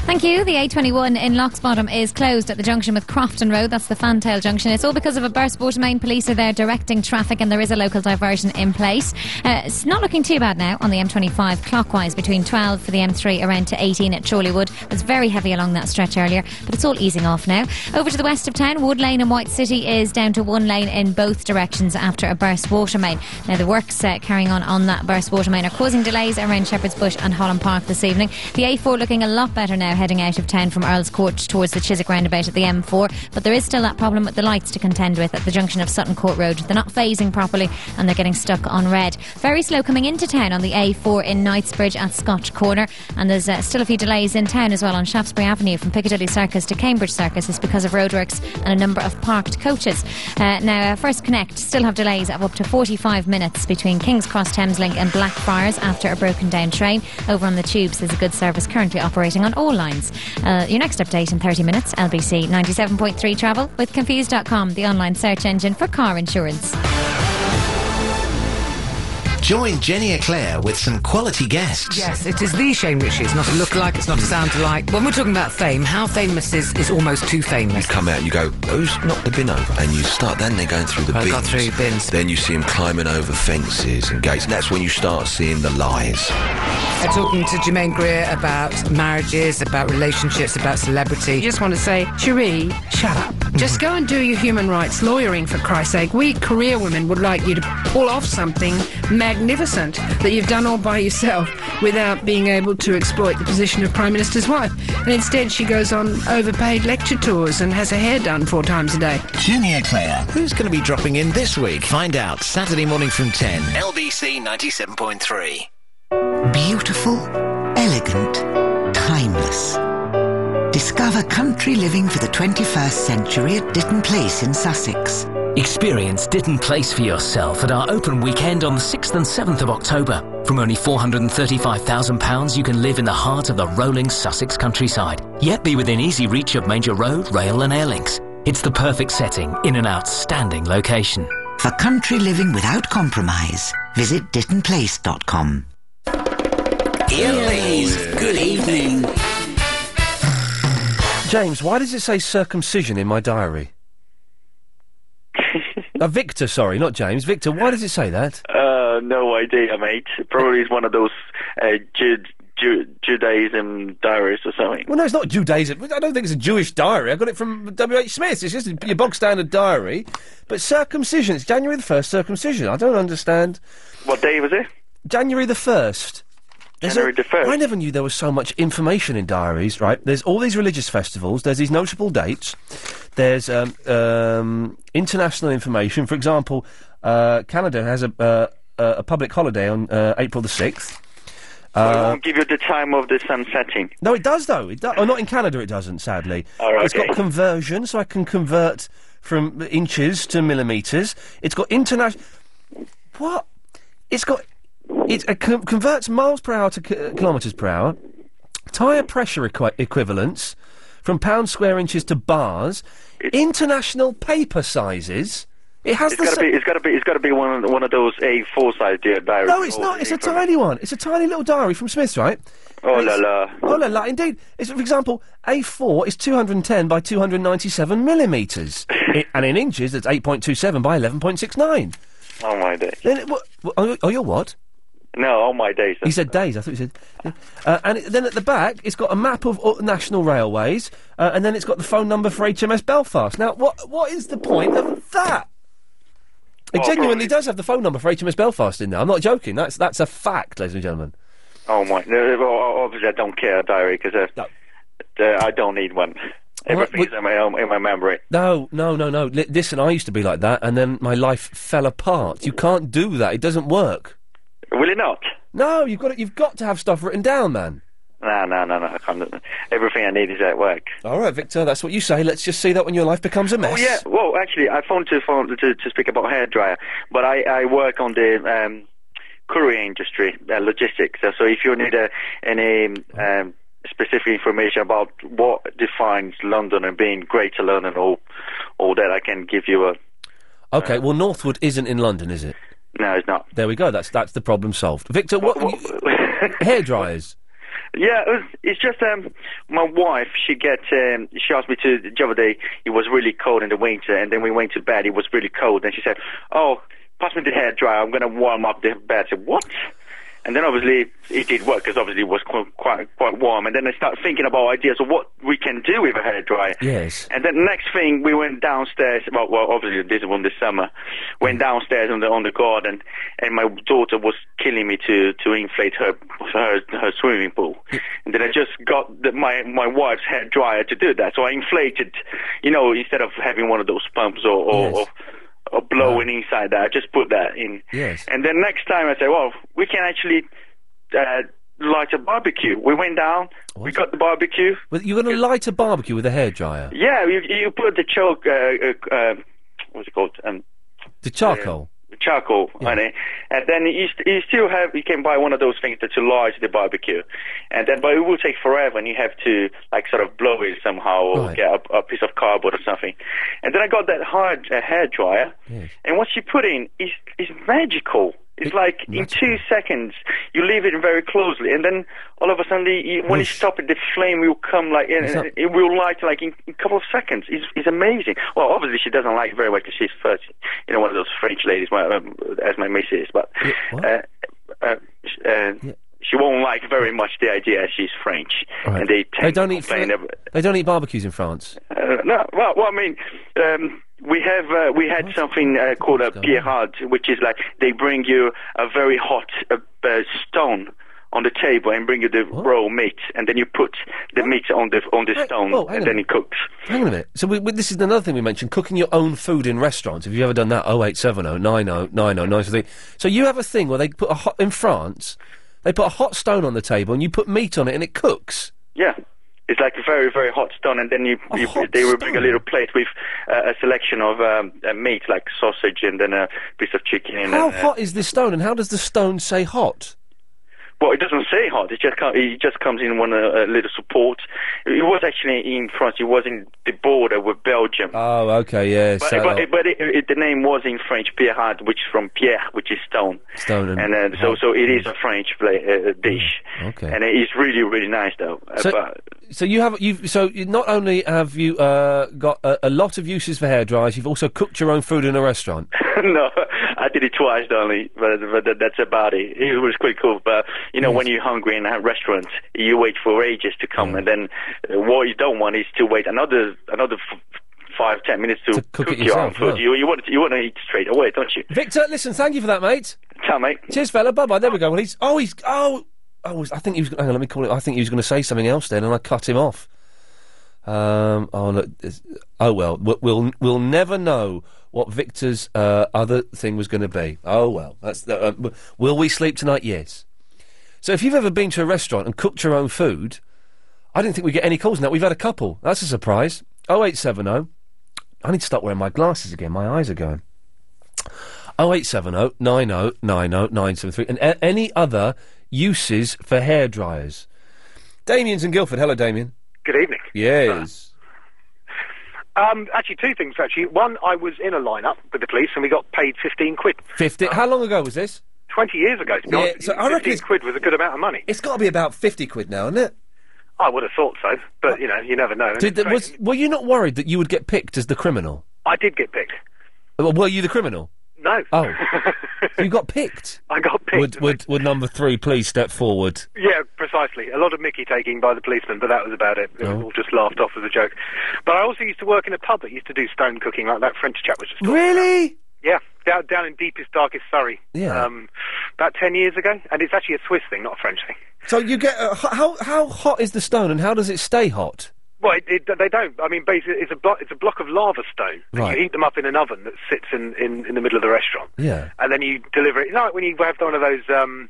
Thank you. The A21 in Loxbottom is closed at the junction with Crofton Road. That's the Fantail Junction. It's all because of a burst. Watermain police are there directing traffic and there is a local diversion in place. Uh, it's not looking too bad now on the M25 clockwise between 12 for the M3 around to 18 at Chorleywood. It was very heavy along that stretch earlier, but it's all easing off now. Over to the west of town, Wood Lane and White City is down to one lane in both directions after a burst water main. Now, the works uh, carrying on on that burst water main are causing delays around Shepherd's Bush and Holland Park this evening. The A4 looking a lot better now heading out of town from Earl's Court towards the Chiswick roundabout at the M4, but there is still that problem with the lights to contend with at the junction of Sutton Court Road. They're not phasing properly and they're getting stuck on red. Very slow coming into town on the A4 in Knightsbridge at Scotch Corner, and there's uh, still a few delays in town as well on Shaftesbury Avenue from Piccadilly Circus to Cambridge Circus is because of roadworks and a number of parked coaches. Uh, now, uh, First Connect still have delays of up to 45 minutes between King's Cross Thameslink and Blackfriars after a broken down train. Over on the tubes, there's a good service currently operating on all lines. Uh, your next update in 30 minutes, LBC 97.3 travel with Confused.com, the online search engine for car insurance. Join Jenny Eclair with some quality guests. Yes, it is the Shane Ritchie. It's not a look alike, it's not a sound alike. When we're talking about fame, how famous is, is almost too famous. come out and you go, who's knocked the bin over? And you start, then they're going through the Oh, bins. got through bins. Then you see them climbing over fences and gates. And that's when you start seeing the lies. We're talking to Jermaine Greer about marriages, about relationships, about celebrity. Mm-hmm. You just want to say, Cherie, shut up. Just go and do your human rights lawyering, for Christ's sake. We career women would like you to pull off something magnificent that you've done all by yourself without being able to exploit the position of Prime Minister's wife. And instead, she goes on overpaid lecture tours and has her hair done four times a day. Jenny Eclair. Who's going to be dropping in this week? Find out Saturday morning from 10. LBC 97.3. Beautiful, elegant, timeless. Discover country living for the 21st century at Ditton Place in Sussex. Experience Ditton Place for yourself at our open weekend on the 6th and 7th of October. From only £435,000, you can live in the heart of the rolling Sussex countryside, yet be within easy reach of major road, rail, and air links. It's the perfect setting in an outstanding location. For country living without compromise, visit dittonplace.com. Please, good evening. James, why does it say circumcision in *laughs* my diary? uh, Victor, sorry, not James. Victor, why does it say that? Uh, no idea, mate. Probably is one of those uh, Ju- Ju- Judaism diaries or something. Well, no, it's not Judaism. I don't think it's a Jewish diary. I got it from W.H. Smith. It's just your bog standard diary. But circumcision, it's January the 1st, circumcision. I don't understand. What day was it? January the 1st. There's January the a- 1st. I never knew there was so much information in diaries, right? There's all these religious festivals, there's these notable dates, there's um, um, international information. For example, uh, Canada has a, uh, a a public holiday on uh, April the 6th. Well, it Uh, won't give you the time of the sun setting. no, it does though. It do- oh, not in Canada. It doesn't, sadly. Oh, right, It's got okay. conversion, so I can convert from inches to millimeters. It's got international. What? It's got. It uh, con- converts miles per hour to ki- uh, kilometers per hour. Tire pressure equi- equivalents from pound square inches to bars. international paper sizes. It has It's the. got to sa- be. It's got to be. It's got to be one of- one of those A4 size di- diaries. no, it's or- not. It's a tiny one. It's a tiny little diary from Smith's, right? Oh la la. Oh, la la, indeed. It's, for example, A4 is 210 by 297 *laughs* millimetres. I- and in inches, it's 8.27 by 11.69. Oh my day. Then, it- what, what- oh, you- oh, you're what? No, oh my days. He said days. I thought he said. Uh, and it, then at the back, it's got a map of uh, national railways, uh, and then it's got the phone number for HMS Belfast. Now, what what is the point of that? Oh, It genuinely does have the phone number for HMS Belfast in there. I'm not joking. That's that's a fact, ladies and gentlemen. Oh my. No, well, obviously I don't care a diary because uh, uh, I don't need one. Everything's in my own, in my memory. No, no, no, no. Li- listen, I used to be like that, and then my life fell apart. You can't do that. It doesn't work. Will it not? No, you've got to, You've got to have stuff written down, man. No, no, no, no. I can't. Everything I need is at work. All right, Victor. That's what you say. Let's just see that when your life becomes a mess. Oh yeah. Well, actually, I phoned to phone to, to speak about hairdryer, but I, I work on the um, courier industry, uh, logistics. Uh, so if you need uh, any um, specific information about what defines London and being Greater London, or all that, I can give you a. Okay. Well, Northwood isn't in London, is it? No, it's not. There we go. That's that's the problem solved. Victor, what? hair dryers. Yeah, it was, it's just um, my wife. She get um, she asked me to the other day. It was really cold in the winter, and then we went to bed. It was really cold, and she said, "Oh, pass me the hair dryer. I'm gonna warm up the bed." I said, "What?" And then obviously it did work because obviously it was qu- quite quite warm. And then I started thinking about ideas of what we can do with a hair dryer. Yes. And then next thing, we went downstairs. Well, well obviously this was in the summer. Went downstairs on the on the garden, and my daughter was killing me to to inflate her her, her swimming pool. And then I just got the, my my wife's hair dryer to do that. So I inflated, you know, instead of having one of those pumps or or, Yes. or, or blowing inside that, I just put that in. Yes. And then next time I said, well, we can actually uh, light a barbecue. We went down, we got the barbecue. Well, *laughs* you're going to light a barbecue with a hair dryer. Yeah, you, you put the choke, uh, uh, uh, what's it called? Um, The charcoal. charcoal on it, and then you, st- you still have you can buy one of those things that to lodge the barbecue, and then but it will take forever, and you have to like sort of blow it somehow or Right. get a, a piece of cardboard or something, and then I got that hard uh, hair dryer, and what you put in is is magical. It's like in two seconds you leave it very closely, and then all of a sudden you, when you stop it, the flame will come like and It's and not- it will light like in a couple of seconds. It's, it's amazing. Well, obviously she doesn't like it very much because she's first, you know, one of those French ladies, my, um, as my missus, but uh, uh, sh- uh, she won't like very much the idea as she's French, and they tend They don't to eat. complain ab- They don't eat barbecues in France. uh, no, well, well, I mean, um, we have uh, we had something uh, called a pierrade, which is like they bring you a very hot uh, uh, stone on the table and bring you the raw meat, and then you put the meat on the on the stone, oh, hang and on. then it cooks. Hang on a minute. So we, we, this is another thing we mentioned: cooking your own food in restaurants. Have you ever done that? Oh eight seven oh nine oh nine oh nine three. So you have a thing where they put a hot in France. They put a hot stone on the table and you put meat on it and it cooks. Yeah. It's like a very, very hot stone, and then you, you they will bring a little plate with uh, a selection of um, uh, meat, like sausage, and then a piece of chicken. and, How uh, hot is this stone and how does the stone say hot? Well, it doesn't say hot. It just com- it just comes in one uh, uh, little support. It was actually in France. It was in the border with Belgium. Oh, okay, yeah. but so- but, it, but it, it, the name was in French Pierre, which is from Pierre, which is stone, stone and, and uh, so so it is a French pla uh, dish, Mm, okay. and it's really really nice though. Uh, So- but, So you have you so you- not only have you uh, got a, a lot of uses for hair dryers, you've also cooked your own food in a restaurant. *laughs* no, I did it twice only, but, but that- that's about it. It was quite cool. But you know, when you're hungry in a restaurant, you wait for ages to come, and then uh, what you don't want is to wait another another f- five ten minutes to, cook, it your own yourself, food. yeah. You you want you want to eat straight away, don't you? Victor, listen, thank you for that, mate. Ciao, mate. Cheers, fella. Bye bye. There we go. Well, he's. Oh, he's. Oh, oh I think he was. Hang on, let me call it. I think he was going to say something else then, and I cut him off. Um. Oh look. it's- Oh well. We'll we'll, we'll never know what Victor's uh, other thing was going to be. Oh well. That's. The, uh, w- will we sleep tonight? Yes. So if you've ever been to a restaurant and cooked your own food, I didn't think we get any calls. Now we've had a couple. That's a surprise. Oh eight seven oh. I need to start wearing my glasses again. My eyes are going. 0870 90 90 973 and a- any other uses for hair dryers. Damien's in Guildford. Hello, Damien. Good evening. Yes. Um, actually, two things. Actually, one, I was in a lineup with the police, and we got paid fifteen quid. 50. How long ago was this? Twenty years ago, to be Yeah, honest. with so you, I reckon fifteen it's- quid was a good amount of money. It's got to be about 50 quid now, isn't it? I would have thought so, but you know, you never know. Did, It's was, crazy. were you not worried that you would get picked as the criminal? Uh, I did get picked. Well, Were you the criminal? No. *laughs* Oh. you got picked? I got picked. Would, would, would number three please step forward? Yeah, precisely. A lot of Mickey taking by the policeman, but that was about it. It Oh. was all just laughed off as a joke. But I also used to work in a pub that used to do stone cooking, like that French chap was just Really? yeah down, down in deepest darkest Surrey. Yeah. Um, about ten years ago, and it's actually a Swiss thing, not a French thing. So you get. Uh, ho- how, how hot is the stone and how does it stay hot? Well, it, it, they don't. I mean, basically, it's a blo- it's a block of lava stone. Right. You heat them up in an oven that sits in, in, in the middle of the restaurant, Yeah. and then you deliver it. You know, like when you have one of those um,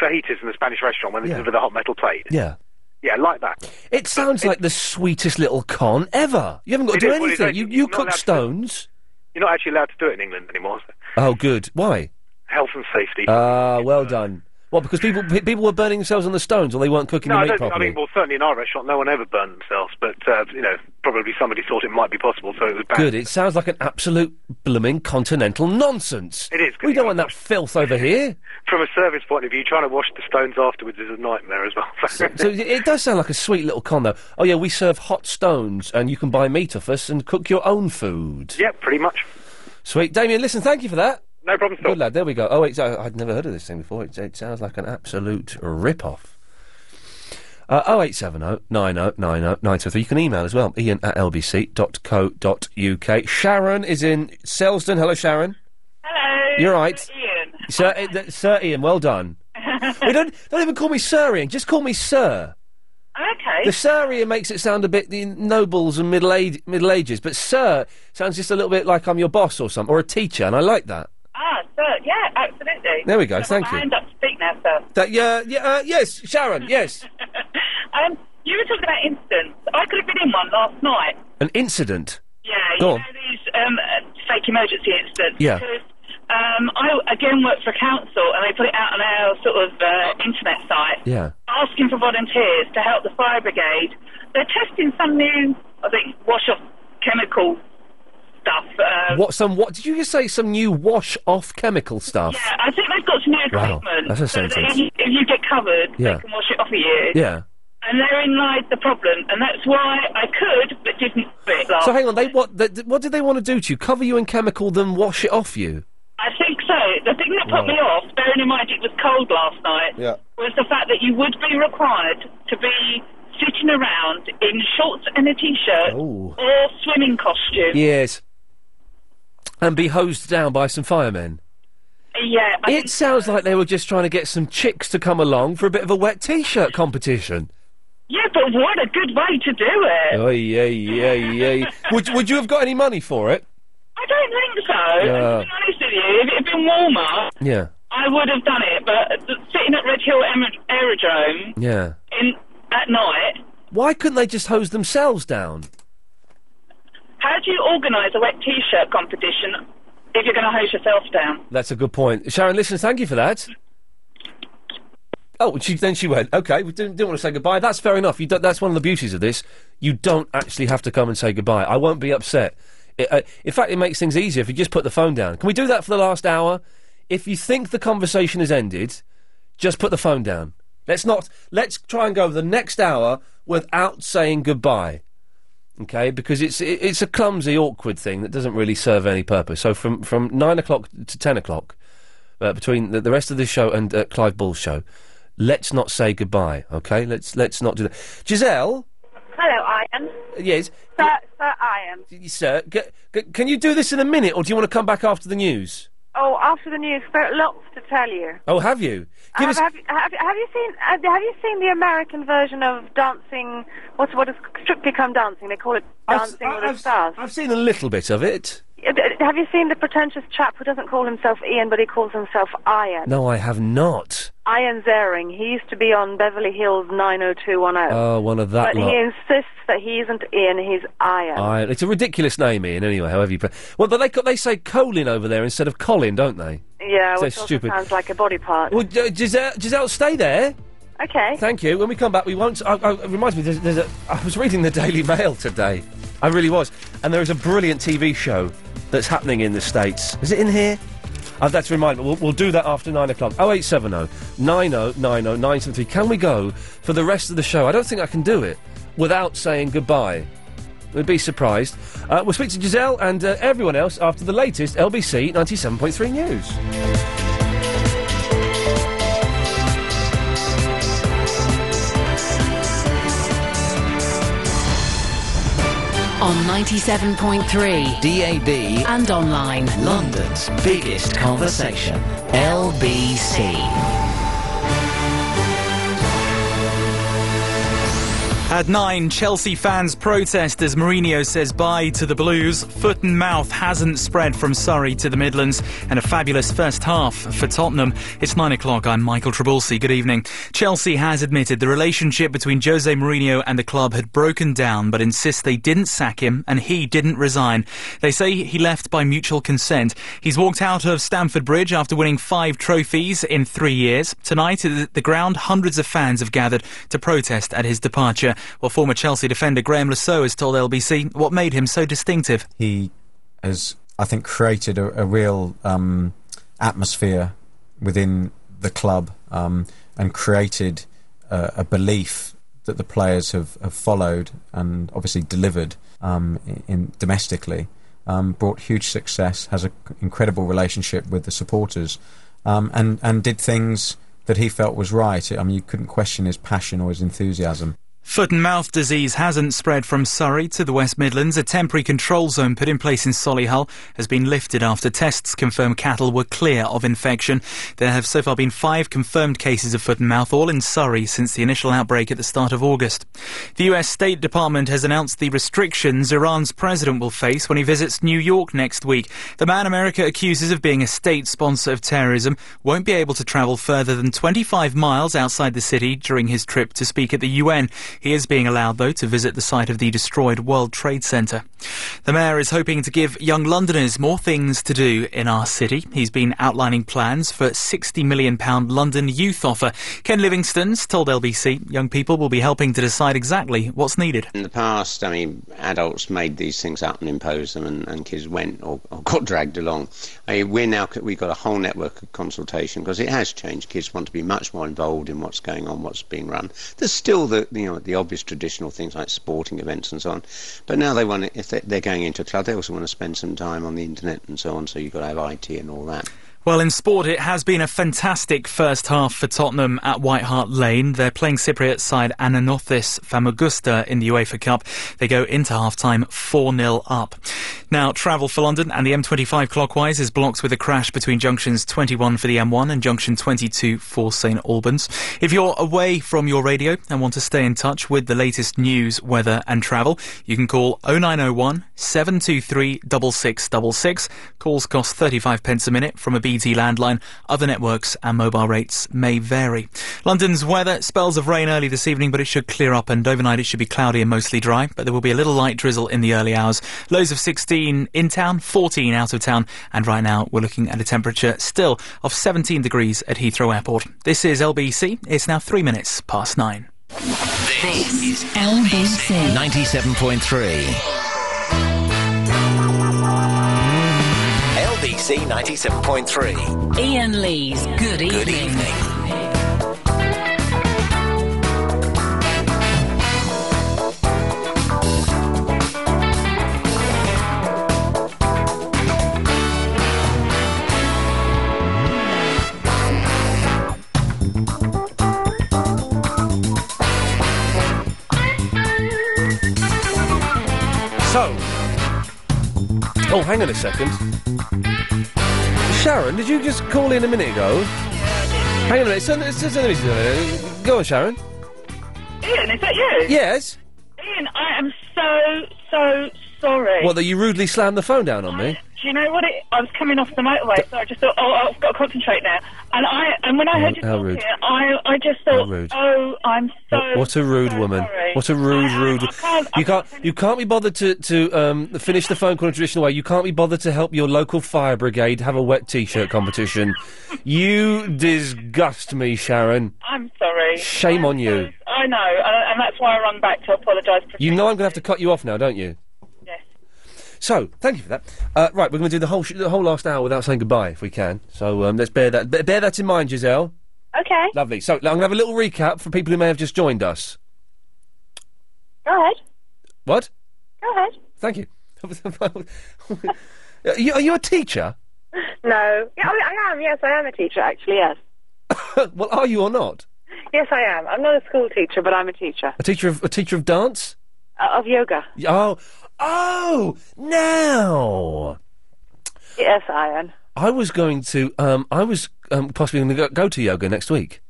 fajitas in the Spanish restaurant when they Yeah. deliver the hot metal plate. Yeah. Yeah, like that. It sounds like the sweetest little con ever. You haven't got to It do is what it anything. is. You, You're you not cook allowed to- stones. You're not actually allowed to do it in England anymore. So. Oh, good. Why? Health and safety. Ah, well done. What? Because people pe- people were burning themselves on the stones, or they weren't cooking no, the I meat don't. properly. I mean, well, certainly in our restaurant, no one ever burned themselves, but uh, you know, probably somebody thought it might be possible, so it was banned. Good. It sounds like an absolute blooming continental nonsense. It is. We don't want that filth over here. From a service point of view, trying to wash the stones afterwards is a nightmare as well. So it- it does sound like a sweet little con, though. Oh yeah, we serve hot stones, and you can buy meat off us and cook your own food. *laughs* yeah, pretty much. Sweet, Damien. Listen, thank you for that. No problem. Good lad. There we go. Oh, it's, I, I'd never heard of this thing before. It, it sounds like an absolute rip-off. Uh, 0870 90 90 973. You can email as well. Ian at lbc.co.uk. Sharon is in Selsden. Hello, Sharon. Hello. You're right. Ian. Sir, I- th- Sir Ian, well *laughs* done. we don't don't even call me Sir Ian. Just call me Sir. Okay. The Sir Ian makes it sound a bit the nobles and middle age, middle ages, but Sir sounds just a little bit like I'm your boss or something, or a teacher, and I like that. ah, so yeah, absolutely. There we go, I've got thank my you. Hand up to speak now, sir. That yeah yeah uh, yes Sharon yes Um, you were talking about incidents. I could have been in one last night. an incident. Yeah, you Go know on. these um, uh, fake emergency incidents. Yeah. Because um, I again work for a council, and they put it out on our sort of uh, internet site, Oh. Yeah. asking for volunteers to help the fire brigade. They're testing some new, I think, wash-off chemical stuff. Uh, What some what did you just say? Some new wash off chemical stuff. I think they've got some new Wow, equipment. that's a so that sentence. if, you, if you get covered, Yeah. they can wash it off of you. Yeah. And therein lies the problem, and that's why I could but didn't do it last. So hang on, they what they, what did they want to do to you? Cover you in chemical, then wash it off you? I think so. The thing that put Right. me off, bearing in mind it was cold last night, Yeah. was the fact that you would be required to be sitting around in shorts and a t-shirt Oh. or swimming costume. Yes. And be hosed down by some firemen. Yeah, I It sounds like they were just trying to get some chicks to come along for a bit of a wet t-shirt competition. yeah, but what a good way to do it. Oy, oy, oy, oy. would would you have got any money for it? I don't think so. Yeah. To be honest with you, if it had been warmer, Yeah, I would have done it. But sitting at Red Hill Aer- Aerodrome yeah. in at night, Why couldn't they just hose themselves down? how do you organise a wet T-shirt competition if you're going to hose yourself down? That's a good point. Sharon, listen, thank you for that. Oh, she, then she went, okay, we didn't, didn't want to say goodbye. That's fair enough. You don't, that's one of the beauties of this. You don't actually have to come and say goodbye. I won't be upset. It, uh, in fact, it makes things easier if you just put the phone down. Can we do that for the last hour? If you think the conversation has ended, just put the phone down. Let's not, let's try and go the next hour without saying goodbye. Okay, because it's it, it's a clumsy, awkward thing that doesn't really serve any purpose. So from from nine o'clock to ten o'clock, uh, between the, the rest of this show and uh, Clive Ball's show, let's not say goodbye. Okay, let's let's not do that. Giselle, Hello, Ian. yes, Sir, Sir Ian. sir, g- g- can you do this in a minute, or do you want to come back after the news? Oh, after the news, there are lots to tell you. Oh, have you? Give Have, us. have, have, have you seen have, have you seen the American version of dancing? What's what is strictly come dancing? They call it I've- dancing with I've- the stars. I've seen a little bit of it. Uh, d- Have you seen the pretentious chap who doesn't call himself Ian but he calls himself Ian? No, I have not. Ian Zering. He used to be on Beverly Hills 90210. Oh, one of that but lot. he insists that he isn't Ian, he's Ian. I, it's a ridiculous name, Ian. Anyway, however you put. Well, but they co- they say Colin over there instead of Colin, don't they? yeah, so which also stupid. sounds like a body part. Well, G- Giselle, Giselle, stay there. Okay. Thank you. When we come back, we won't. I, I, it reminds me, there's, there's a. I was reading the Daily Mail today. I really was, and there is a brilliant TV show that's happening in the states. Is it in here? Oh, that's a reminder. We'll, we'll do that after nine o'clock. Oh, 0870 9090 973. Can we go for the rest of the show? I don't think I can do it without saying goodbye. We'd be surprised. Uh, we'll speak to Giselle and uh, everyone else after the latest LBC 97.3 news. On 97.3 DAB and online. London's biggest conversation. LBC. At nine, Chelsea fans protest as Mourinho says bye to the Blues. Foot and mouth hasn't spread from Surrey to the Midlands, and a fabulous first half for Tottenham. It's nine o'clock. I'm Michael Trabulsi. Good evening. Chelsea has admitted the relationship between Jose Mourinho and the club had broken down, but insists they didn't sack him and he didn't resign. They say he left by mutual consent. He's walked out of Stamford Bridge after winning five trophies in three years. Tonight, at the ground, hundreds of fans have gathered to protest at his departure. While former Chelsea defender Graham Lasseau has told LBC what made him so distinctive. he has, I think, created a, a real um, atmosphere within the club um, and created uh, a belief that the players have, have followed and obviously delivered um, in, in domestically. Um, brought huge success, has an incredible relationship with the supporters, um, and and did things that he felt was right. I mean, you couldn't question his passion or his enthusiasm. Foot and mouth disease hasn't spread from Surrey to the West Midlands. A temporary control zone put in place in Solihull has been lifted after tests confirmed cattle were clear of infection. There have so far been five confirmed cases of foot and mouth, all in Surrey, since the initial outbreak at the start of August. The US State Department has announced the restrictions Iran's president will face when he visits New York next week. The man America accuses of being a state sponsor of terrorism won't be able to travel further than 25 miles outside the city during his trip to speak at the UN. He is being allowed, though, to visit the site of the destroyed World Trade Center. The mayor is hoping to give young Londoners more things to do in our city. He's been outlining plans for £60 million London youth offer. Ken Livingstone's told LBC young people will be helping to decide exactly what's needed. In the past, I mean, adults made these things up and imposed them, and, and kids went or, or got dragged along. I mean, we're now we've got a whole network of consultation because it has changed. Kids want to be much more involved in what's going on, what's being run. There's still the you know the obvious traditional things like sporting events and so on, but now they want to- if they, they're going into a club, they also want to spend some time on the internet and so on. So you've got to have IT and all that. Well, in sport, it has been a fantastic first half for Tottenham at White Hart Lane. They're playing Cypriot side Ananothis Famagusta in the UEFA Cup. They go into half-time 4-0 up. Now, travel for London and the M25 clockwise is blocked with a crash between junctions 21 for the M1 and junction 22 for St Albans. If you're away from your radio and want to stay in touch with the latest news, weather and travel, you can call 0901 723 6666. Calls cost 35 pence a minute from a BT landline. Other networks and mobile rates may vary. London's weather, spells of rain early this evening, but it should clear up and overnight it should be cloudy and mostly dry, but there will be a little light drizzle in the early hours. Lows of 16 in town, 14 out of town, and right now we're looking at a temperature still of 17 degrees at Heathrow Airport. This is LBC. It's now three minutes past nine. This is LBC. 97.3. LBC 97.3. Ian Lee's Good Evening. Oh, hang on a second. Sharon, did you just call in a minute ago? Hang on a minute. So, so, so, so, go on, Sharon. Ian, is that you? Yes. Ian, I am so, so sorry. What, that you rudely slammed the phone down on me? Do you know what it... I was coming off the motorway, so I just thought, oh, I've got to concentrate now. And I, and when I heard you How rude. talking, I, I just thought, How rude. oh, I'm so... What, what a rude woman! sorry. What a rude, rude. can't- I you can't, you can't be bothered to to um, finish the phone call in a traditional way. You can't be bothered to help your local fire brigade have a wet t-shirt competition. you disgust me, Sharon. I'm sorry. Shame on you. I know, and, and that's why I rung back to apologise for... You know I'm going to have to cut you off now, don't you? Yes. So, thank you for that. Uh, right, we're going to do the whole sh- the whole last hour without saying goodbye, if we can. So um, let's bear that bear that in mind, Giselle. Okay. Lovely. So I'm going to have a little recap for people who may have just joined us. Go ahead. What? Go ahead. Thank you. *laughs* Are you, are you a teacher? *laughs* No. Yeah, I, mean, I am. Yes, I am a teacher, actually, yes. well, are you or not? Yes, I am. I'm not a school teacher, but I'm a teacher A teacher of a teacher of dance? uh, of yoga. Oh, oh, now Yes, I am. I was going to. Um, I was um, possibly going to go, go to yoga next week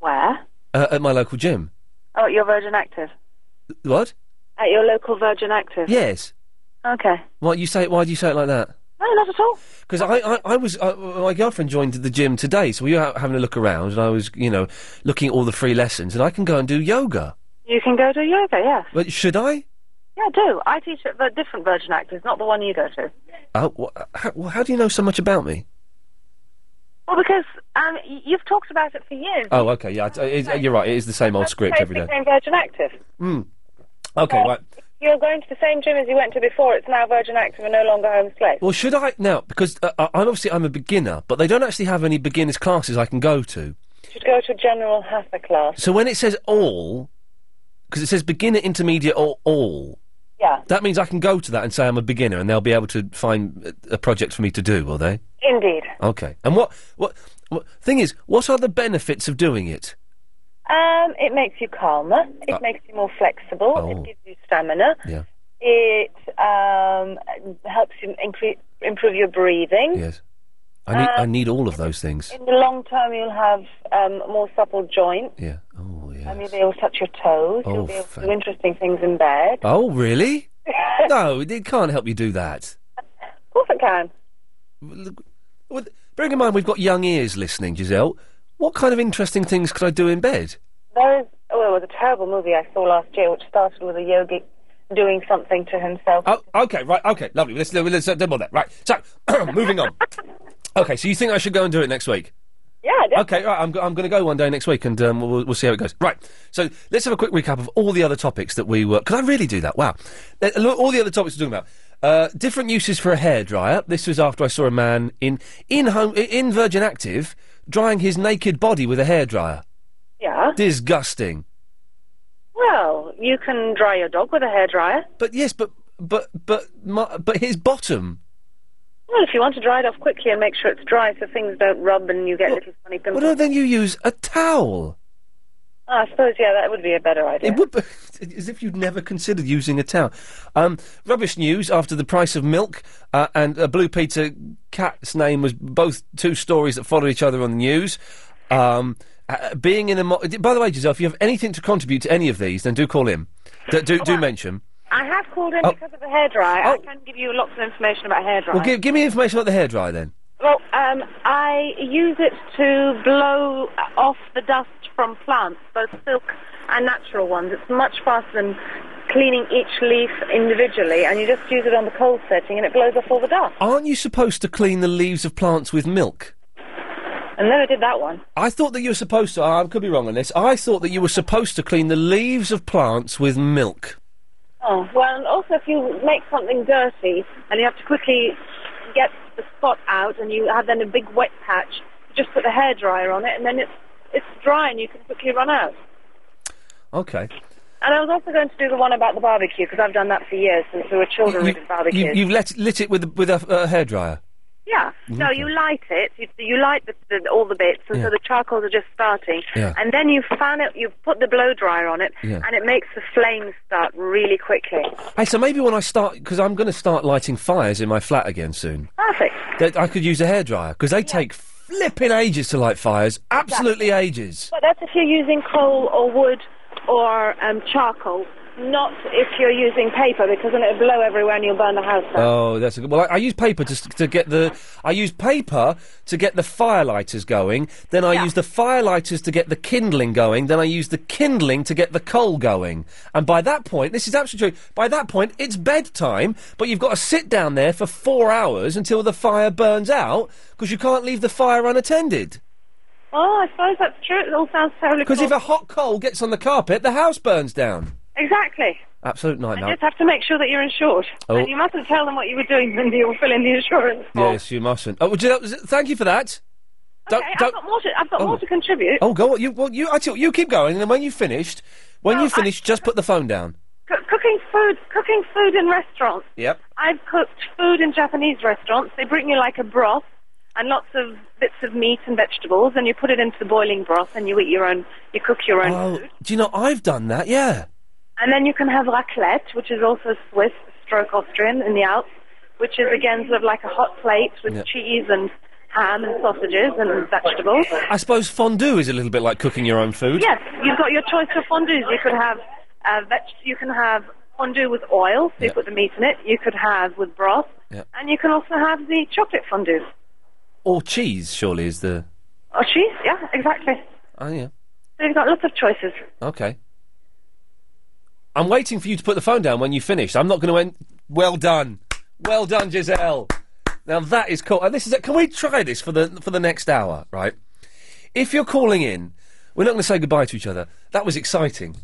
Where? uh, at my local gym. Oh, at your Virgin Active. What? At your local Virgin Active? Yes. Okay. What you say? Why do you say it like that? No, not at all. Because I, I, I was, uh, my girlfriend joined the gym today, so we were out having a look around, and I was, you know, looking at all the free lessons, and I can go and do yoga. You can go to yoga, yes. But should I? Yeah, do. I teach at a different Virgin Active, not the one you go to. Uh, wh- how, well, how do you know so much about me? Well, because um, y- you've talked about it for years. Oh, okay, yeah, it, it, you're right. It is the same old script every day. Same Virgin Active. Hmm. Okay, right. You're going to the same gym as you went to before. It's now Virgin Active and no longer Home's Place. Well, should I now? Because uh, I- I'm obviously I'm a beginner, but they don't actually have any beginners classes I can go to. You should go to a General Hatha class. So when it says all, because it says beginner, intermediate, or all, Yeah, that means I can go to that and say I'm a beginner, and they'll be able to find a- a project for me to do, will they? indeed. Okay. And what what, what thing is? What are the benefits of doing it? Um, it makes you calmer. It Uh, makes you more flexible. Oh. It gives you stamina. Yeah. It um, helps you incre- improve your breathing. Yes. I need I Um, need all of those things. In the long term, you'll have um, more supple joints. Yeah. And you'll be able to touch your toes. Oh, you'll be able to do interesting things in bed. *laughs* Oh, really? of no, it can't help you do that. course it can. With, bearing in mind we've got young ears listening, Giselle. What kind of interesting things could I do in bed? There is, oh, there was a terrible movie I saw last year which started with a yogi doing something to himself. Oh, okay, right, okay, lovely. Let's let's uh, don't bother. Right, so *clears throat* moving on. Okay, so you think I should go and do it next week? Yeah. Definitely. Okay, right. I'm, go- I'm going to go one day next week, and um, we'll, we'll see how it goes. Right. So let's have a quick recap of all the other topics that we were. Could I really do that? Wow. Uh, look, All the other topics we're talking about. Uh, different uses for a hairdryer. This was after I saw a man in in home in Virgin Active drying his naked body with a hairdryer. Yeah. Disgusting. Well, you can dry your dog with a hairdryer. But yes, but but but my, but his bottom. Well, if you want to dry it off quickly and make sure it's dry so things don't rub and you get little funny pimples. Well, no, then you use a towel. Oh, I suppose, yeah, that would be a better idea. It would be *laughs* as if you'd never considered using a towel. Um, rubbish news after the price of milk uh, and a Blue Peter cat's name was both two stories that followed each other on the news. Um, uh, being in a mo- by the way, Giselle, if you have anything to contribute to any of these, then do call in. Do do, do mention. I have called in Oh. because of the hairdryer. I can give you lots of information about hairdryer. Well, give, give me information about the hairdryer then. Well, um, I use it to blow off the dust from plants, both silk and natural ones. It's much faster than cleaning each leaf individually, and you just use it on the coal setting, and it blows off all the dust. Aren't you supposed to clean the leaves of plants with milk? And then I did that one. I thought that you were supposed to. I could be wrong on this. I thought that you were supposed to clean the leaves of plants with milk. Oh, well, and also if you make something dirty and you have to quickly get the spot out and you have then a big wet patch, you just put the hairdryer on it and then it's, it's dry and you can quickly run out. Okay. And I was also going to do the one about the barbecue because I've done that for years since we were children. we did barbecues. You, you've let, lit it with a- with a, a hairdryer. Yeah, No, you light it. You, you light the, the, all the bits, and Mm-hmm. Yeah. so the charcoals are just starting. Yeah. And then you fan it. You put the blow dryer on it, Yeah. and it makes the flames start really quickly. Hey, so maybe when I start, because I'm going to start lighting fires in my flat again soon. Perfect. That I could use a hairdryer because they take flipping ages to light fires. Absolutely ages. But that's if you're using coal or wood or um, charcoal, not if you're using paper, because then it'll blow everywhere and you'll burn the house down. Oh, that's a good. Well, I, I use paper to, s- to get the. I use paper to get the firelighters going. Then I use the firelighters to get the kindling going. Then I use the kindling to get the coal going. And by that point, this is absolutely true. By that point, it's bedtime, but you've got to sit down there for four hours until the fire burns out because you can't leave the fire unattended. Oh, I suppose that's true. It all sounds terribly. Because if cool. a hot coal gets on the carpet, the house burns down. exactly, Absolute Oh. you nightmare. just have to make sure that you're insured, Oh. and you mustn't tell them what you were doing when you were filling the insurance. Yes, you mustn't. Oh, would you, thank you for that. Don't, Okay, don't, I've got more to. I've got Oh. more to contribute. Oh, go on. You, well, you, I tell you, you keep going, and then when you finished, when you finished, just put the phone down. C- cooking food, cooking food in restaurants. Yep. I've cooked food in Japanese restaurants. They bring you like a broth and lots of bits of meat and vegetables, and you put it into the boiling broth, and you eat your own. You cook your own Oh, food, do you know I've done that? Yeah. and then you can have raclette, which is also Swiss stroke Austrian in the Alps, which is again sort of like a hot plate with Yeah. cheese and ham and sausages and vegetables. I suppose fondue is a little bit like cooking your own food. Yes, you've got your choice of fondues. You could have uh, veg. You can have fondue with oil, so you put the meat in it. You could have with broth, Yeah. and you can also have the chocolate fondue Or cheese, surely is the. or cheese. Yeah, exactly. Oh yeah. So you've got lots of choices. Okay. I'm waiting for you to put the phone down when you finish. I'm not going to end. Well done, well done, Giselle. Now that is cool. And this is. Can we try this for the for the next hour? Right. If you're calling in, we're not going to say goodbye to each other. That was exciting.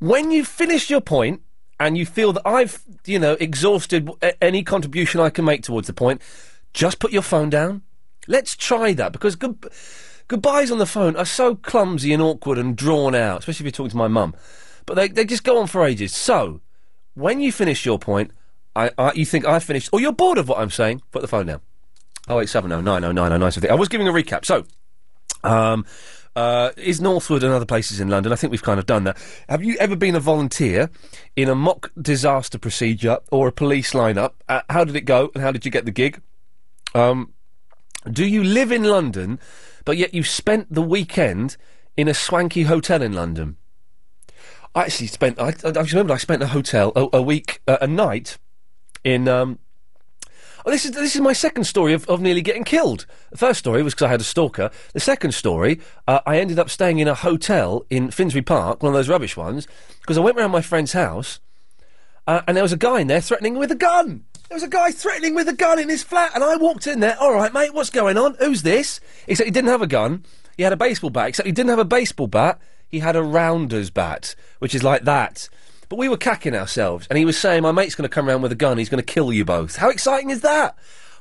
When you finish your point and you feel that I've you know exhausted w- a- any contribution I can make towards the point, just put your phone down. Let's try that because good. Goodbyes on the phone are so clumsy and awkward and drawn out, especially if you're talking to my mum. But they, they just go on for ages. So, when you finish your point, I, I, you think I've finished, or you're bored of what I'm saying, put the phone down. 0870 9090 973. I was giving a recap. So, um, uh, is Northwood and other places in London? I think we've kind of done that. Have you ever been a volunteer in a mock disaster procedure or a police lineup? Uh, how did it go and how did you get the gig? Um, do you live in London, but yet you spent the weekend in a swanky hotel in London? I actually spent. I, I just remembered I spent a hotel a, a week, uh, a night in. Um, oh, this is this is my second story of, of nearly getting killed. The first story was because I had a stalker. The second story, uh, I ended up staying in a hotel in Finsbury Park, one of those rubbish ones, because I went round my friend's house, uh, and there was a guy in there threatening with a gun. There was a guy threatening with a gun in his flat, and I walked in there. All right, mate, what's going on? Who's this? Except he didn't have a gun. He had a baseball bat. Except he didn't have a baseball bat. He had a rounder's bat, which is like that. But we were cacking ourselves, and he was saying, "My mate's going to come round with a gun. He's going to kill you both." How exciting is that?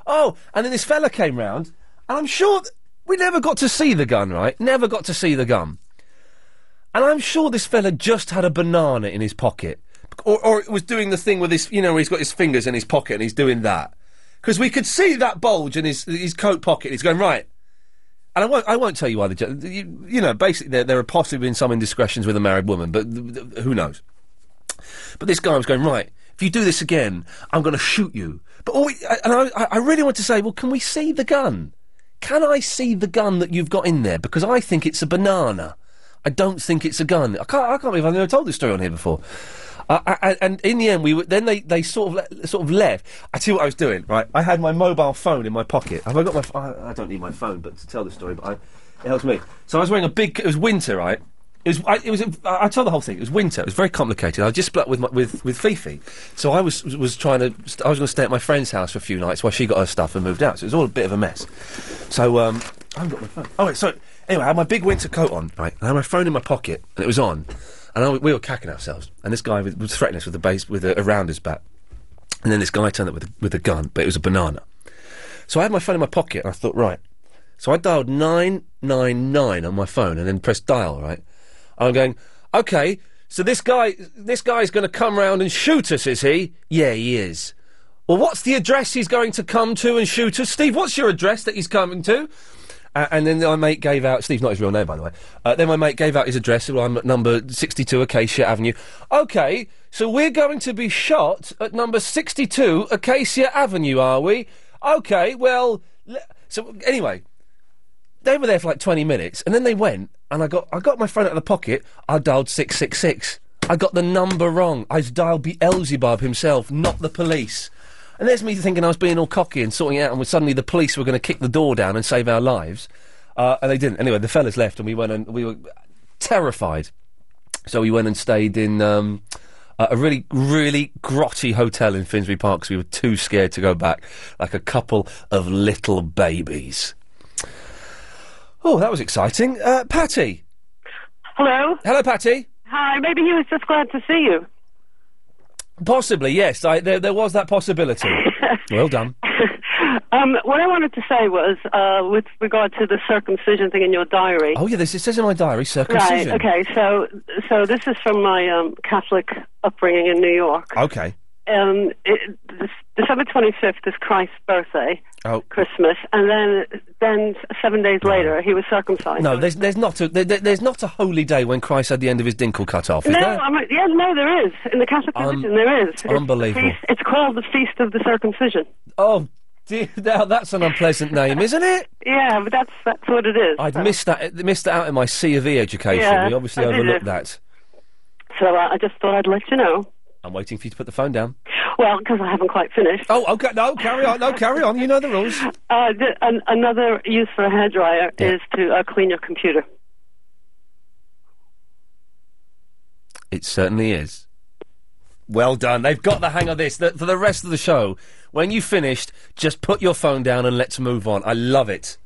Oh, and then this fella came round, and I'm sure th- we never got to see the gun. Right? Never got to see the gun. And I'm sure this fella just had a banana in his pocket. Or, or it was doing the thing with his, you know, where he's got his fingers in his pocket and he's doing that. Because we could see that bulge in his, his coat pocket. He's going, right. And I won't, I won't tell you why the ju- You, you know, basically, there, there have possibly been some indiscretions with a married woman, but th- th- who knows? But this guy was going, right, if you do this again, I'm going to shoot you. But all we, I- and I, I- I really want to say, well, can we see the gun? Can I see the gun that you've got in there? Because I think it's a banana. I don't think it's a gun. I can't, I can't believe I've never told this story on here before. Uh, I, I- and in the end, we were, then they, they sort of le- sort of left. I see what I was doing. Right, I had my mobile phone in my pocket. Have I got my? ph- I, I don't need my phone, but to tell the story, but I, it helps me. So I was wearing a big. It was winter, right? It was. I, it was. I I told the whole thing. It was winter. It was very complicated. I just split up with my, with with Fifi, so I was was trying to. st- I was going to stay at my friend's house for a few nights while she got her stuff and moved out. So it was all a bit of a mess. So um, I haven't got my phone. Oh wait, so anyway, I had my big winter coat on, right? And I had my phone in my pocket, and it was on. And I, we were cacking ourselves, and this guy was, was threatening us with a base with a, a round his back. And then this guy turned up with a, with a gun, but it was a banana. So I had my phone in my pocket, and I thought, right. So I dialed 999 on my phone and then pressed dial, right? And I'm going, okay, so this guy, this guy's going to come round and shoot us, is he? Yeah, he is. Well, what's the address he's going to come to and shoot us? Steve, what's your address that he's coming to? Uh, and then my mate gave out, Steve's not his real name, by the way. Uh, then my mate gave out his address. Well, I'm at number 62 Acacia Avenue. Okay, so we're going to be shot at number 62 Acacia Avenue, are we? Okay, well, le- so anyway, they were there for like 20 minutes and then they went and I got I got my phone out of the pocket. I dialed 666. I got the number wrong. I dialed the Elzebub himself, not the police. And there's me thinking I was being all cocky and sorting it out, and was- suddenly the police were going to kick the door down and save our lives. Uh, and they didn't. Anyway, the fellas left and we went and we were terrified. So we went and stayed in um, a a really, really grotty hotel in Finsbury Park 'cause we were too scared to go back, like a couple of little babies. Oh, that was exciting. Uh, Patty. Hello. Hello, Patty. Hi, maybe he was just glad to see you. Possibly, yes. I, there, there was *laughs* that possibility. well done. Um, what I wanted to say was, uh, with regard to the circumcision thing in your diary. Oh, yeah, this it says in my diary Right. circumcision. Okay. So, so this is from my um, Catholic upbringing in New York. Okay. Um, it, this, December twenty fifth is Christ's birthday, Oh. Christmas, and then then seven days later he was circumcised. No, there's, there's, not a, there, there- there's not a holy day when Christ had the end of his dinkle cut off, is No, there? I'm, yeah, no, there is in the Catholic Um, religion. There is. It's the unbelievable. feast- It's called the Feast of the Circumcision. Oh, dear, *laughs* now that's an unpleasant name, isn't it? Yeah, but that's that's what it is. I'd So- missed that missed that out in my C of E education. Yeah, we obviously I did overlooked it. that. So uh, I just thought I'd let you know. I'm waiting for you to put the phone down. Well, because I haven't quite finished. Oh, okay. No, carry on. No, carry on. You know the rules. Uh, the, an, another use for a hairdryer is to uh, clean your computer. It certainly is. Well done. They've got the hang of this. The, for the rest of the show, when you finished, just put your phone down and let's move on. I love it.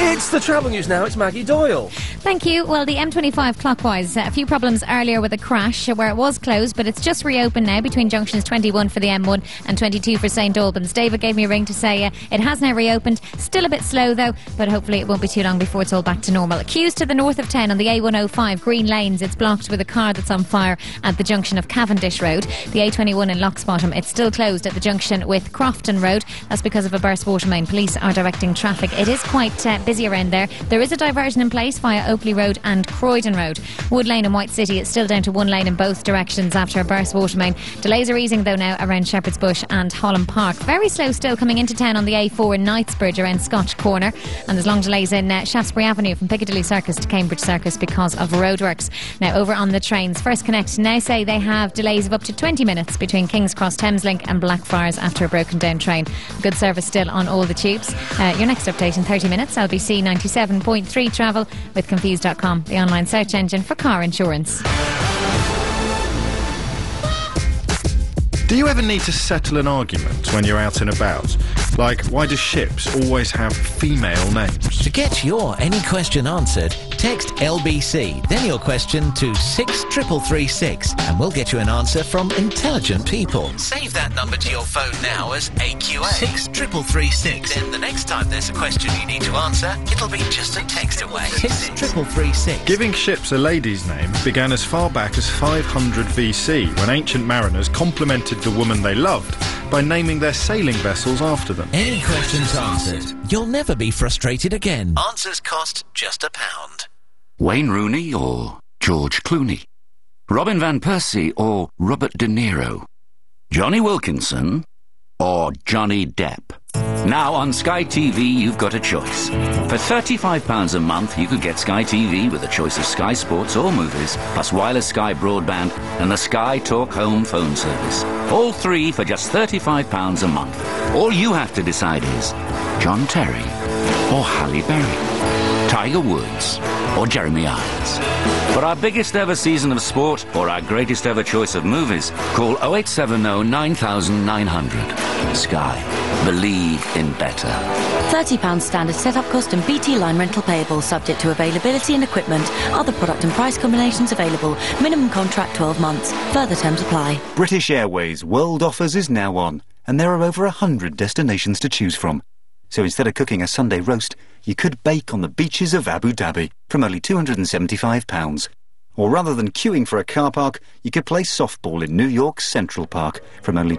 It's the travel news now. It's Maggie Doyle. Thank you. Well, the M25 clockwise, uh, a few problems earlier with a crash uh, where it was closed, but it's just reopened now between junctions 21 for the M1 and 22 for St Albans. David gave me a ring to say uh, it has now reopened. Still a bit slow though, but hopefully it won't be too long before it's all back to normal. Queues to the north of 10 on the A105 Green Lanes. It's blocked with a car that's on fire at the junction of Cavendish Road. The A21 in Locksbottom, it's still closed at the junction with Crofton Road. That's because of a burst water main. Police are directing traffic. It is quite uh, busy around there. There is a diversion in place via Oakley Road and Croydon Road. Wood Lane and White City, it's still down to one lane in both directions after a burst water main. Delays are easing though now around Shepherd's Bush and Holland Park. Very slow still coming into town on the A4 in Knightsbridge around Scotch Corner. And there's long delays in uh, Shaftesbury Avenue from Piccadilly Circus to Cambridge Circus because of roadworks. Now over on the trains, First Connect now say they have delays of up to 20 minutes between King's Cross Thameslink and Blackfriars after a broken down train. Good service still on all the tubes. Uh, your next update in 30 minutes, LBC 97.3 travel with Confused.com, the online search engine for car insurance. Do you ever need to settle an argument when you're out and about? Like, why do ships always have female names? To get your any question answered, text LBC, then your question to 63336, and we'll get you an answer from intelligent people. Save that number to your phone now as AQA 63336. Then the next time there's a question you need to answer, it'll be just a text away. 63336. Giving ships a lady's name began as far back as 500 BC when ancient mariners complimented the woman they loved by naming their sailing vessels after them. Any questions answered, you'll never be frustrated again. Answers cost just a pound. Wayne Rooney or George Clooney? Robin Van Persie or Robert De Niro? Johnny Wilkinson or Johnny Depp? Now on Sky TV, you've got a choice. For £35 a month, you could get Sky TV with a choice of Sky Sports or movies, plus wireless Sky broadband and the Sky Talk Home phone service. All three for just £35 a month. All you have to decide is John Terry or Halle Berry. Tiger Woods or Jeremy Irons. For our biggest ever season of sport or our greatest ever choice of movies, call 0870 9900. Sky. Believe in better. £30 standard setup cost and BT line rental payable subject to availability and equipment. Other product and price combinations available. Minimum contract 12 months. Further terms apply. British Airways World Offers is now on, and there are over 100 destinations to choose from. So instead of cooking a Sunday roast, you could bake on the beaches of Abu Dhabi from only £275. Or rather than queuing for a car park, you could play softball in New York's Central Park from only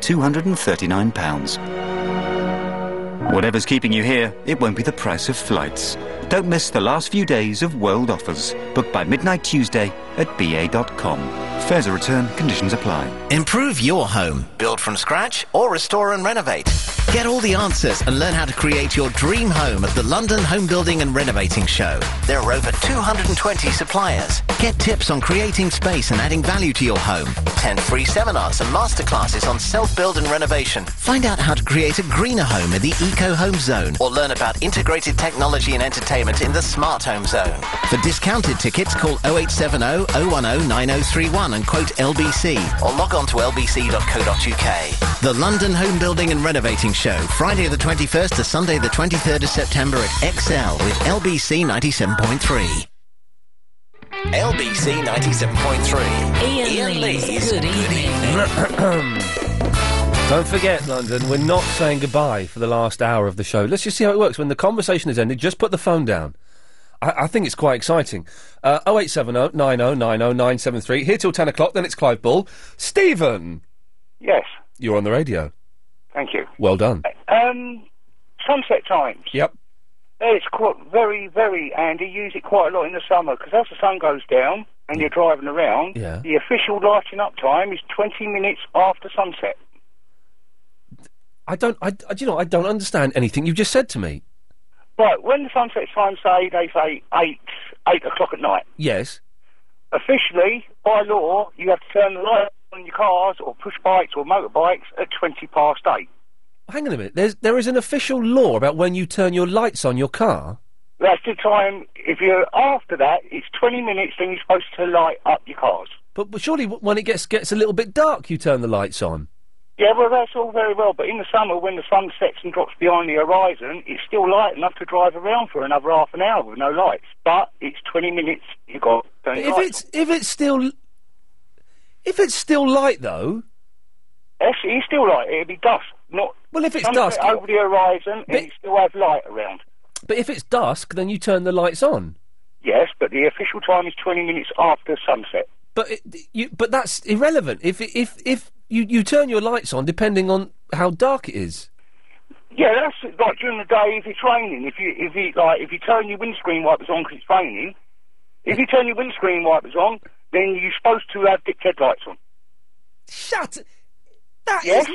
£239. Whatever's keeping you here, it won't be the price of flights. Don't miss the last few days of world offers. Book by midnight Tuesday at BA.com. Fares a return, conditions apply. Improve your home. Build from scratch or restore and renovate. Get all the answers and learn how to create your dream home at the London Home Building and Renovating Show. There are over 220 suppliers. Get tips on creating space and adding value to your home. 10 free seminars and masterclasses on self-build and renovation. Find out how to create a greener home in the Eco Home Zone or learn about integrated technology and entertainment in the Smart Home Zone. oh For discounted tickets, call 0870 010 9031 and quote LBC or log on to lbc.co.uk. The London Home Building and Renovating Show, Friday the 21st to Sunday the 23rd of September at XL with LBC 97.3. LBC 97.3. Ian, Lee's, good, evening. Don't forget, London, we're not saying goodbye for the last hour of the show. Let's just see how it works. When the conversation has ended, just put the phone down. I, I think it's quite exciting. Uh, 0870 oh, 9090973. Here till 10 o'clock, then it's Clive Bull. Stephen! Yes, You're on the radio. thank you. Well done. Um, sunset times. Yep. It's quite very, very, and you use it quite a lot in the summer because as the sun goes down and you're driving around, Yeah. the official lighting up time is 20 minutes after sunset. I don't, I, I- do you know, I don't understand anything you've just said to me. Right, when the sunset time say they say eight, eight o'clock at night. Yes. Officially, by law, you have to turn the light on your cars or push bikes or motorbikes at 20 past eight. Hang on a minute. There's, there is an official law about when you turn your lights on your car. That's the time. If you're after that, it's 20 minutes. Then you're supposed to light up your cars. But, but surely w- when it gets, gets a little bit dark, you turn the lights on. Yeah, well, that's all very well, but in the summer, when the sun sets and drops behind the horizon, it's still light enough to drive around for another half an hour with no lights. But it's 20 minutes. You got to turn your If lights. it's if it's still if it's still light though, It's, it's still light. It'd be dusk, not. Well, if it's sunset dusk, over the horizon, and you still have light around. but if it's dusk, then you turn the lights on. Yes, but the official time is 20 minutes after sunset. But it, you but that's irrelevant. If if if you you turn your lights on depending on how dark it is. Yeah, that's like during the day if it's raining. If you if you like if you turn your windscreen wipers on 'cause it's raining, if you turn your windscreen wipers on, then you're supposed to have dick headlights on. Shut. That is yes,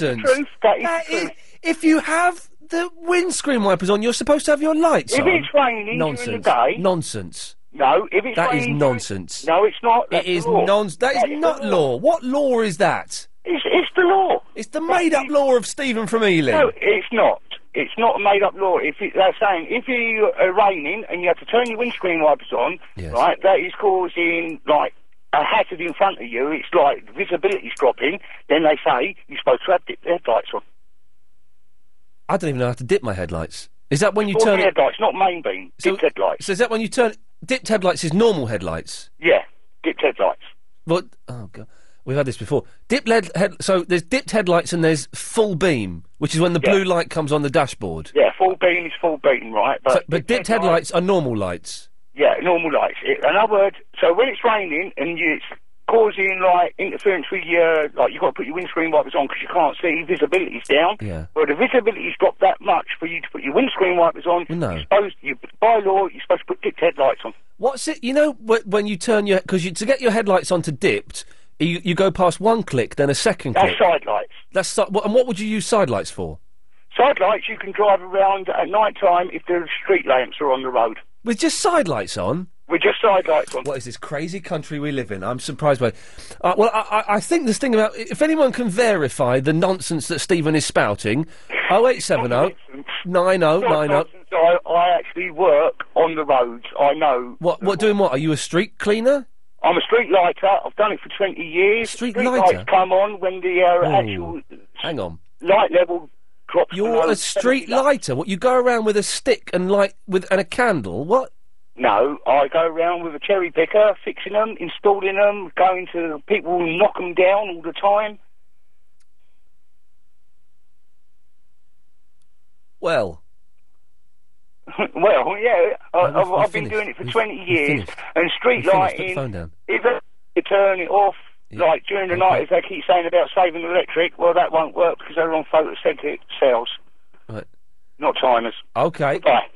That is the truth. That is That the truth. is- if you have the windscreen wipers on, you're supposed to have your lights If on. it's raining during the nonsense. day- nonsense. No, if it's That is raining during- nonsense. No, it's not. It That's is the law. nonsense. That that is is the not law. law. What law is that? It's, it's the law. It's the made-up law of Stephen from Ealing. No, it's not. It's not a made-up law. If it, they're saying if you are raining and you have to turn your windscreen wipers on, right, that is causing like a hazard in front of you. It's like visibility's dropping. Then they say you're supposed to have dip headlights on. I don't even know how to dip my headlights. Is that when you Or turn it? headlights, not main beam. So- dip headlights. So is that when you turn dipped headlights is normal headlights? Yeah, dip headlights. What? Oh god, we've had this before. Dipped lead head. So there's dipped headlights and there's full beam, which is when the blue light comes on the dashboard. Yeah, full beam is full beam, right? But So- but dipped headlights are normal lights. Yeah, normal lights. It, in other words, so when it's raining and you, it's causing like interference with your, like you've got to put your windscreen wipers on because you can't see, visibility's down. Yeah. Well, the visibility's dropped that much for you to put your windscreen wipers on. Well, no. You're supposed, you, by law, you're supposed to put dipped headlights on. What's it? You know wh- when you turn your because you, to get your headlights onto dipped, you, you go past one click, then a second That's click. side lights. That's si- wh- and what would you use side lights for? Side lights you can drive around at night time if the street lamps are on the road. With just side lights on. With just side lights on. What is this crazy country we live in? I'm surprised by. it. Uh, well, I, I I think this thing about if anyone can verify the nonsense that Stephen is spouting, 0870 Oh, 9090. So I, I actually work on the roads. I know. What? What doing? What are you a street cleaner? I'm a street lighter. I've done it for 20 years. Street, lighter? Oh. lights come on when the uh, actual Hang on. light level drops. You're a street lighter. What? You go around with a stick and light with and a candle? What? No, I go around with a cherry picker, fixing them, installing them, going to people, knock them down all the time. Well, *laughs* well, yeah, I, Right, we've- I've, we've I've been finished. doing it for We've- 20 we've years, finished. and street We've finished. Put the lighting, phone down. if they turn it off, like during the night, as they keep saying about saving electric, well, that won't work because they're on photocentric cells, Right. not timers. Okay. Bye.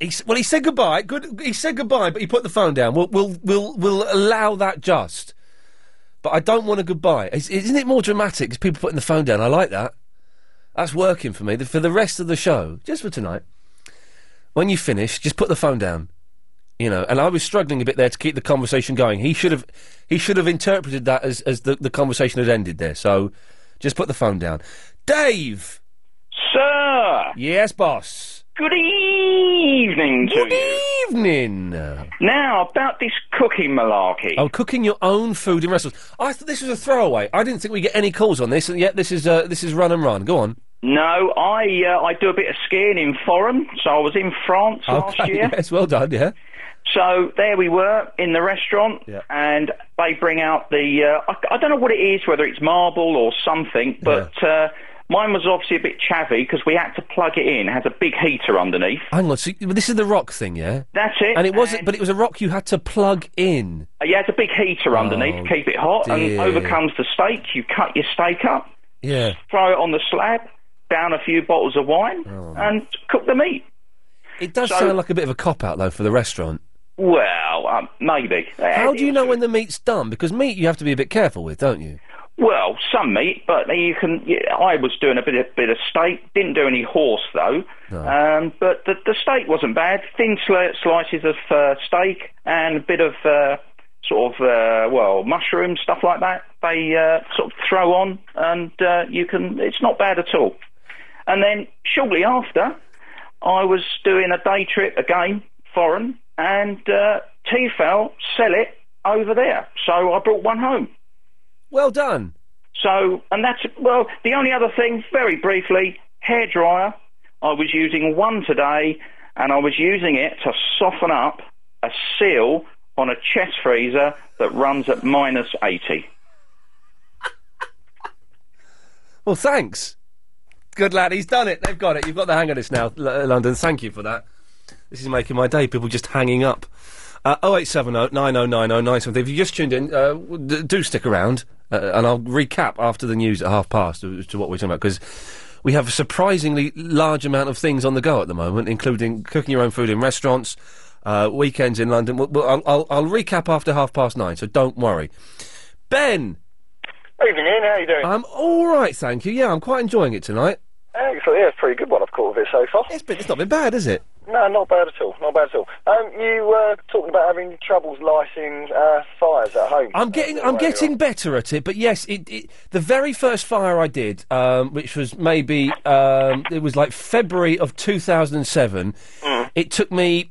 He, s- well, he said goodbye. Good. He said goodbye, but he put the phone down. We'll we'll we'll, we'll allow that just. But I don't want a goodbye. Is, isn't it more dramatic? 'cause people putting the phone down. I like that. That's working for me. The- For the rest of the show, just for tonight, when you finish, just put the phone down. You know, and I was struggling a bit there to keep the conversation going. He should have, he should have interpreted that as as the, the conversation had ended there. So, just put the phone down, Dave. Sir. Yes, boss. Good evening to Good you. evening. Now, about this cooking malarkey. Oh, cooking your own food in restaurants. I thought this was a throwaway. I didn't think we get any calls on this, and yet this is uh, this is run and run. Go on. No, I uh, I do a bit of skiing in foreign, so I was in France last Okay, year. *laughs* Yes, well done. Yeah. So there we were in the restaurant, and they bring out the uh, I, I don't know what it is, whether it's marble or something, but uh, mine was obviously a bit chavvy because we had to plug it in. It has a big heater underneath. Hang on. So this is the rock thing, yeah. That's it. And it wasn't, but it was a rock you had to plug in. Oh, Uh, You had a big heater underneath to keep it hot, and dear. over comes the steak. You cut your steak up, Yeah. throw it on the slab, down a few bottles of wine, and cook the meat. It does So- sound like a bit of a cop out though for the restaurant. Well, um, maybe. How do you know when the meat's done? Because meat you have to be a bit careful with, don't you? Well, some meat, but you can. Yeah, I was doing a bit of bit of steak. Didn't do any horse though. Um, but the the steak wasn't bad. Thin sli- slices of uh, steak and a bit of uh, sort of uh, well mushroom stuff like that. They uh, sort of throw on, and uh, you can. It's not bad at all. And then shortly after, I was doing a day trip again, foreign, and uh, Tefal sell it over there. So I brought one home. Well done. So, and that's well. The only other thing, very briefly, hair dryer. I was using one today, and I was using it to soften up a seal on a chest freezer that runs at minus eighty. Well, thanks. Good lad, he's done it. They've got it. You've got the hang of this now, L- uh, London. Thank you for that. This is making my day. People just hanging up. Uh, 0870 9090 970. If you just tuned in, uh, w- d- do stick around, uh, and I'll recap after the news at half past as to what we're talking about because we have a surprisingly large amount of things on the go at the moment, including cooking your own food in restaurants, uh, weekends in London. Well, well, I'll, I'll, I'll recap after half past nine, so don't worry. Ben, Evening, Ian. How you doing? I'm all right, thank you. Yeah, I'm quite enjoying it tonight. Excellent. Yeah, it's a pretty good one I've caught of it so far. It's been, it's not been bad, is it? No, not bad at all. Not bad at all. Um, you were talking about having troubles lighting uh, fires at home. I'm getting I'm getting better at it, but yes, it, it the very first fire I did, um, which was maybe um, it was like February of 2007. Hmm. It took me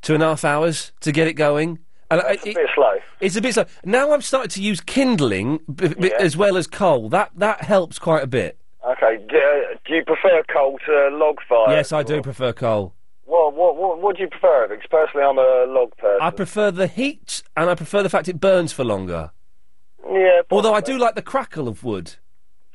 two and a half hours to get it going. And I, it's a bit slow. It's a bit slow. Now I've started to use kindling b- b- as well as coal. That that helps quite a bit. Okay. Do, uh, do you prefer coal to log fire? yes, I do prefer coal. Well, what, what what do you prefer? Because personally, I'm a log person. I prefer the heat, and I prefer the fact it burns for longer. Yeah. Although I do like the crackle of wood.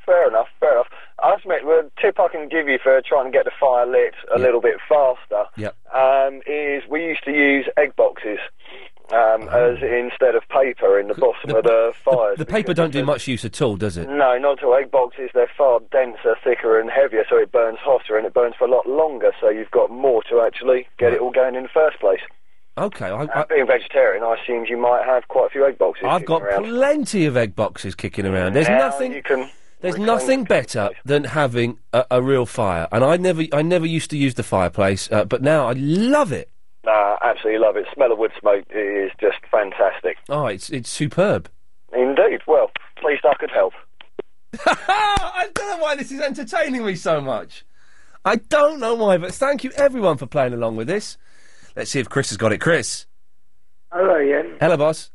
Fair enough. Fair enough. I must admit, the tip I can give you for trying to get the fire lit a little bit faster Yep. um, is we used to use egg boxes. Um, Oh. As instead of paper in the bottom of the fires. The paper don't do much use at all, does it? No, not at all. Egg boxes, they're far denser, thicker, and heavier, so it burns hotter and it burns for a lot longer, so you've got more to actually get it all going in the first place. Okay, I, I, And being vegetarian, I assumed you might have quite a few egg boxes. I've kicking got around. plenty of egg boxes kicking around. There's Now nothing. You can There's nothing better than having a, a real fire, and I never, I never used to use the fireplace, uh, but now I love it. Nah, absolutely love it. Smell of wood smoke is just fantastic. Oh, it's it's superb. *laughs* Indeed. Well, pleased I could help. I don't know why this is entertaining me so much. I don't know why, but thank you everyone for playing along with this. Let's see if Chris has got it. Chris, Hello, Ian. hello, boss.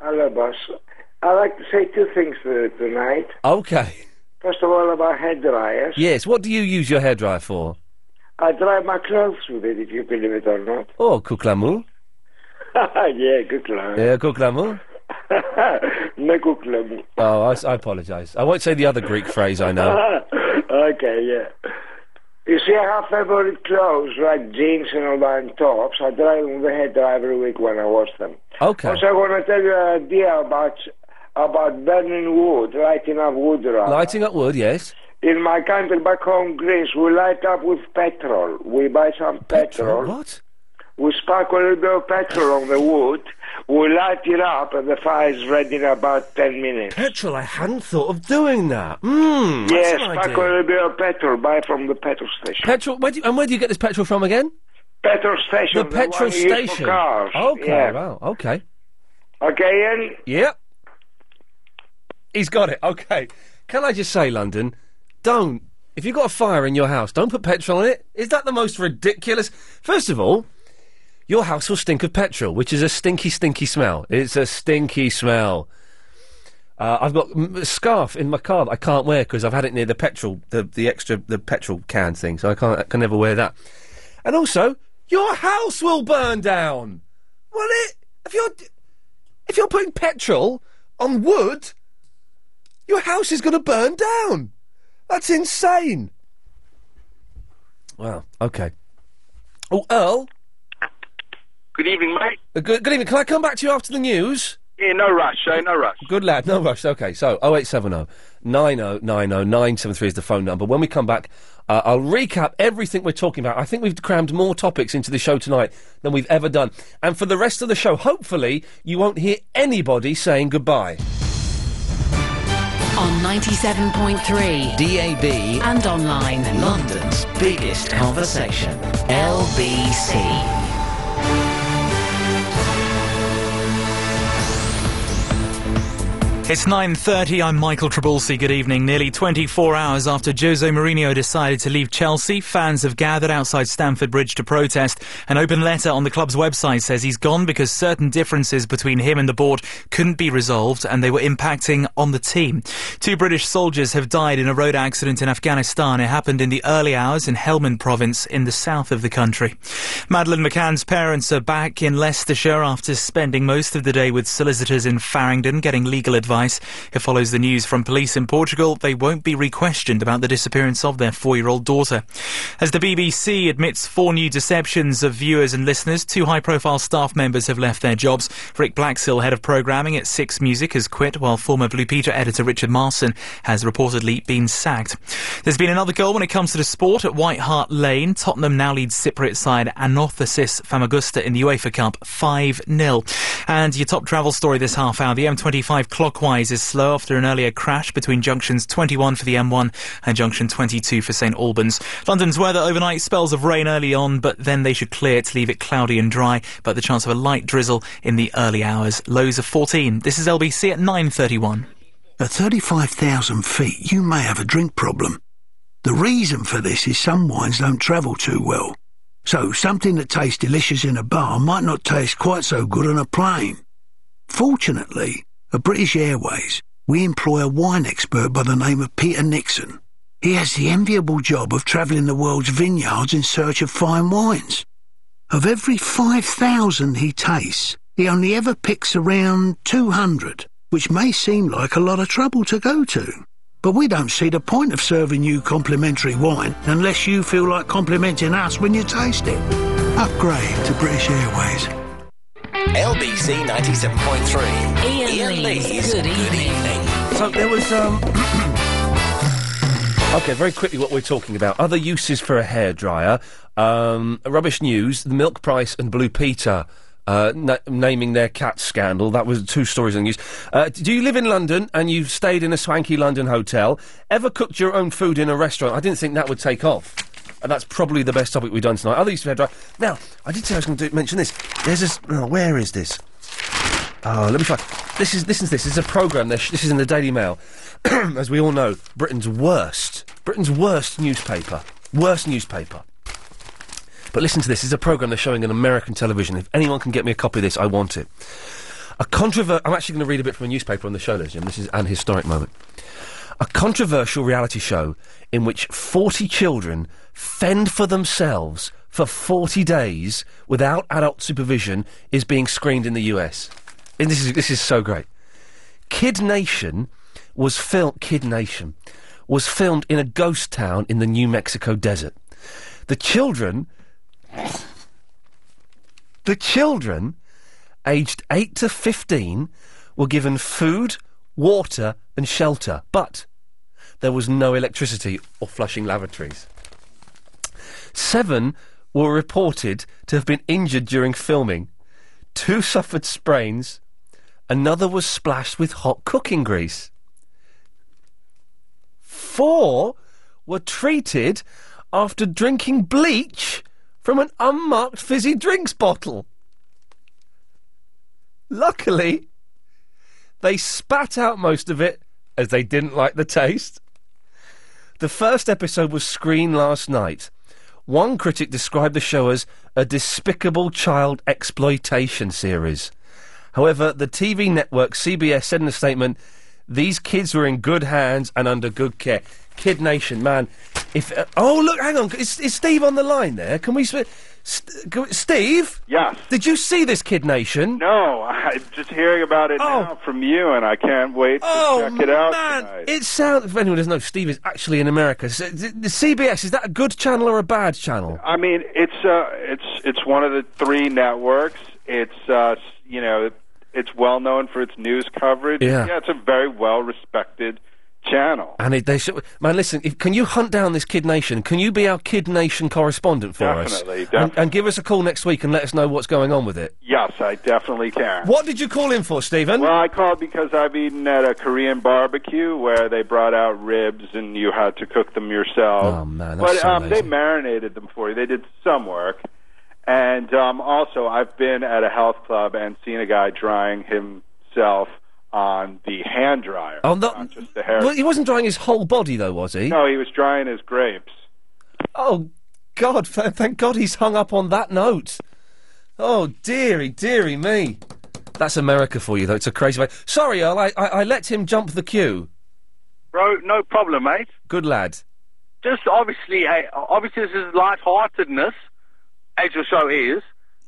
Hello, boss. I'd like to say two things for you tonight. Okay. First of all, about hair dryers. Yes. What do you use your hairdryer for? I dry my clothes with it, if you believe it or not. *laughs* Oh, kuklamu. yeah, good luck. Yeah, kuklamu. *laughs* no good luck. *laughs* Oh, I, apologise. I won't say the other Greek phrase I know. okay, yeah. You see, I have favorite clothes like jeans and all that and tops. I dry them with a head dryer every week when I wash them. Okay. Also, I want to tell you an idea about about burning wood, lighting up wood. rather. Lighting up wood, yes. In my country, back home, Greece, we light up with petrol. We buy some petrol. What? We sparkle a little bit of petrol on the wood. We light it up, and the fire is ready in about ten minutes. Petrol, I hadn't thought of doing that. Hmm, Mmm. yes, that's an sparkle a idea. little bit of petrol. Buy from the petrol station. Petrol, where do you, and where do you get this petrol from again? Petrol station. The petrol one you use for station. Cars. Okay, Yeah. wow, okay. Okay, and Yep. He's got it. Okay. Can I just say, London, don't. If you've got a fire in your house, don't put petrol in it. Is that the most ridiculous? First of all, your house will stink of petrol, which is a stinky, stinky smell. It's a stinky smell. Uh, I've got mm, a scarf in my car that I can't wear because I've had it near the petrol, the, the extra, the petrol can thing, so I can't, I can never wear that. And also, your house will burn down. Well, it if you're if you're putting petrol on wood, your house is going to burn down. That's insane. Wow. Okay. Oh, Earl. Good evening, mate. Uh, Good, good evening. Can I come back to you after the news? Yeah, no rush, eh? No rush. Good lad, no rush. Okay, so 0870 9090 973 is the phone number. When we come back, uh, I'll recap everything we're talking about. I think we've crammed more topics into the show tonight than we've ever done. And for the rest of the show, hopefully, you won't hear anybody saying goodbye. On 97.3 DAB and online. London's biggest conversation. LBC. It's 9.30, I'm Michael Trabulsi, good evening. Nearly 24 hours after Jose Mourinho decided to leave Chelsea, fans have gathered outside Stamford Bridge to protest. An open letter on the club's website says he's gone because certain differences between him and the board couldn't be resolved and they were impacting on the team. Two British soldiers have died in a road accident in Afghanistan. It happened in the early hours in Helmand province in the south of the country. Madeline McCann's parents are back in Leicestershire after spending most of the day with solicitors in Farringdon getting legal advice. It follows the news from police in Portugal. They won't be re-questioned about the disappearance of their four-year-old daughter. As the BBC admits four new deceptions of viewers and listeners, two high-profile staff members have left their jobs. Rick Blackshill, head of programming at Six Music, has quit, while former Blue Peter editor Richard Marson has reportedly been sacked. There's been another goal when it comes to the sport at White Hart Lane. Tottenham now leads Cypriot side Anorthosis Famagusta in the UEFA Cup 5 0. And your top travel story this half hour the M25 clockwise is slow after an earlier crash between junctions 21 for the M1 and junction 22 for St Albans. London's weather overnight spells of rain early on, but then they should clear to leave it cloudy and dry, but the chance of a light drizzle in the early hours. Lows of 14. This is LBC at 9.31. At 35,000 feet, you may have a drink problem. The reason for this is some wines don't travel too well. So, something that tastes delicious in a bar might not taste quite so good on a plane. Fortunately, at British Airways, we employ a wine expert by the name of Peter Nixon. He has the enviable job of travelling the world's vineyards in search of fine wines. Of every 5,000 he tastes, he only ever picks around 200, which may seem like a lot of trouble to go to. But we don't see the point of serving you complimentary wine unless you feel like complimenting us when you taste it. Upgrade to British Airways. LBC 97.3. Ian, Lee's Good Evening. So there was um. Okay, very quickly, what we're talking about: other uses for a hairdryer, um, rubbish news, the milk price, and Blue Peter uh, na- naming their cat scandal. That was two stories on the news. Uh, do you live in London and you've stayed in a swanky London hotel? Ever cooked your own food in a restaurant? I didn't think that would take off. And that's probably the best topic we've done tonight. Other uses for hairdryer. Now, I did say I was going to mention this. There's this. Oh, where is this? Oh, let me try. This is listen to this. This is a program. This, this is in the Daily Mail, *clears throat* as we all know. Britain's worst, Britain's worst newspaper, worst newspaper. But listen to this. This is a program they're showing on American television. If anyone can get me a copy of this, I want it. A controver- I'm actually going to read a bit from a newspaper on the show, ladies and gentlemen. This is an historic moment. A controversial reality show in which 40 children fend for themselves for 40 days without adult supervision is being screened in the US. And this is, this is so great. Kid Nation was filmed. Kid Nation was filmed in a ghost town in the New Mexico desert. The children, the children, aged eight to fifteen, were given food, water, and shelter, but there was no electricity or flushing lavatories. Seven were reported to have been injured during filming. Two suffered sprains. Another was splashed with hot cooking grease. Four were treated after drinking bleach from an unmarked fizzy drinks bottle. Luckily, they spat out most of it as they didn't like the taste. The first episode was screened last night. One critic described the show as a despicable child exploitation series. However, the TV network CBS said in a statement, "These kids were in good hands and under good care." Kid Nation, man. If uh, oh look, hang on, is, is Steve on the line there? Can we, sp- st- can we- Steve? Yes. Did you see this Kid Nation? No, I'm just hearing about it now from you, and I can't wait to Oh, check it out man. tonight. It sounds. If anyone doesn't know, Steve is actually in America. So, the, the CBS is that a good channel or a bad channel? I mean, it's uh, it's it's one of the three networks. It's uh, s- you know, it's well known for its news coverage. Yeah. it's a very well respected channel. And it, they should. Man, listen. If, can you hunt down this Kid Nation? Can you be our Kid Nation correspondent for us? Definitely, And- And, give us a call next week and let us know what's going on with it. Yes, I definitely can. What did you call in for, Stephen? Well, I called because I've eaten at a Korean barbecue where they brought out ribs and you had to cook them yourself. Oh, man, that's but so um, they lazy. marinated them for you. They did some work. And um, also, I've been at a health club and seen a guy drying himself on the hand dryer, Oh, no- not just the hair. Well, he wasn't drying his whole body, though, was he? no, he was drying his grapes. Oh, God. Th- thank God he's hung up on that note. Oh, dearie, dearie me. That's America for you, though. It's a crazy way. Sorry, Earl, I, I, I let him jump the queue. Bro, no problem, mate. Good lad. Just obviously, hey, obviously this is light-heartedness, as your show is.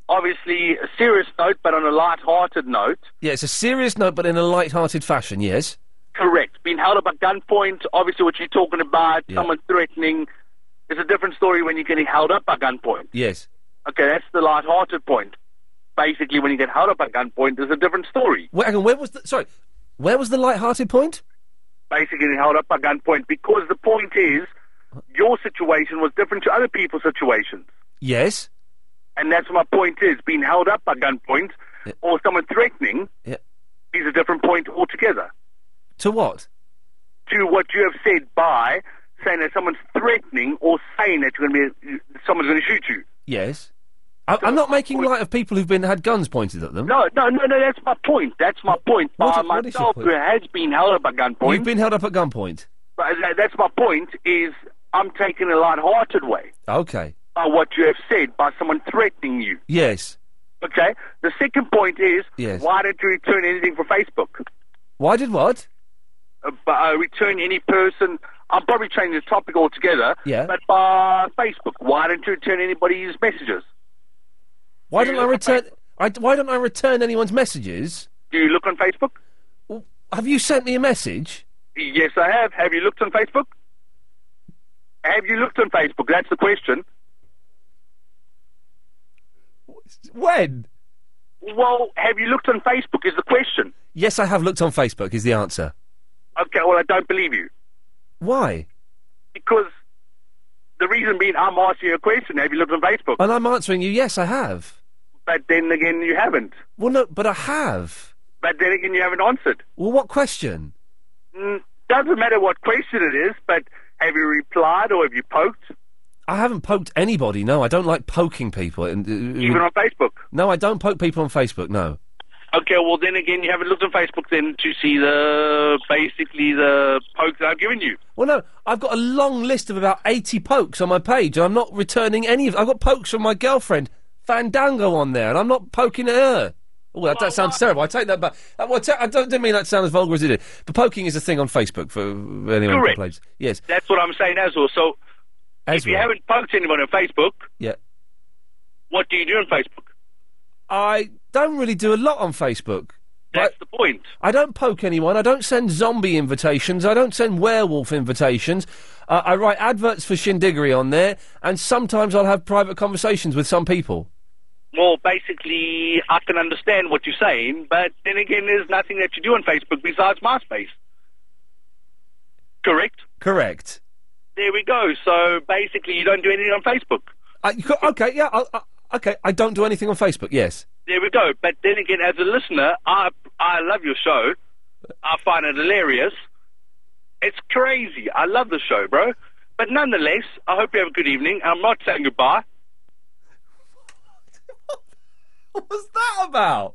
Obviously, a serious note, but on a light-hearted note. Yeah, it's a serious note, but in a light-hearted fashion, yes? Correct. Being held up at gunpoint, obviously what you're talking about, Yeah. someone threatening. It's a different story when you're getting held up at gunpoint. Yes. Okay, that's the light-hearted point. Basically, when you get held up at gunpoint, there's a different story. Wait, hang on, where was the... Sorry, where was the light-hearted point? basically held up by gunpoint because the point is Uh-huh. your situation was different to other people's situations. Yes. And that's what my point is. Being held up by gunpoint or someone threatening Yeah. is a different point altogether To what? to what you have said by saying that someone's threatening or saying that you're going to be, someone's going to shoot you. Yes. I, I'm not making light of people who've been had guns pointed at them. No, no, no, no, that's my point. That's my point. What by is- what is your myself point? who has been held up by gunpoint. You've been held up at gunpoint. but that- that's my point is I'm taking a light-hearted way Okay. by what you have said by someone threatening you. Yes. Okay. The second point is Yes. why did you return anything for Facebook? Why did what? Uh, but, uh, return any person. I'm probably changing the topic altogether. Yeah. But by Facebook, why didn't you return anybody's messages? Why don't I return? I, why don't I return anyone's messages? Do you look on Facebook? Have you sent me a message? Yes, I have. Have you looked on Facebook? Have you looked on Facebook? That's the question. When? Well, have you looked on Facebook? Is the question. Yes, I have looked on Facebook. Is the answer Okay. Well, I don't believe you why? because the reason being, I'm asking you a question. Have you looked on Facebook? And I'm answering you. Yes, I have. But then again, you haven't. Well, no, but I have. But then again, you haven't answered. Well, what question? Mm, doesn't matter what question it is, but have you replied or have you poked? I haven't poked anybody. No, I don't like poking people. And even Even on Facebook. No, I don't poke people on Facebook. No. Okay, well then again, you haven't looked on Facebook then to see the basically the poke that I've given you. Well, no, I've got a long list of about 80 pokes on my page, and I'm not returning any of I've got pokes from my girlfriend, Fandango, on there, and I'm not poking at her. Oh, that, that sounds terrible. I take that back. Uh, well, te- I don't didn't mean that to sound as vulgar as it did. But poking is a thing on Facebook for anyone who Correct. plays. Yes. That's what I'm saying as well. So if you Ezra. haven't poked anyone on Facebook, Yeah. what do you do on Facebook? I don't really do a lot on Facebook. That's the point. I don't poke anyone. I don't send zombie invitations. I don't send werewolf invitations. Uh, I write adverts for Shindiggery on there, and sometimes I'll have private conversations with some people. Well, basically, I can understand what you're saying, but then again, there's nothing that you do on Facebook besides MySpace. Correct? Correct. There we go. So basically, you don't do anything on Facebook. I, Uh, you co- okay, yeah, I, I, okay. I don't do anything on Facebook. Yes. There we go. But then again, as a listener, I I love your show. I find it hilarious. It's crazy. I love the show, bro. But nonetheless, I hope you have a good evening. I'm not saying goodbye. What was that about?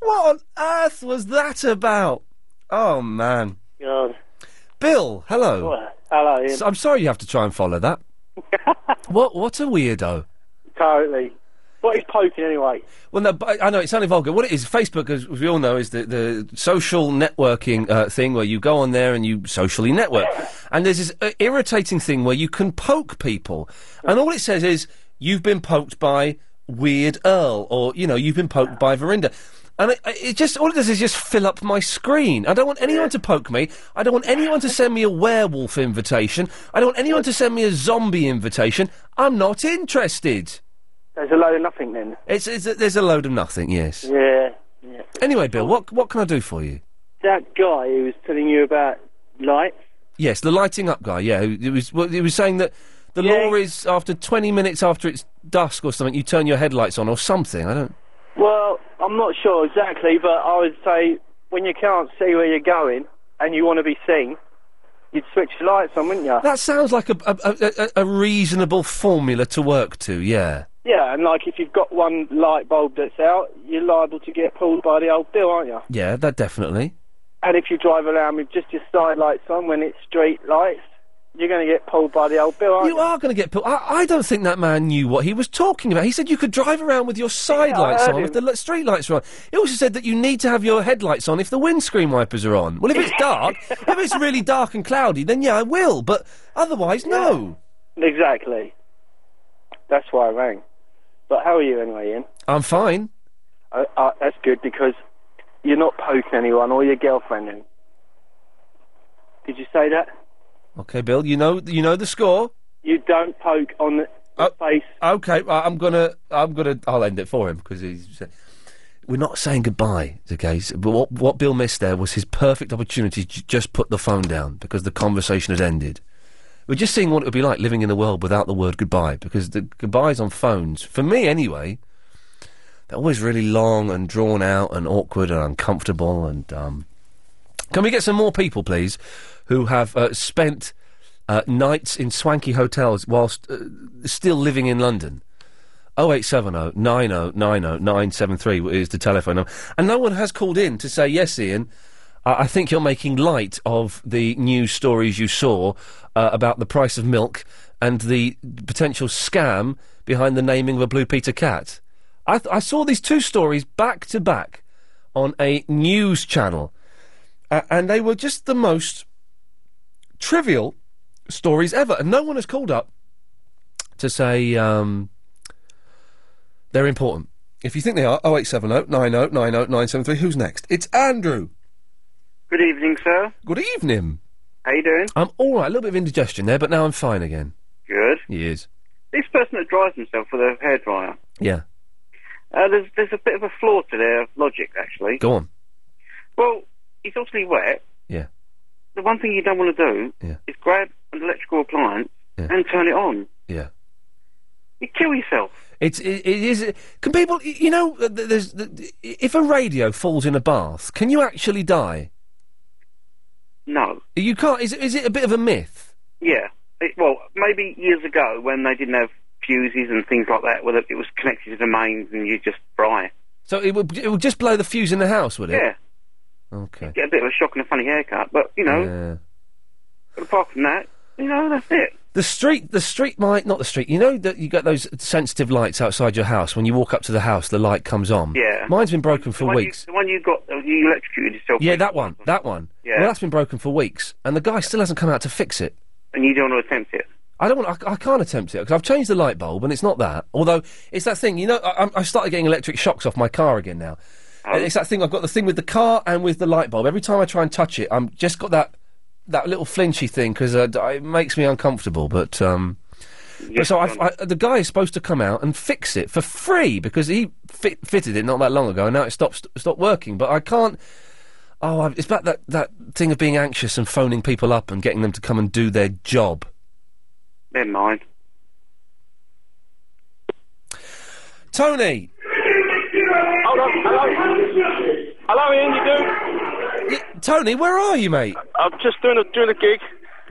What on earth was that about? Oh man, God. Bill, hello. Well, hello, Ian. Oh. So- I'm sorry you have to try and *laughs* follow that. what? What a weirdo. totally. What is poking anyway? Well, no, but I know it sounded vulgar. What it is, Facebook, as we all know, is the, the social networking uh, thing where you go on there and you socially network. and there's this uh, irritating thing where you can poke people, and all it says is you've been poked by Weird Earl, or you know you've been poked by Verinda. And it, it just all it does is just fill up my screen. I don't want anyone to poke me. I don't want anyone to send me a werewolf invitation. I don't want anyone to send me a zombie invitation. I'm not interested. There's a load of nothing then. It's, it's there's a load of nothing. Yes. Yeah. yeah. Anyway, Bill, what what can I do for you? That guy who was telling you about lights. Yes, the lighting up guy. Yeah, it was well, he was saying that the law is after 20 minutes after it's dusk or something, you turn your headlights on or something. I don't. Well, I'm not sure exactly, but I would say when you can't see where you're going and you want to be seen, you'd switch the lights on, wouldn't you? That sounds like a a, a, a reasonable formula to work to. Yeah. Yeah, and like if you've got one light bulb that's out, you're liable to get pulled by the old bill, aren't you? Yeah, that definitely. And if you drive around with just your side lights on when it's street lights, you're going to get pulled by the old bill, aren't you? You are going to get. pu- I, I don't think that man knew what he was talking about. He said you could drive around with your side Yeah, I lights heard on if the li- street lights are on. He also said that you need to have your headlights on if the windscreen wipers are on. Well, if it's *laughs* dark, if it's really dark and cloudy, then yeah, I will. But otherwise, no. Exactly. That's why I rang. But how are you anyway, Ian? I'm fine. Uh, uh, that's good because you're not poking anyone or your girlfriend. In. Did you say that? Okay, Bill. You know, you know the score. You don't poke on the Oh, face. Okay, right, I'm gonna, I'm gonna, I'll end it for him because he's. We're not saying goodbye, okay? s- But what what Bill missed there was his perfect opportunity to just put the phone down because the conversation had ended. We're just seeing what it would be like living in a world without the word goodbye because the goodbyes on phones, for me anyway, they're always really long and drawn out and awkward and uncomfortable and um. Can we get some more people, please, who have uh, spent uh, nights in swanky hotels whilst uh, still living in London? 0870 9090 973 is the telephone number. And no one has called in to say, yes, Ian, I, I think you're making light of the news stories you saw uh, about the price of milk and the potential scam behind the naming of a Blue Peter cat. I, th- I saw these two stories back to back on a news channel, uh, and they were just the most trivial stories ever. And no one has called up to say um, they're important. If you think they are, 0870 90 90 973. Who's next? It's Andrew. Good evening, sir. Good evening. How you doing? I'm all right. A little bit of indigestion there, but now I'm fine again. Good. He is. This person that drives himself with a hairdryer. Yeah. Uh, there's there's a bit of a flaw to their logic, actually. Go on. Well, he's obviously wet. Yeah. The one thing you don't want to do is grab an electrical appliance and turn it on. Yeah. You kill yourself. It's it, it is. Can people? y- You know, uh, th- th- there's th- if a radio falls in a bath, can you actually die? No. You can't. Is it- is it a bit of a myth? Yeah. It, well, maybe years ago when they didn't have fuses and things like that, whether it was connected to the mains and you just fry. So it would it would just blow the fuse in the house, would it? Yeah. Okay. Get a bit of a shock and a funny haircut, but you know, Yeah. apart from that, you know, that's it. The street, the street light, not the street. You know that you got those sensitive lights outside your house. When you walk up to the house, the light comes on. Yeah. Mine's been broken for the one weeks. You, the one you got, uh, you electrocuted yourself. yeah, with, that one, that one. Yeah. Well, that's been broken for weeks, and the guy still hasn't come out to fix it. and you don't want to attempt it. I don't want. I, I can't attempt it because I've changed the light bulb, and it's not that. Although it's that thing. You know, I, I'm- I started getting electric shocks off my car again now. And It's that thing. I've got the thing with the car and with the light bulb. Every time I try and touch it, I'm just got that that little flinchy thing because uh, d- it makes me uncomfortable. But um, but so I, I, the guy is supposed to come out and fix it for free because he fit, fitted it not that long ago, and now it stopped stopped working. But I can't. Oh, I, it's about that that thing of being anxious and phoning people up and getting them to come and do their job. Never mind. Tony, Hold on, hello. Hello, Ian, you do? Tony, where are you, mate? I'm just doing a doing a gig.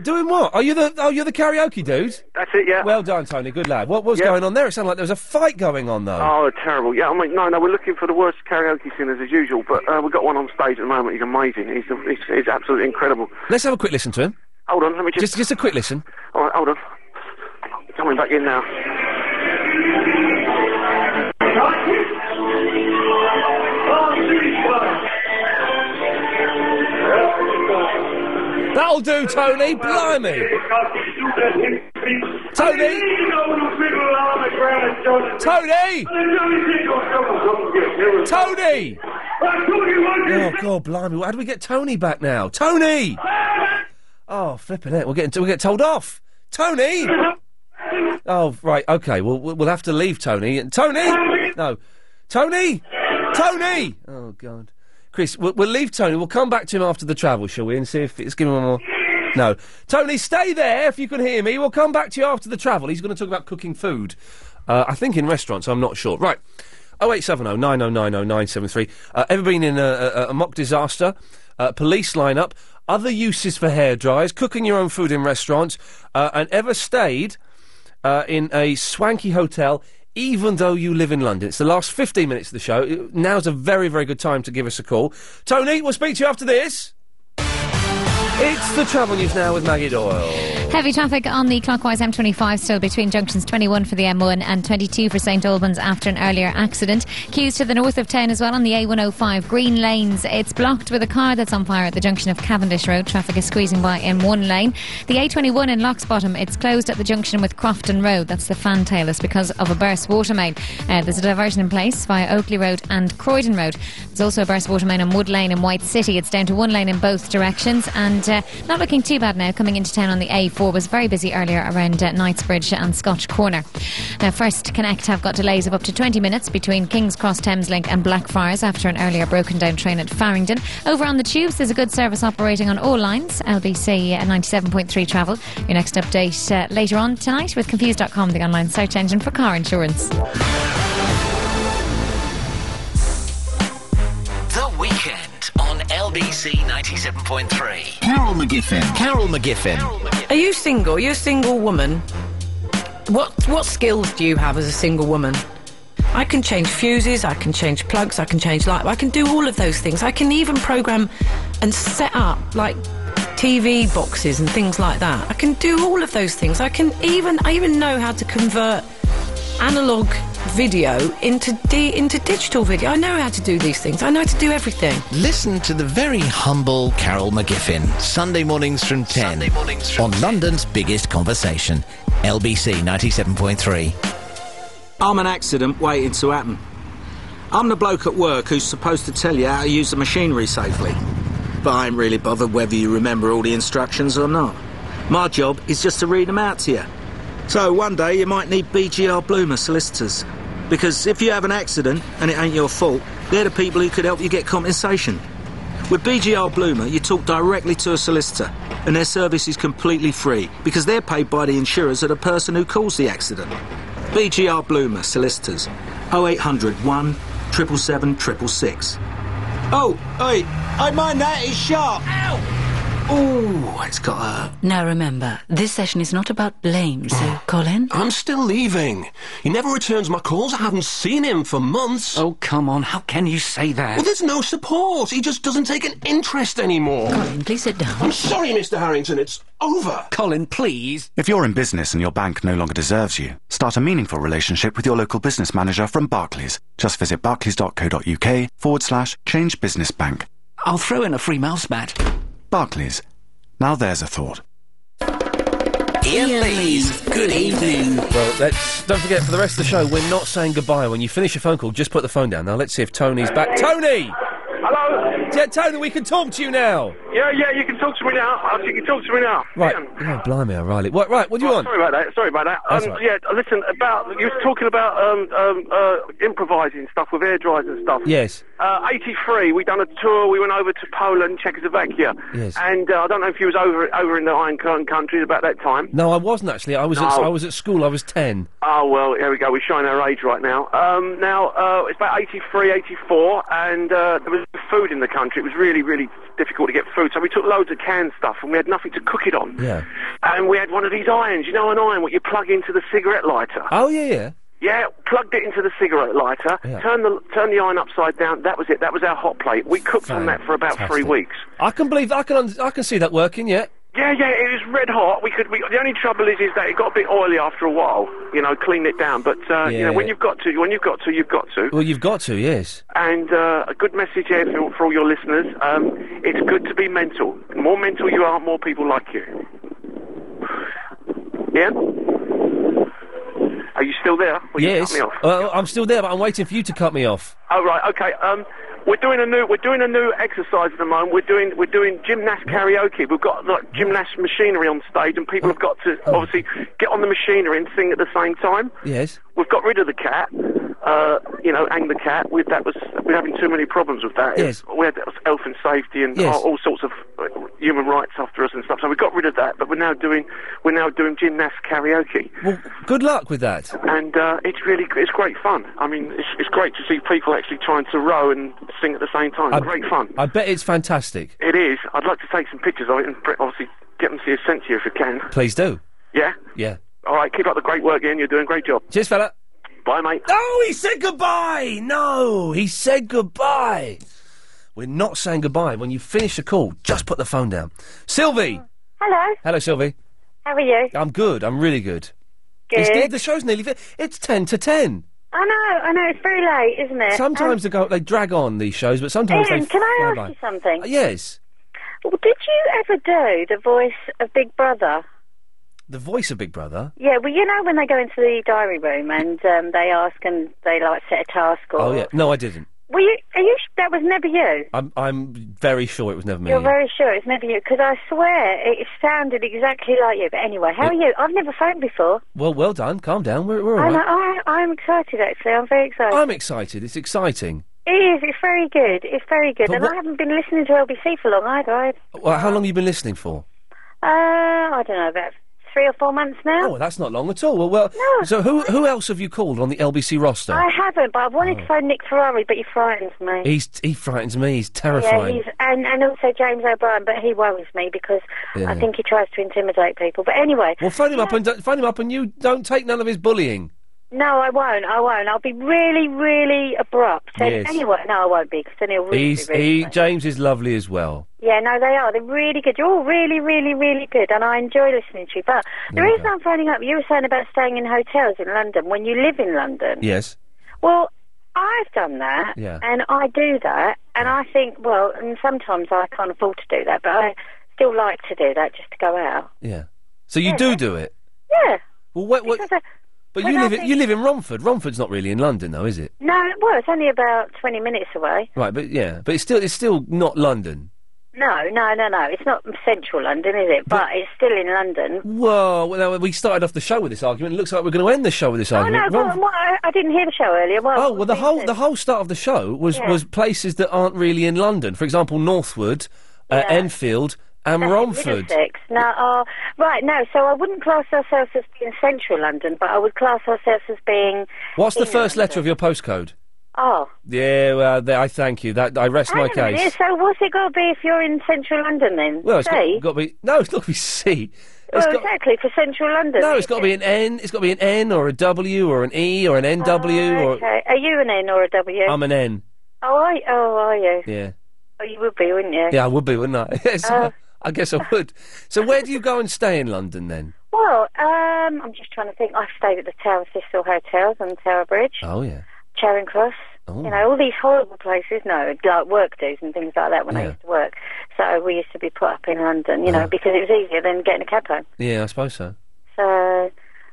Doing what? Are you the oh you're the karaoke dude? That's it, yeah. Well done, Tony. Good lad. What was going on there? It sounded like there was a fight going on though. Oh, terrible. Yeah, I mean, no, no, we're looking for the worst karaoke singers as usual, but uh, we've got one on stage at the moment. He's amazing. He's, he's, he's absolutely incredible. Let's have a quick listen to him. Hold on, let me just... Just just a quick listen. All right, hold on. Coming back in now. That'll do, Tony. Blimey. Tony. Tony. Tony. Oh God, blimey! How do we get Tony back now? Tony. Oh, flipping it! We're getting we get told off. Tony. Oh right, okay. Well, we'll we'll have to leave Tony. Tony. No, Tony. Tony. Oh God. Chris, we'll, we'll leave Tony. We'll come back to him after the travel, shall we? And see if it's giving him one more. No. Tony, stay there if you can hear me. We'll come back to you after the travel. He's going to talk about cooking food. Uh, I think in restaurants, I'm not sure. Right. Oh, 0870 9090 973. Uh, ever been in a, a, a mock disaster? Uh, police lineup. Other uses for hair dryers. Cooking your own food in restaurants. Uh, and ever stayed uh, in a swanky hotel, even though you live in London. It's the last 15 minutes of the show. It- Now's a very, very good time to give us a call. Tony, we'll speak to you after this. It's the travel news now with Maggie Doyle. Heavy traffic on the clockwise M25 still between junctions 21 for the M1 and 22 for St Albans after an earlier accident. Queues to the north of town as well on the A105 green lanes. It's blocked with a car that's on fire at the junction of Cavendish Road. Traffic is squeezing by in one lane. The A21 in Locksbottom it's closed at the junction with Crofton Road. That's the fantail. It's because of a burst water main. Uh, there's a diversion in place via Oakley Road and Croydon Road. There's also a burst water main on Wood Lane in White City. It's down to one lane in both directions and uh, not looking too bad now coming into town on the A4 was very busy earlier around uh, Knightsbridge and Scotch Corner. Now, First Connect have got delays of up to 20 minutes between King's Cross Thameslink and Blackfriars after an earlier broken down train at Farringdon. Over on the tubes, there's a good service operating on all lines. LBC uh, 97.3 travel. Your next update uh, later on tonight with Confused.com, the online search engine for car insurance. The Weekend on LBC 97.3. Carol McGiffin. Carol McGiffin. Are you single? Are you a single woman? What what skills do you have as a single woman? I can change fuses, I can change plugs, I can change light, I can do all of those things. I can even program and set up like TV boxes and things like that. I can do all of those things. I can even I even know how to convert analog video into di- into digital video. I know how to do these things. I know how to do everything. Listen to the very humble Carol McGiffin, Sunday mornings from 10 on London's biggest conversation, LBC 97.3. I'm an accident waiting to happen. I'm the bloke at work who's supposed to tell you how to use the machinery safely. But I ain't really bothered whether you remember all the instructions or not. My job is just to read them out to you. So one day you might need BGR Bloomer solicitors. Because if you have an accident and it ain't your fault, they're the people who could help you get compensation. With BGR Bloomer, you talk directly to a solicitor, and their service is completely free because they're paid by the insurers of the person who caused the accident. BGR Bloomer Solicitors 0800 1 777 666. Oh, hey, I mind that, it's sharp. Ow! Ooh, it's got a. Now remember, this session is not about blame, so Colin. I'm still leaving. He never returns my calls. I haven't seen him for months. Oh, come on. How can you say that? Well, there's no support. He just doesn't take an interest anymore. Colin, please sit down. I'm sorry, Mr. Harrington. It's over. Colin, please. If you're in business and your bank no longer deserves you, start a meaningful relationship with your local business manager from Barclays. Just visit barclays.co.uk forward slash change business bank. I'll throw in a free mouse mat. Barclays. Now there's a thought. Ian Lee's Good Evening. Well, let's don't forget for the rest of the show, we're not saying goodbye. When you finish your phone call, just put the phone down. Now let's see if Tony's back. Tony! Hello, Hello? Yeah, Tony, we can talk to you now. Yeah, yeah, you can talk to me now. Uh, You can talk to me now. Right. Oh, blimey, O'Reilly. What, right, Uh, what do you Oh, want? Sorry about that. Sorry about that. That's Um, all right. Yeah, listen. About you was talking about um, um, uh, improvising stuff with air dryers and stuff. Yes. Uh, 83, we done a tour. We went over to Poland, Czechoslovakia. Yes. And uh, I don't know if you was over over in the Iron Curtain countries about that time. No, I wasn't actually. I was, at, No. I was at school. I was 10. Oh, well, here we go. We're showing our age right now. Um, now, uh, it's about 83, 84, and uh, there was no food in the country. It was really, really difficult to get food. So we took loads of canned stuff, and we had nothing to cook it on. Yeah. And we had one of these irons, you know, an iron, what you plug into the cigarette lighter. Oh, yeah, yeah. Yeah, plugged it into the cigarette lighter, Yeah. turned, the, turned the iron upside down. That was it. That was our hot plate. We cooked on that for about three Fantastic. weeks. I can believe, I can, un- I can see that working, yeah. Yeah, yeah, it was red hot. We could. We, the only trouble is, is that it got a bit oily after a while. You know, clean it down. But uh, you Yeah. know, when you've got to, when you've got to, you've got to. Well, you've got to, yes. And uh, a good message here for, for all your listeners: um, it's good to be mental. The more mental you are, more people like you. Yeah. Are you still there? Or you yes. cut me off? Uh, I'm still there, but I'm waiting for you to cut me off. Oh right, okay. Um, we're doing a new we're doing a new exercise at the moment. We're doing we're doing gymnast karaoke. We've got like gymnast machinery on stage, and people have got Oh. to obviously get on the machinery and sing at the same time. Yes. We've got rid of the cat, uh, you know, and the cat. We, that was we're having too many problems with that. Yes. We had that was health and safety and Yes. all, all sorts of uh, human rights after us and stuff. So we got rid of that, but we're now doing we're now doing gymnast karaoke Well, good luck with that. and uh, it's really it's great fun. I mean, it's, it's great to see people actually trying to row and sing at the same time. I- great fun. I bet it's fantastic. It is. I'd like to take some pictures of it and pr- obviously get them to you sent to you if I can. Please do. Yeah. Yeah. All right. Keep up the great work, Ian. You're doing a great job. Cheers, fella. Bye, mate. Oh, he said goodbye. No, he said goodbye. We're not saying goodbye. When you finish the call, just put the phone down. Sylvie. Hello, Hello, Sylvie. how are you? I'm good. I'm really good. It's Good. the, the show's nearly. Fi- it's ten to ten. I know, I know, it's very late, isn't it? Sometimes they go. They drag on these shows, but Um, sometimes Ian, they. Uh-huh. can I fly ask by. you something? Yes. Well, Did you ever do the voice of Big Brother? The voice of Big Brother. Yeah, well, you know when they go into the diary room and um, they ask and they like set a task or. Oh yeah. No, I didn't. Were you? Are you? sh- That was never you. I'm. I'm very sure it was never me. You're very sure it's never you because I swear it sounded exactly like you. But anyway, how are you? I've never phoned before. Well, well done. Calm down. We're, we're all I'm, right. Oh. I, I'm excited actually. I'm very excited. I'm excited. It's exciting. It is. It's very good. It's very good. But and what- I haven't been listening to LBC for long either. I, Well, how long have you been listening for? uh, I don't know about three or four months now. Oh, that's not long at all. Well, well. So who who else have you called on the LBC roster? I haven't, but I've wanted to phone Nick Ferrari, but he frightens me. Oh. He's he frightens me. He's yeah, terrifying. he's and and also James O'Brien, but he worries me because Yeah. I think he tries to intimidate people. But anyway, Well, phone him up and don't- phone him up, and you don't take none of his bullying. no, I won't. I won't. I'll be really, really abrupt. And Yes. Anyway, no, I won't be because then he'll really. He's be rude. he, James is lovely as well. Yeah, no, they are. They're really good. You're all really, really, really good, and I enjoy listening to you. But the reason I'm phoning up, you were saying about staying in hotels in London when you live in London. Yes. Well, I've done that, Yeah. and I do that, and I think, well, and sometimes I can't afford to do that, but I still like to do that just to go out. Yeah. So you do do it. Yeah. uh, Well, what? what but when you I live in, think- you live in Romford. Romford's not really in London, though, is it? No, well, it's only about 20 minutes away. Right, but yeah, but it's still it's still not London. No, no, no, no. It's not central London, is it? But it's still in London. Whoa! Well, now, we started off the show with this argument. It looks like we're going to end the show with this Oh, no, argument. well, Romf- well, I- I didn't hear the show earlier. Well, Oh well, the whole the whole start of the show was Yeah. was places that aren't really in London. For example, Northwood, uh, Enfield, and Romford. Middlesex. No, oh, right, no, so I wouldn't class ourselves as being central London, but I would class ourselves as being. What's the in first London. letter of your postcode? Oh. Yeah, well, th- I thank you. That I rest my Hang on a minute, case. So what's it got to be if you're in central London then? Well, it's C? got, got to be no, it's got to be C. well, exactly for central Oh, London. No, it's got to be an N. It's got to be an N or a W or an E or an NW or Oh, Okay. Are you an N or a W? I'm an N. Oh, I, oh, are you? Yeah, Oh, you would be, wouldn't you? yeah, I would be, wouldn't I? *laughs* Yes, Oh. I guess I would. So where do you go and stay in London then? Well, um, I'm just trying to think. I've stayed at the Tower Thistle Hotels on Tower Bridge, Oh yeah, Charing Cross. Oh. You know, all these horrible places. No, like work dues and things like that when I Yeah. Uh-huh. used to work. So we used to be put up in London, you know, because it was easier than getting a cab home. yeah, I suppose so. So, oh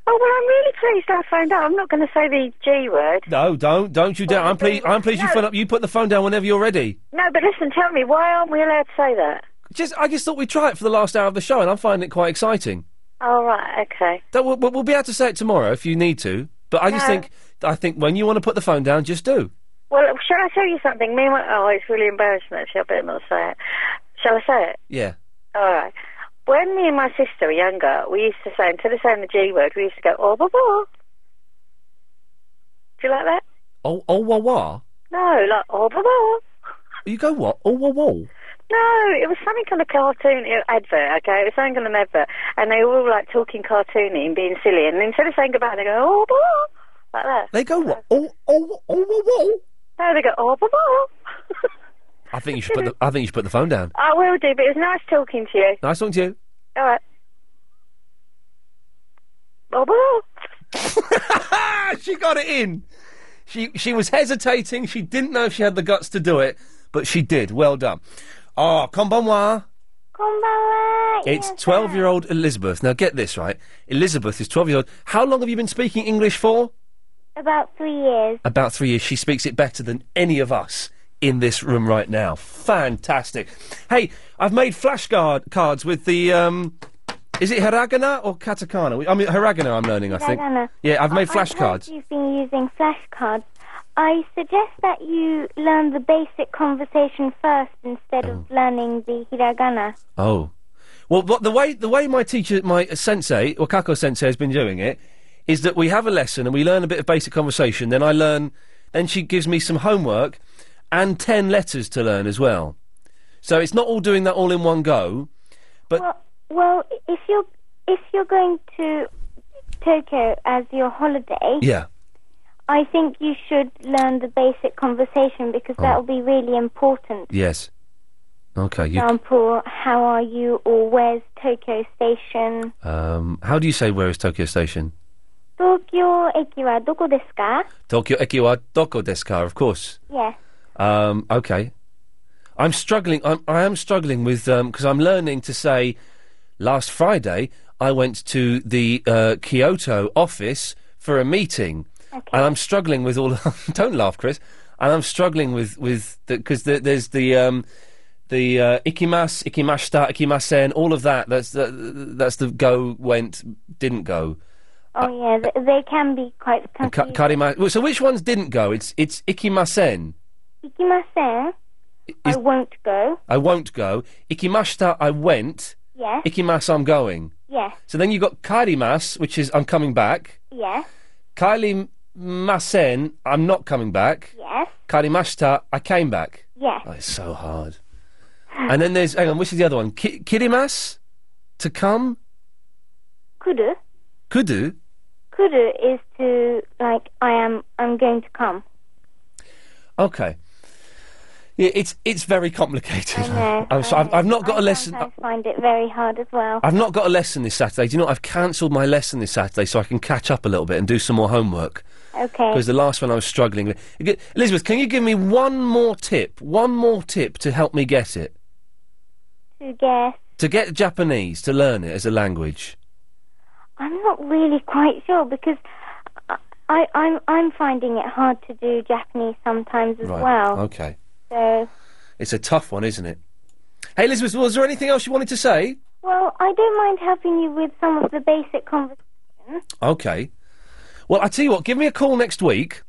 well, I'm really pleased I phoned up. I'm not going to say the G word. No, don't, don't you dare. I'm pleased. I'm pleased you phone up. You put the phone down whenever you're ready. No, but listen, tell me, why aren't we allowed to say that? Just, I just thought we'd try it for the last hour of the show, and I'm finding it quite exciting. All Oh, right, okay. That we'll, we'll be able to say it tomorrow if you need to. But I just No. think, I think when you want to put the phone down, just do. Well, shall I tell you something? Me and my, oh, it's really embarrassing actually. I better not say it. Shall I say it? Yeah. All right. When me and my sister were younger, we used to say instead of saying the G word, we used to go oh blah blah. Do you like that? Oh, oh, wah, wah. No, like oh blah blah. You go what? Oh, wah, wah. No, it was something on a cartoon it- advert. Okay, it was something on an advert, and they were all like talking cartoony and being silly. And instead of saying goodbye, they go oh blah blah, like that. They go what? Oh, oh, oh, wah, wah. No, they go oh blah blah. I think you should put the, I think you should put the phone down. I will do, but it was nice talking to you. Nice talking to you. All right. Oh blah. *laughs* she got it in. She she was hesitating. She didn't know if she had the guts to do it, but she did. Well done. Ah, konbanwa. It's 12 year old Elizabeth. Now get this right. Elizabeth is 12 years old. How long have you been speaking English for? About three years. About three years. She speaks it better than any of us in this room right now. Fantastic. Hey, I've made flashcard cards with the. Um, is it hiragana or katakana? I mean, hiragana I'm learning, I think. Hiragana. Yeah, I've made I- I've heard flashcards. You've been using flashcards. I suggest that you learn the basic conversation first instead of learning the hiragana. Oh, well, but the way the way my teacher, my sensei, or Kako sensei, has been doing it is that we have a lesson and we learn a bit of basic conversation. Then I learn, then she gives me some homework and ten letters to learn as well. So it's not all doing that all in one go. But- well, well, if you're if you're going to Tokyo as your holiday, Yeah. I think you should learn the basic conversation Oh. because that will be really important. Yes. Okay. For You, example, how are you or where's Tokyo Station? um, how do you say where is Tokyo Station? Tokyo駅はどこですか Tokyo Eki wa Doko desu ka, of course. Yes. Um, okay. I'm struggling. I'm, I am struggling with because I'm learning to say. Last Friday, I went to the uh, Kyoto office for a meeting, and I'm struggling with all. *laughs* don't laugh, Chris. And I'm struggling with with because the, there's the um, the uh, ikimas, ikimashita, ikimasen, all of that. That's the, that's the go, went, didn't go. Uh, Oh, yeah, th- they can be quite And ka- confusing. karima- well, So which ones didn't go? It's it's ikimasen. 行きません. I won't go. I won't go. Ikimashita, I went. Yes. Ikimas, I'm going. Yes. So then you've got karimas, which is I'm coming back. Yes. Kylie Masen, I'm not coming back. Yes. Karimashita, I came back. Yes. Oh, it's so hard. and then there's, hang on, which is the other one? Ki- kirimas, to come. Kuru. Kudu. Kuru is to like I am. I'm going to come. Okay. Yeah, it's it's very complicated. I know, *laughs* I'm so, I've, I've not got a lesson. I find it very hard as well. I've not got a lesson this Saturday. Do you know what? I've cancelled my lesson this Saturday so I can catch up a little bit and do some more homework. Okay. Because the last one I was struggling with. Eg- Elizabeth, can you give me one more tip? One more tip to help me get it? To guess. To get Japanese, to learn it as a language. I'm not really quite sure because I, I I'm I'm finding it hard to do Japanese sometimes as Right. well. Okay. So It's a tough one, isn't it? Hey, Elizabeth, was there anything else you wanted to say? well, I don't mind helping you with some of the basic conversation. Okay. Well, I tell you what, give me a call next week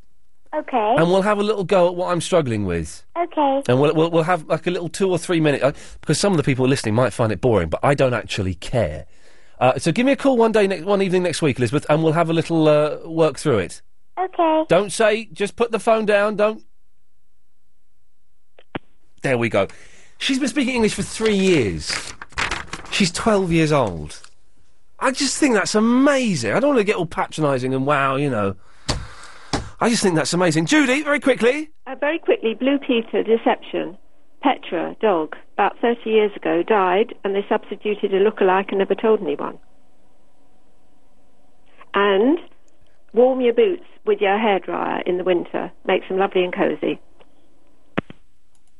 Okay. and we'll have a little go at what I'm struggling with. okay. And we'll, we'll, we'll have like a little two or three minute, uh, because some of the people listening might find it boring, but I don't actually care. Uh, so give me a call one day, next, one evening next week, Elizabeth, and we'll have a little uh, work through it. Okay. Don't say, just put the phone down, don't. There we go. She's been speaking English for three years. She's 12 years old. I just think that's amazing. I don't want to get all patronising and wow, you know. I just think that's amazing. Judy, very quickly. Uh, very quickly, Blue Peter, deception. Petra, dog, about 30 years ago, died, and they substituted a lookalike and never told anyone. And warm your boots with your hairdryer in the winter. Makes them lovely and cosy.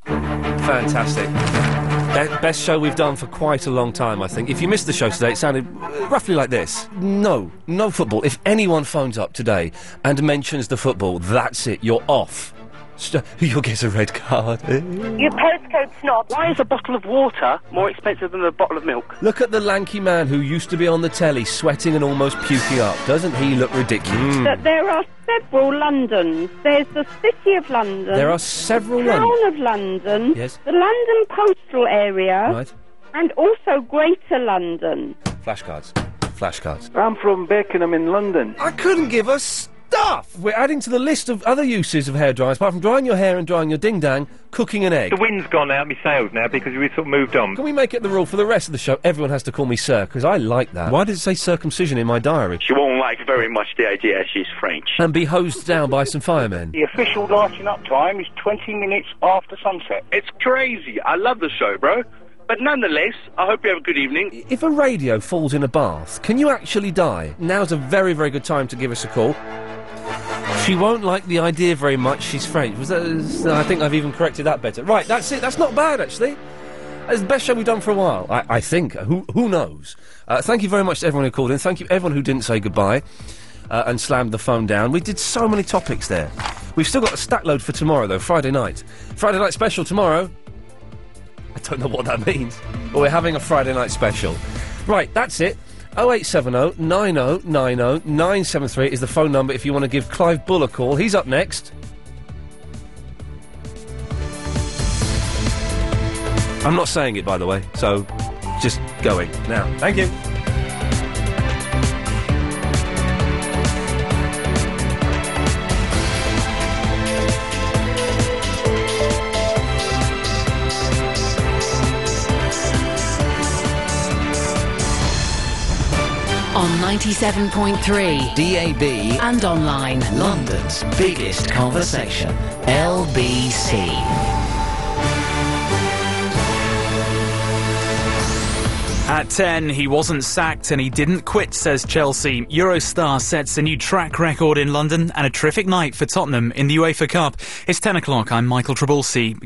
Fantastic. Be- best show we've done for quite a long time, I think. If you missed the show today, it sounded uh, roughly like this. No, no football. If anyone phones up today and mentions the football, that's it. You're off. St- *laughs* you'll get a red card. *laughs* You postcode snob. Why is a bottle of water more expensive than a bottle of milk? Look at the lanky man who used to be on the telly, sweating and almost puking up. Doesn't he look ridiculous? That there are several Londons. There's the City of London. There are several the Londons. Town of London. Yes. The London Postal Area. Hmm. Right. And also Greater London. Flashcards. Flashcards. I'm from Beckenham in London. I couldn't give a stuff. We're adding to the list of other uses of hair dryers, apart from drying your hair and drying your ding dang, cooking an egg. The wind's gone out of my sails now because we sort of moved on. Can we make it the rule for the rest of the show? Everyone has to call me sir, because I like that. Why did it say circumcision in my diary? She won't like very much the idea she's French. And be hosed down by some firemen. The official lighting up time is 20 minutes after sunset. It's crazy. I love the show, bro. But nonetheless, I hope you have a good evening. If a radio falls in a bath, can you actually die? Now's a very, very good time to give us a call. She won't like the idea very much. She's French. Was that, is- I think I've even corrected that better. Right, that's it. That's not bad, actually. It's the best show we've done for a while. I, I think. Who, who knows? Uh, thank you very much to everyone who called in. Thank you everyone who didn't say goodbye uh, and slammed the phone down. We did so many topics there. We've still got a stack load for tomorrow, though. Friday night. Friday night special tomorrow. I don't know what that means, but we're having a Friday night special. Right, that's it. 0870 9090 973 is the phone number if you want to give Clive Bull a call. He's up next. I'm not saying it, by the way, so just going now. Thank you. On 97.3 DAB and online. London's biggest conversation. LBC. At 10, he wasn't sacked and he didn't quit, says Chelsea. Eurostar sets a new track record in London and a terrific night for Tottenham in the UEFA Cup. It's 10 o'clock. I'm Michael Trabulsi.